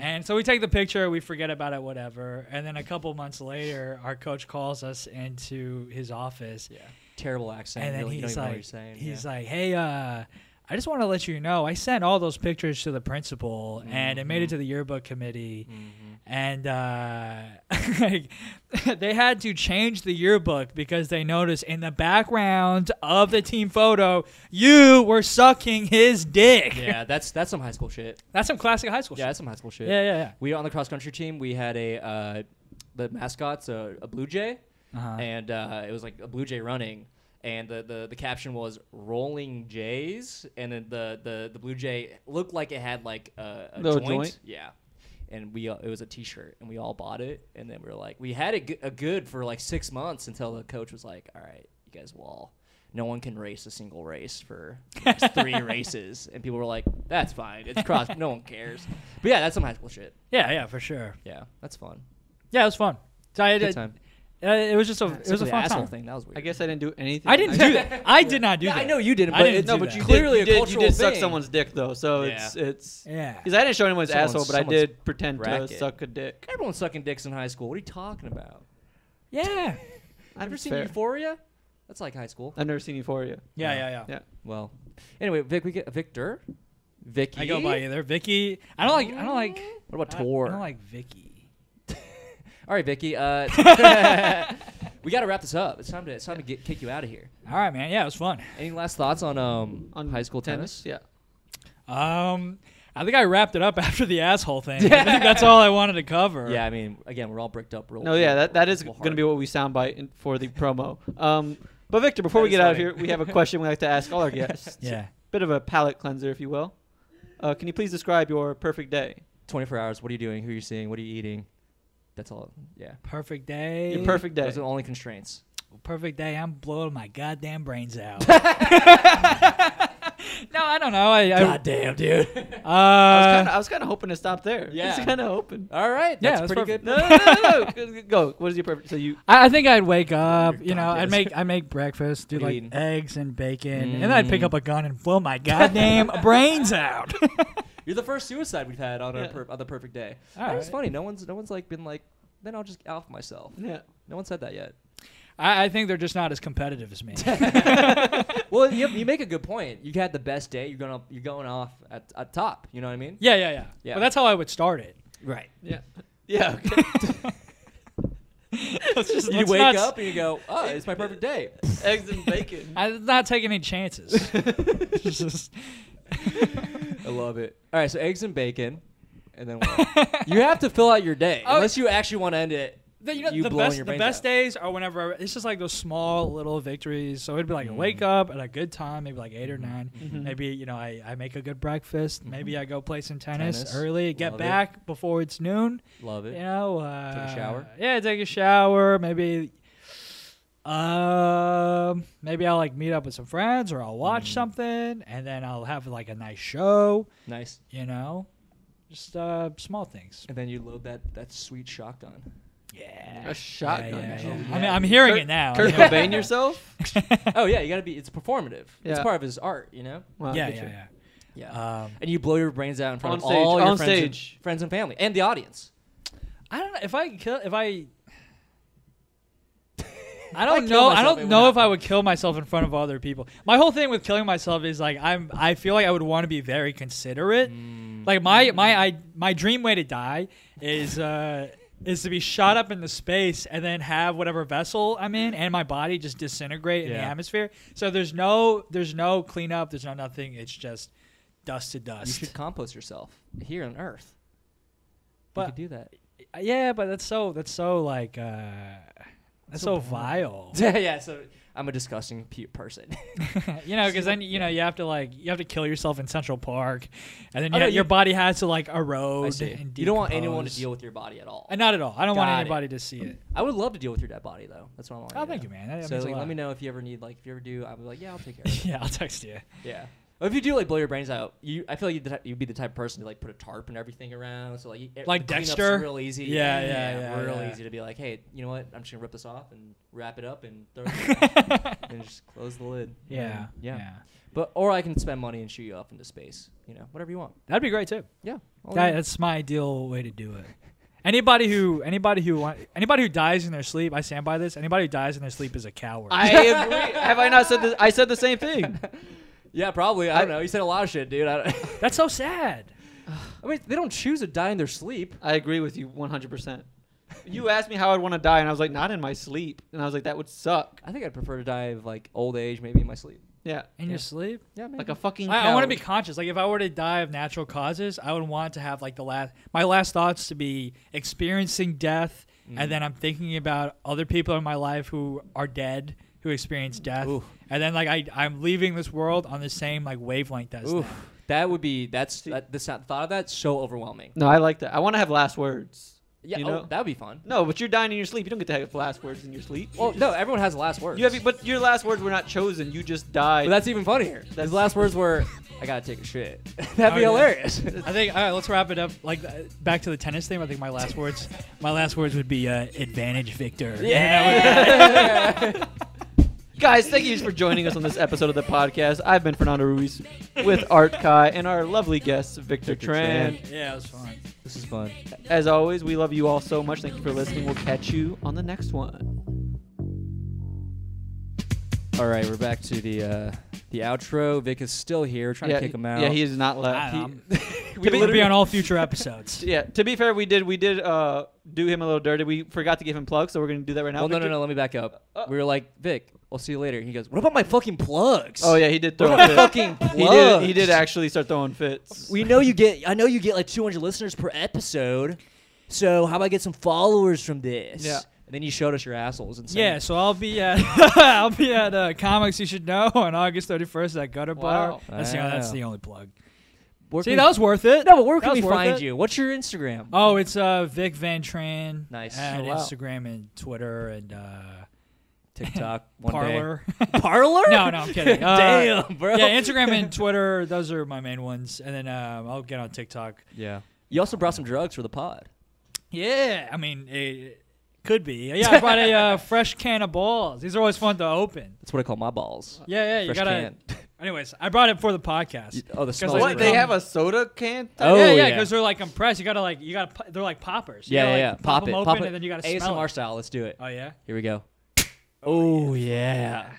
S6: And so we take the picture, we forget about it, whatever. And then a couple months later, our coach calls us into his office
S4: Yeah. Terrible accent.
S6: and then
S4: really, you don't
S6: he's
S4: even know what
S6: like,
S4: you're saying.
S6: he's
S4: yeah.
S6: like, hey, uh, I just want to let you know, I sent all those pictures to the principal, and it made
S4: Mm-hmm.
S6: it to the yearbook committee, and uh, like, they had to change the yearbook because they noticed in the background of the team photo, you were sucking his dick.
S4: yeah, that's that's some high school shit.
S6: That's some classic high school
S4: Yeah,
S6: shit.
S4: that's some high school shit.
S6: Yeah, yeah, yeah.
S4: We on the cross country team, we had a uh, the mascots a, a blue jay,
S6: Uh-huh.
S4: and uh, it was like a blue jay running, and the, the, the caption was "Rolling Jays," and then the, the, the blue jay looked like it had like a, a
S3: Little
S4: joint.
S3: joint?
S4: yeah. And we uh, it was a T-shirt, and we all bought it, and then we were like, we had it g- a good for like six months until the coach was like, "All right, you guys will all." No one can race a single race for the next three races, and people were like, "That's fine. It's cross. No one cares." But yeah, that's some high school shit.
S6: Yeah, yeah, for sure.
S4: Yeah, that's fun.
S6: Yeah, it was fun. So I, I-
S4: Good time.
S6: uh, it was just a, it was a
S4: the
S6: fun
S4: asshole
S6: time.
S4: thing. That was weird.
S3: I guess I didn't do anything.
S6: I didn't do that. I did not do
S4: Yeah,
S6: that.
S4: I know you didn't.
S6: I
S4: But
S6: didn't
S4: it's
S6: do
S3: No,
S6: that.
S3: but you
S6: did-
S4: clearly
S3: clearly
S4: a
S3: did,
S4: cultural
S3: you did suck
S4: thing.
S3: someone's dick though, so it's
S4: Yeah.
S3: it's
S6: Yeah.
S3: because I didn't show anyone's
S4: Someone's-
S3: asshole, but I
S4: someone's
S3: did pretend to
S4: racket.
S3: suck a dick.
S4: Everyone's sucking dicks in high school. What are you talking about?
S6: Yeah.
S3: I've
S4: Ever seen Euphoria? That's like high school.
S3: I've never seen Euphoria.
S6: Yeah, yeah, yeah.
S3: Yeah.
S4: Well, anyway, Vic, we get Victor, Vicky.
S6: I go by either Vicky. I don't like. I don't like.
S4: What about
S6: I don't,
S4: Tor?
S6: I don't like Vicky.
S4: All right, Vicky. Uh, we got to wrap this up. It's time to it's time to get, kick you out of here.
S6: All right, man. Yeah, it was fun.
S4: Any last thoughts on um
S3: On
S4: high school tennis?
S6: Um, I think I wrapped it up after the asshole thing. I think that's all I wanted to cover.
S4: Yeah, I mean, again, we're all bricked up. Real
S3: No, yeah, that, that
S4: real
S3: is going
S4: hard.
S3: to be what we soundbite in- for the promo. Um, but Victor, before we
S4: is
S3: get out of
S4: funny.
S3: here, we have a question we like to ask all our guests.
S6: Yeah.
S3: Bit of a palate cleanser, if you will. Uh, can you please describe your perfect day?
S4: 24 hours. What are you doing? Who are you seeing? What are you eating? That's all. Yeah.
S6: Perfect day.
S3: Your perfect day.
S4: Those are the only constraints.
S6: perfect day. I'm blowing my goddamn brains out. no, I don't know. I, I,
S4: damn, dude.
S3: I was
S6: uh,
S3: kinda- I was kind of hoping to stop there.
S4: Yeah.
S3: It's kind of hoping.
S4: All right.
S6: Yeah,
S4: That's
S6: that's
S4: pretty
S6: perfect.
S4: good.
S3: No, no, no, no, no. Go. What is your perfect? So you.
S6: I, I think I'd wake up. You know,
S4: goddamn-
S6: I'd make I make breakfast, do
S4: What are you
S6: like
S4: eating? Mm.
S6: eggs and bacon, and then I'd pick up a gun and blow my goddamn brains out.
S4: You're the first suicide we've had on
S3: Yeah.
S4: a per- on the perfect day.
S6: All
S4: That's
S6: right.
S4: funny. No one's no one's like been like. Then I'll just off myself.
S3: Yeah.
S4: No one said that yet.
S6: I, I think they're just not as competitive as me.
S4: Well, you, you make a good point. You had the best day. You're gonna you're going off at, at top. You know what I mean?
S6: Yeah, yeah, yeah.
S4: Yeah.
S6: But that's how I would start it.
S4: Right.
S3: Yeah. Yeah. Okay.
S6: Let's just
S4: You
S6: let's
S4: wake
S6: not s-
S4: up and you go, oh, it's my perfect day.
S3: Eggs and bacon.
S6: I'm not taking any chances. It's just-
S4: I love it. All right, so eggs and bacon, and then what? you have to fill out your day
S6: Oh.
S4: unless you actually want to end it.
S6: the, you know, the
S4: blowing
S6: best,
S4: your
S6: the
S4: brains
S6: best
S4: out.
S6: days are whenever I, it's just like those small little victories. So it'd be
S4: Mm.
S6: like I wake up at a good time, maybe like eight or
S4: Mm-hmm.
S6: 9 Maybe you know I, I make a good breakfast. Maybe I go play some tennis,
S4: Tennis.
S6: early, get
S4: Love it.
S6: back before it's noon.
S4: Love it.
S6: You know, uh,
S4: shower?
S6: Yeah, take a shower. Maybe, um, maybe I'll like meet up with some friends or I'll watch something, and then I'll have like a nice show.
S4: Nice.
S6: You know, just uh, small things.
S4: And then you load that that sweet shotgun.
S6: Yeah.
S3: A shotgun.
S6: Yeah, yeah,
S3: Oh,
S6: yeah. I mean, I'm hearing it now.
S3: Kurt
S6: Yeah.
S3: Cobain yourself?
S4: oh yeah, you gotta be. It's performative. It's
S3: Yeah.
S4: part of his art, you know.
S3: Wow,
S6: yeah,
S3: good
S6: yeah,
S3: shit.
S6: yeah.
S4: Yeah.
S6: Um,
S4: and you blow your brains out in front
S3: On
S4: of
S3: stage,
S4: all your
S3: on
S4: friends,
S3: stage.
S4: And, friends and family, and the audience.
S6: I don't know if I kill if I. I don't
S4: kill
S6: know. I
S4: myself, it
S6: don't
S4: would
S6: know if
S4: happen.
S6: I would kill myself in front of other people. My whole thing with killing myself is like I'm. I feel like I would want to be very considerate.
S4: Mm.
S6: Like my my I, my dream way to die is uh, is to be shot up into space and then have whatever vessel I'm in and my body just disintegrate in the
S4: Yeah.
S6: atmosphere. So there's no there's no cleanup. There's no nothing. It's just dust to
S4: You
S6: dust.
S4: should compost yourself here on Earth.
S6: But-
S4: you could do that.
S6: Uh, Yeah, but that's so that's so like uh that's so, vile.
S4: yeah. So I'm a disgusting pe- person.
S6: you know, because then you know you have to like you have to kill yourself in Central Park, and then
S4: Oh,
S6: you-
S4: no, you-
S6: your body has to like erode.
S4: I see.
S6: And
S4: You don't want anyone to
S6: decompose.
S4: deal with your body at all.
S6: And not at all. I don't want
S4: Got it.
S6: anybody to see it.
S4: I would love to deal with your dead body though. That's what I want.
S6: Oh,
S4: to
S6: thank
S4: know.
S6: you, man. That- that
S4: so
S6: means a
S4: like,
S6: lot.
S4: let me know if you ever need like if you ever do. I'll be like, yeah, I'll take care. of it.
S6: Yeah, I'll text you.
S4: yeah. Well, if you do like blow your brains out, you I feel like you'd, the type- you'd be the type of person to like put a tarp and everything around. So like you,
S6: Like
S4: the cleanup's
S6: Dexter?
S4: real easy.
S6: Yeah, yeah, yeah,
S4: real
S6: yeah.
S4: easy to be like, hey, you know what? I'm just gonna rip this off and wrap it up and throw it out and just close the lid.
S6: Yeah,
S4: And, yeah, But or I can spend money and shoot you off into space. You know, whatever you want.
S6: that'd be great too.
S4: Oh, Yeah. all
S6: That,
S4: in.
S6: that's my ideal way to do it. Anybody who anybody who want, anybody who dies in their sleep, I stand by this. Anybody who dies in their sleep is a coward.
S3: I agree. Have I not said this? I said the same thing.
S6: uh,
S4: yeah, probably. I don't
S3: I-
S4: know. You said a lot of shit, dude. I, don't,
S6: that's so sad.
S4: I mean, they don't choose to die in their sleep.
S3: I agree with you 100%. You asked me how I'd want to die, and I was like, not in my sleep. And I was like, that would suck.
S4: I think I'd prefer to die of like old age, maybe in my sleep.
S3: Yeah.
S6: In your sleep.
S4: Yeah, maybe.
S3: Like a fucking.
S6: I, I want to
S3: coward.
S6: be conscious. Like if I were to die of natural causes, I would want to have like the last my last thoughts to be experiencing death,
S4: Mm.
S6: and then I'm thinking about other people in my life who are dead, who experience death,
S4: Oof.
S6: and then like I I'm leaving this world on the same like wavelength as
S4: Oof,
S6: them.
S4: that would be that's that, the sound, thought of that's so overwhelming.
S3: No, I like that. I want to have last words.
S4: Yeah,
S3: You
S4: oh,
S3: know?
S4: that would be fun.
S3: No, but you're dying in your sleep. You don't get to have last words in your sleep.
S4: Well, no, everyone has last words.
S3: You have, e- but your last words were not chosen. You just died.
S4: but that's even funnier. His
S3: That's- Oh,
S4: last words were, "I gotta take a shit." That'd be
S6: Oh, yeah.
S4: hilarious.
S6: I think all right, let's wrap it up. Like uh, back to the tennis thing. I think my last words, my last words would be uh, advantage, Victor.
S3: Guys, thank you for joining us on this episode of the podcast. I've been Fernando Ruiz with Art Kai and our lovely guest, Victor,
S4: Victor
S3: Tran.
S6: yeah, it was fun.
S4: this is fun.
S3: As always, we love you all so much. Thank you for listening. We'll catch you on the next one.
S4: All right, we're back to the uh, the outro. Vic is still here, trying
S3: yeah,
S4: to kick him out.
S3: Yeah, he is not
S6: I
S3: left.
S6: don't
S3: He-
S6: know, I'm-
S4: we
S6: It'll be
S4: literally,
S6: on all future episodes.
S3: yeah. To be fair, we did we did uh do him a little dirty. We forgot to give him plugs, so we're gonna do that right now.
S4: well, no, no,
S3: Victor.
S4: no. Let me back up.
S3: Uh,
S4: we were like, Vic, I'll see you later. He goes, "What about my fucking plugs?"
S3: Oh yeah, he did throw a fit.
S4: fucking
S3: he did. He
S4: plugs.
S3: did actually start throwing fits.
S4: We know you get. I know you get like 200 listeners per episode. So how about I get some followers from this?
S3: Yeah.
S4: And then you showed us your assholes and said,
S6: Yeah, so I'll be at I'll be at uh, Comics You Should Know on August 31st at Gutter Bar.
S3: Wow.
S6: That's, the, that's
S4: Wow.
S6: the only plug.
S4: Where
S6: See,
S4: can
S6: that
S4: we-
S6: was worth it.
S4: no, but where
S6: That
S4: can
S6: was
S4: we
S6: worth
S4: find
S6: it.
S4: you? What's your Instagram?
S6: Oh, it's uh, Vic Van Tran.
S4: Nice.
S6: At
S4: Oh, wow.
S6: Instagram and Twitter and uh,
S4: TikTok, one
S6: Parlor.
S4: day. Parlor?
S6: no, no, I'm kidding. Uh,
S4: Damn, bro.
S6: Yeah, Instagram and Twitter. Those are my main ones. And then um, I'll get on TikTok.
S4: Yeah. You also brought some drugs for the pod.
S6: Yeah, I mean, it could be. Yeah, I brought a uh, fresh can of balls. These are always fun to open.
S4: That's what I call my balls.
S6: Yeah, yeah, you
S4: Fresh
S6: gotta. Anyways, I brought it for the podcast.
S4: Oh, the smell.
S6: like,
S4: is
S3: What?
S4: great.
S3: They have a soda can? type?
S4: Oh,
S6: yeah, yeah,
S4: yeah.
S6: because they're like compressed. You gotta like, you gotta. pu- They're like poppers. You
S4: yeah,
S6: gotta,
S4: yeah,
S6: like,
S4: yeah.
S6: pop,
S4: Pop,
S6: them
S4: it.
S6: open,
S4: pop it.
S6: and then you gotta
S4: ASMR
S6: smell it.
S4: style. Let's do it.
S6: Oh yeah,
S4: Here we go. Oh, yeah.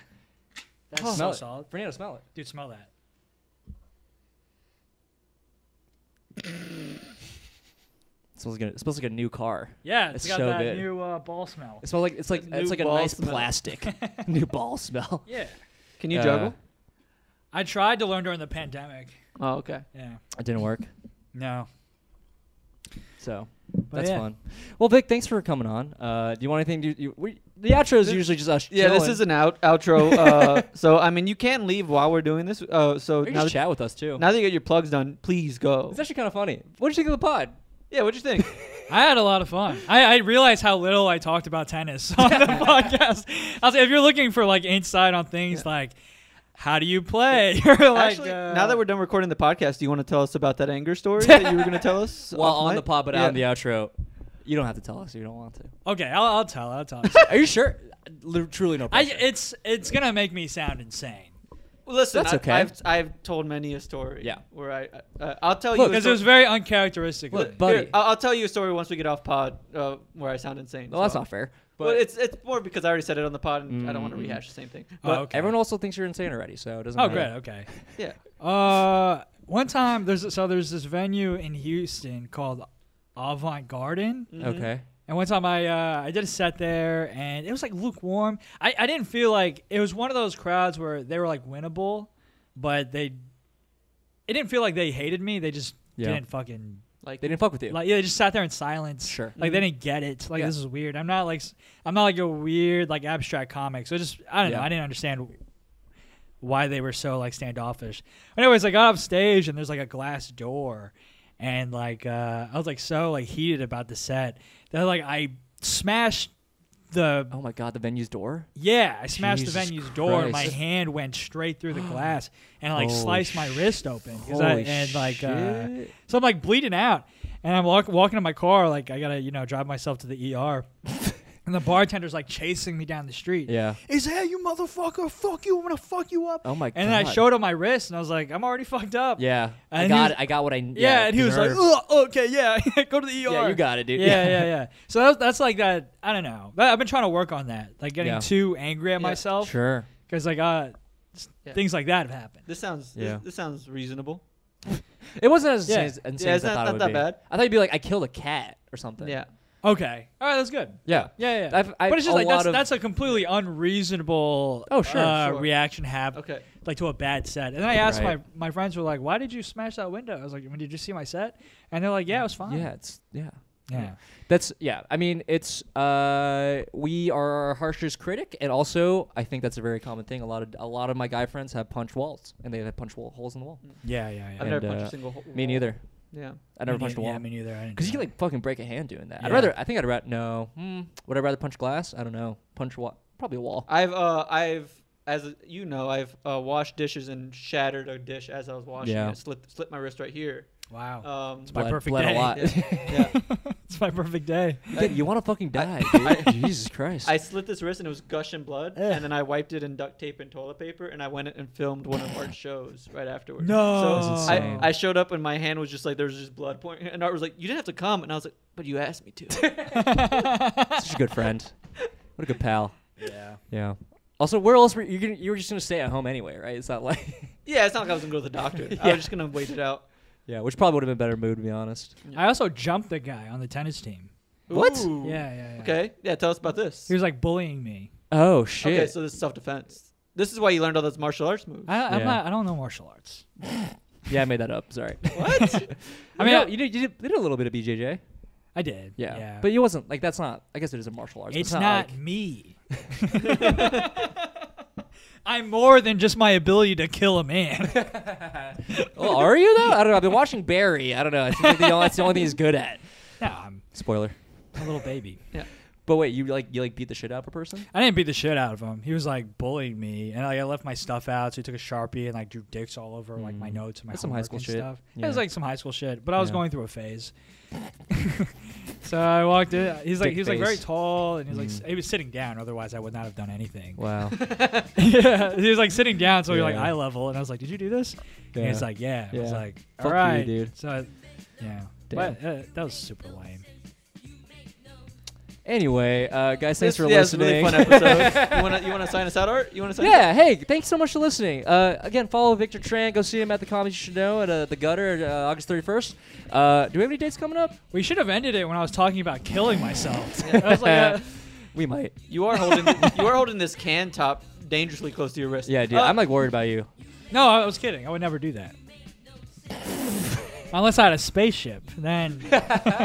S6: that's
S4: Smell
S6: so
S4: it.
S6: solid.
S4: Fernando, smell it.
S6: Dude, smell that.
S4: It smells, good. it smells like a new car.
S6: Yeah, it's
S4: It's
S6: got
S4: so
S6: that
S4: good.
S6: new uh, ball smell.
S4: It smells like it's like
S3: New
S4: it's like a
S3: ball
S4: nice
S3: smell.
S4: plastic new ball smell.
S6: Yeah,
S3: Can you
S4: Uh,
S3: juggle?
S6: I tried to learn during the pandemic.
S3: Oh, okay.
S6: Yeah,
S4: It didn't work.
S6: no.
S4: So that's
S6: yeah.
S4: fun. Well, Vic, thanks for coming on. Uh, do you want anything? Do you, we, the outro is usually just us.
S3: Yeah, this
S4: chilling.
S3: is an out outro. Uh, so I mean, you can leave while we're doing this. Uh, so
S4: You can
S3: now
S4: just
S3: that,
S4: chat with us too.
S3: now that you get your plugs done, please go.
S4: It's actually kind of funny. What did you think of the pod?
S3: Yeah, what'd you think?
S6: I had a lot of fun. I, I realized how little I talked about tennis on the podcast. I was, if you're looking for like insight on things like how do you play, or like
S3: actually,
S6: uh,
S3: now that we're done recording the podcast, do you want to tell us about that anger story that you were going to tell us?
S4: Well,
S3: off
S4: on the
S3: mic?
S4: pod, but
S3: Yeah.
S4: out in the outro. You don't have to tell us. if You don't want to.
S6: okay, I'll, I'll tell. I'll tell.
S4: Are you sure? Li- truly no
S6: I,
S4: pressure.
S6: it's it's gonna make me sound insane
S3: Well, listen,
S4: That's
S3: I,
S4: okay.
S3: I've I've told many a story.
S4: Yeah.
S3: where I uh, I'll tell
S4: Look,
S3: you a
S6: because it was
S3: story.
S6: very uncharacteristic. of
S4: Look,
S6: me.
S4: but-
S3: Here,
S4: funny.
S3: I'll, I'll tell you a story once we get off pod uh, where I sound insane.
S4: well, that's
S3: so-
S4: not fair. But Mm.
S3: Well, it's it's more because I already said it on the pod, and I don't want to rehash the same thing.
S6: Oh,
S3: But
S6: okay.
S4: everyone also thinks you're insane already, so it doesn't.
S6: oh,
S4: matter.
S6: great. Okay.
S3: yeah,
S6: Uh, one time there's so there's this venue in Houston called Avant Garden.
S4: Okay.
S6: And one time I uh, I did a set there, and it was like lukewarm. I, I didn't feel like it was one of those crowds where they were like winnable, but they it didn't feel like they hated me. They just
S4: Yeah.
S6: didn't fucking
S3: like
S4: They didn't fuck with you.
S6: like yeah. They just sat there in silence.
S4: Sure.
S6: Like they didn't get it. Like
S4: Yeah.
S6: this is weird. I'm not like s- I'm not like a weird like abstract comic. So it just I don't know.
S4: Yeah.
S6: I didn't understand why they were so like standoffish. Anyways, I got off stage and there's like a glass door, and like uh, I was like so like heated about the set that like I smashed the
S4: oh my god, the venue's door.
S6: yeah I smashed
S4: Jesus
S6: the venue's door and my
S4: Christ.
S6: hand went straight through the glass and like
S4: Holy
S6: sliced my wrist open 'Cause I,
S4: Holy
S6: and like uh,
S4: shit.
S6: so I'm like bleeding out and I'm walk- walking to my car like I gotta you know drive myself to the ER. And the bartender's like chasing me down the street.
S4: Yeah.
S6: He's, hey, you motherfucker, fuck you, I'm gonna fuck you up.
S4: Oh my
S6: And then I
S4: God.
S6: showed him my wrist, and I was like, "I'm already fucked up."
S4: Yeah. I
S6: And he
S4: got.
S6: was-
S4: I got what I. Yeah.
S6: yeah. and he was like,
S4: deserved.
S6: "Ugh, "Okay, yeah, go to the ER."
S4: Yeah, you got it, dude.
S6: Yeah, yeah, yeah. So that's, that's like that. I don't know. That- I've been trying to work on that, like getting
S4: Yeah.
S6: too angry at
S3: Yeah.
S6: myself,
S4: Sure.
S6: because like uh, s-
S3: Yeah.
S6: things like that have happened.
S3: this sounds
S4: Yeah.
S3: this, this sounds reasonable.
S4: It wasn't as
S6: Yeah.
S4: insane, as, insane
S3: Yeah,
S4: as
S3: it's
S4: I
S3: not-
S4: thought it
S3: not
S4: would
S3: that
S4: be.
S3: bad.
S4: I thought you'd be like, I killed a cat or something.
S3: Yeah,
S6: Okay, all right, that's good.
S4: Yeah.
S6: Yeah, yeah. yeah.
S4: I've- I've-
S6: but it's just
S4: a
S6: like that's,
S4: lot of-
S6: that's a completely unreasonable
S4: Oh, sure,
S6: uh,
S3: sure.
S6: reaction to have
S3: Okay.
S6: like to a bad set. And then I asked
S4: Right.
S6: my my friends were like, "Why did you smash that window?" I was like, "I mean, "Did you see my set?" And they're like, "Yeah, it was fine."
S4: Yeah. It's yeah.
S6: yeah.
S4: That's yeah. I mean, it's uh, we are our harshest critic, and also I think that's a very common thing. A lot of a lot of my guy friends have punch walls, and they have punch wall, holes in the wall.
S6: Yeah, yeah, yeah.
S3: I've never
S4: And,
S3: punched
S4: uh,
S3: a single. Ho-
S4: Me
S3: wall.
S4: neither.
S3: Yeah,
S4: I never
S6: Me
S4: punched a
S6: nei-
S4: wall.
S6: Yeah, me neither. I didn't
S4: Because you
S6: do
S4: can
S6: that.
S4: like fucking break a hand doing that. I'd
S6: Yeah.
S4: rather. I think I'd rather. No. Hmm, would I rather punch glass? I don't know. Punch wall. Probably a wall.
S3: I've uh I've as a- you know I've uh, washed dishes and shattered a dish as I was washing
S4: Yeah.
S3: it. Slipped slipped my wrist right here.
S6: wow.
S3: Um,
S6: Oh, my
S4: Bled-
S6: perfect
S4: bled
S6: day.
S4: a lot.
S3: yeah, yeah.
S6: it's my perfect day.
S4: Yeah, you want to fucking die, dude. Jesus Christ.
S3: I slit this wrist and it was gushing blood, and then I wiped it in duct tape and toilet paper, and I went and filmed one of our shows right afterwards.
S6: No.
S3: so
S6: That's
S3: I,
S4: insane.
S3: I showed up and my hand was just like there was just blood pouring, and Art was like, "You didn't have to come," and I was like, "But you asked me to."
S4: Such a good friend. What a good pal.
S6: Yeah.
S4: Yeah. Also, where else were you? Gonna, you were just gonna stay at home anyway, right? It's not like.
S3: yeah, it's not like I was gonna go to the doctor. I
S4: Yeah.
S3: was just gonna wait it out.
S4: yeah, which probably would have been better mood to be honest.
S6: I also jumped a guy on the tennis team.
S4: What?
S3: Ooh.
S6: Yeah, yeah, yeah.
S3: Okay. Yeah. Tell us about this.
S6: He was like bullying me.
S4: Oh shit.
S3: okay, so this is self defense. This is why you learned all those martial arts moves.
S6: I, I'm
S4: Yeah.
S6: not, I don't know martial arts.
S4: Yeah, I made that up. Sorry.
S3: what?
S4: I mean, you, did, you did you did a little bit of BJJ.
S6: I did.
S4: Yeah.
S6: yeah.
S4: But you wasn't like that's not. I guess it is a martial arts. but
S6: it's,
S4: not.
S6: not,
S4: like-
S6: me. I'm more than just my ability to kill a man.
S4: Well, oh, are you though? I don't know. I've been watching Barry. I don't know. I think the only, that's the only thing he's good at.
S6: no, I'm
S4: Spoiler.
S6: a little baby.
S4: But wait, you like you like beat the shit out of a person?
S6: I didn't beat the shit out of him. He was like bullying me, and like, I left my stuff out. So he took a sharpie and like drew dicks all over like my notes and
S4: Mm.
S6: my
S4: That's some high
S6: homework
S4: school
S6: and
S4: shit.
S6: stuff. It was
S4: Yeah.
S6: like some high school shit, but I was
S4: Yeah.
S6: going through a phase. so I walked in. He's like
S4: Dick Mm.
S6: he was like very
S4: phase.
S6: tall, and he was like s- he was sitting down. Otherwise, I would not have done anything.
S4: Wow.
S6: yeah, he was like sitting down, so we were like
S4: Yeah.
S6: eye level, and I was like, "Did you do this?" And
S4: Yeah.
S6: he's like, "Yeah." I was
S4: Yeah.
S6: like,
S4: Fuck
S6: "All
S4: you,
S6: right,
S4: dude."
S6: So, I, yeah,
S4: Damn.
S6: but uh, that was super lame.
S4: Anyway, uh, guys, thanks
S3: This-
S4: for
S3: yeah, it's a
S4: listening.
S3: really fun episode. you want to you want to sign us out, Art? You want to sign? Us
S4: yeah, hey, thanks so much for listening. Uh, again, follow Victor Tran. Go see him at the Comedy Show at uh, the Gutter uh, August 31st. Uh, do we have any dates coming up?
S6: We should have ended it when I was talking about killing myself. I was like, uh,
S4: We might.
S3: out? You are holding you are holding this can top dangerously close to your wrist.
S4: Yeah, dude.
S3: Uh,
S4: I'm like worried about you.
S6: "No, I was kidding. I would never do that." Unless I had a spaceship, then if I have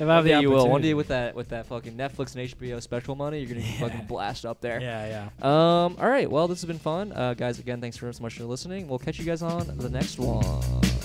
S4: One
S6: the
S4: day you will. One
S6: opportunity.
S4: day with that with that fucking Netflix and HBO special money, you're gonna be fucking blast up there.
S6: Yeah, yeah.
S4: Um. All right. Well, this has been fun, uh, guys. Again, thanks for so much for listening. We'll catch you guys on the next one.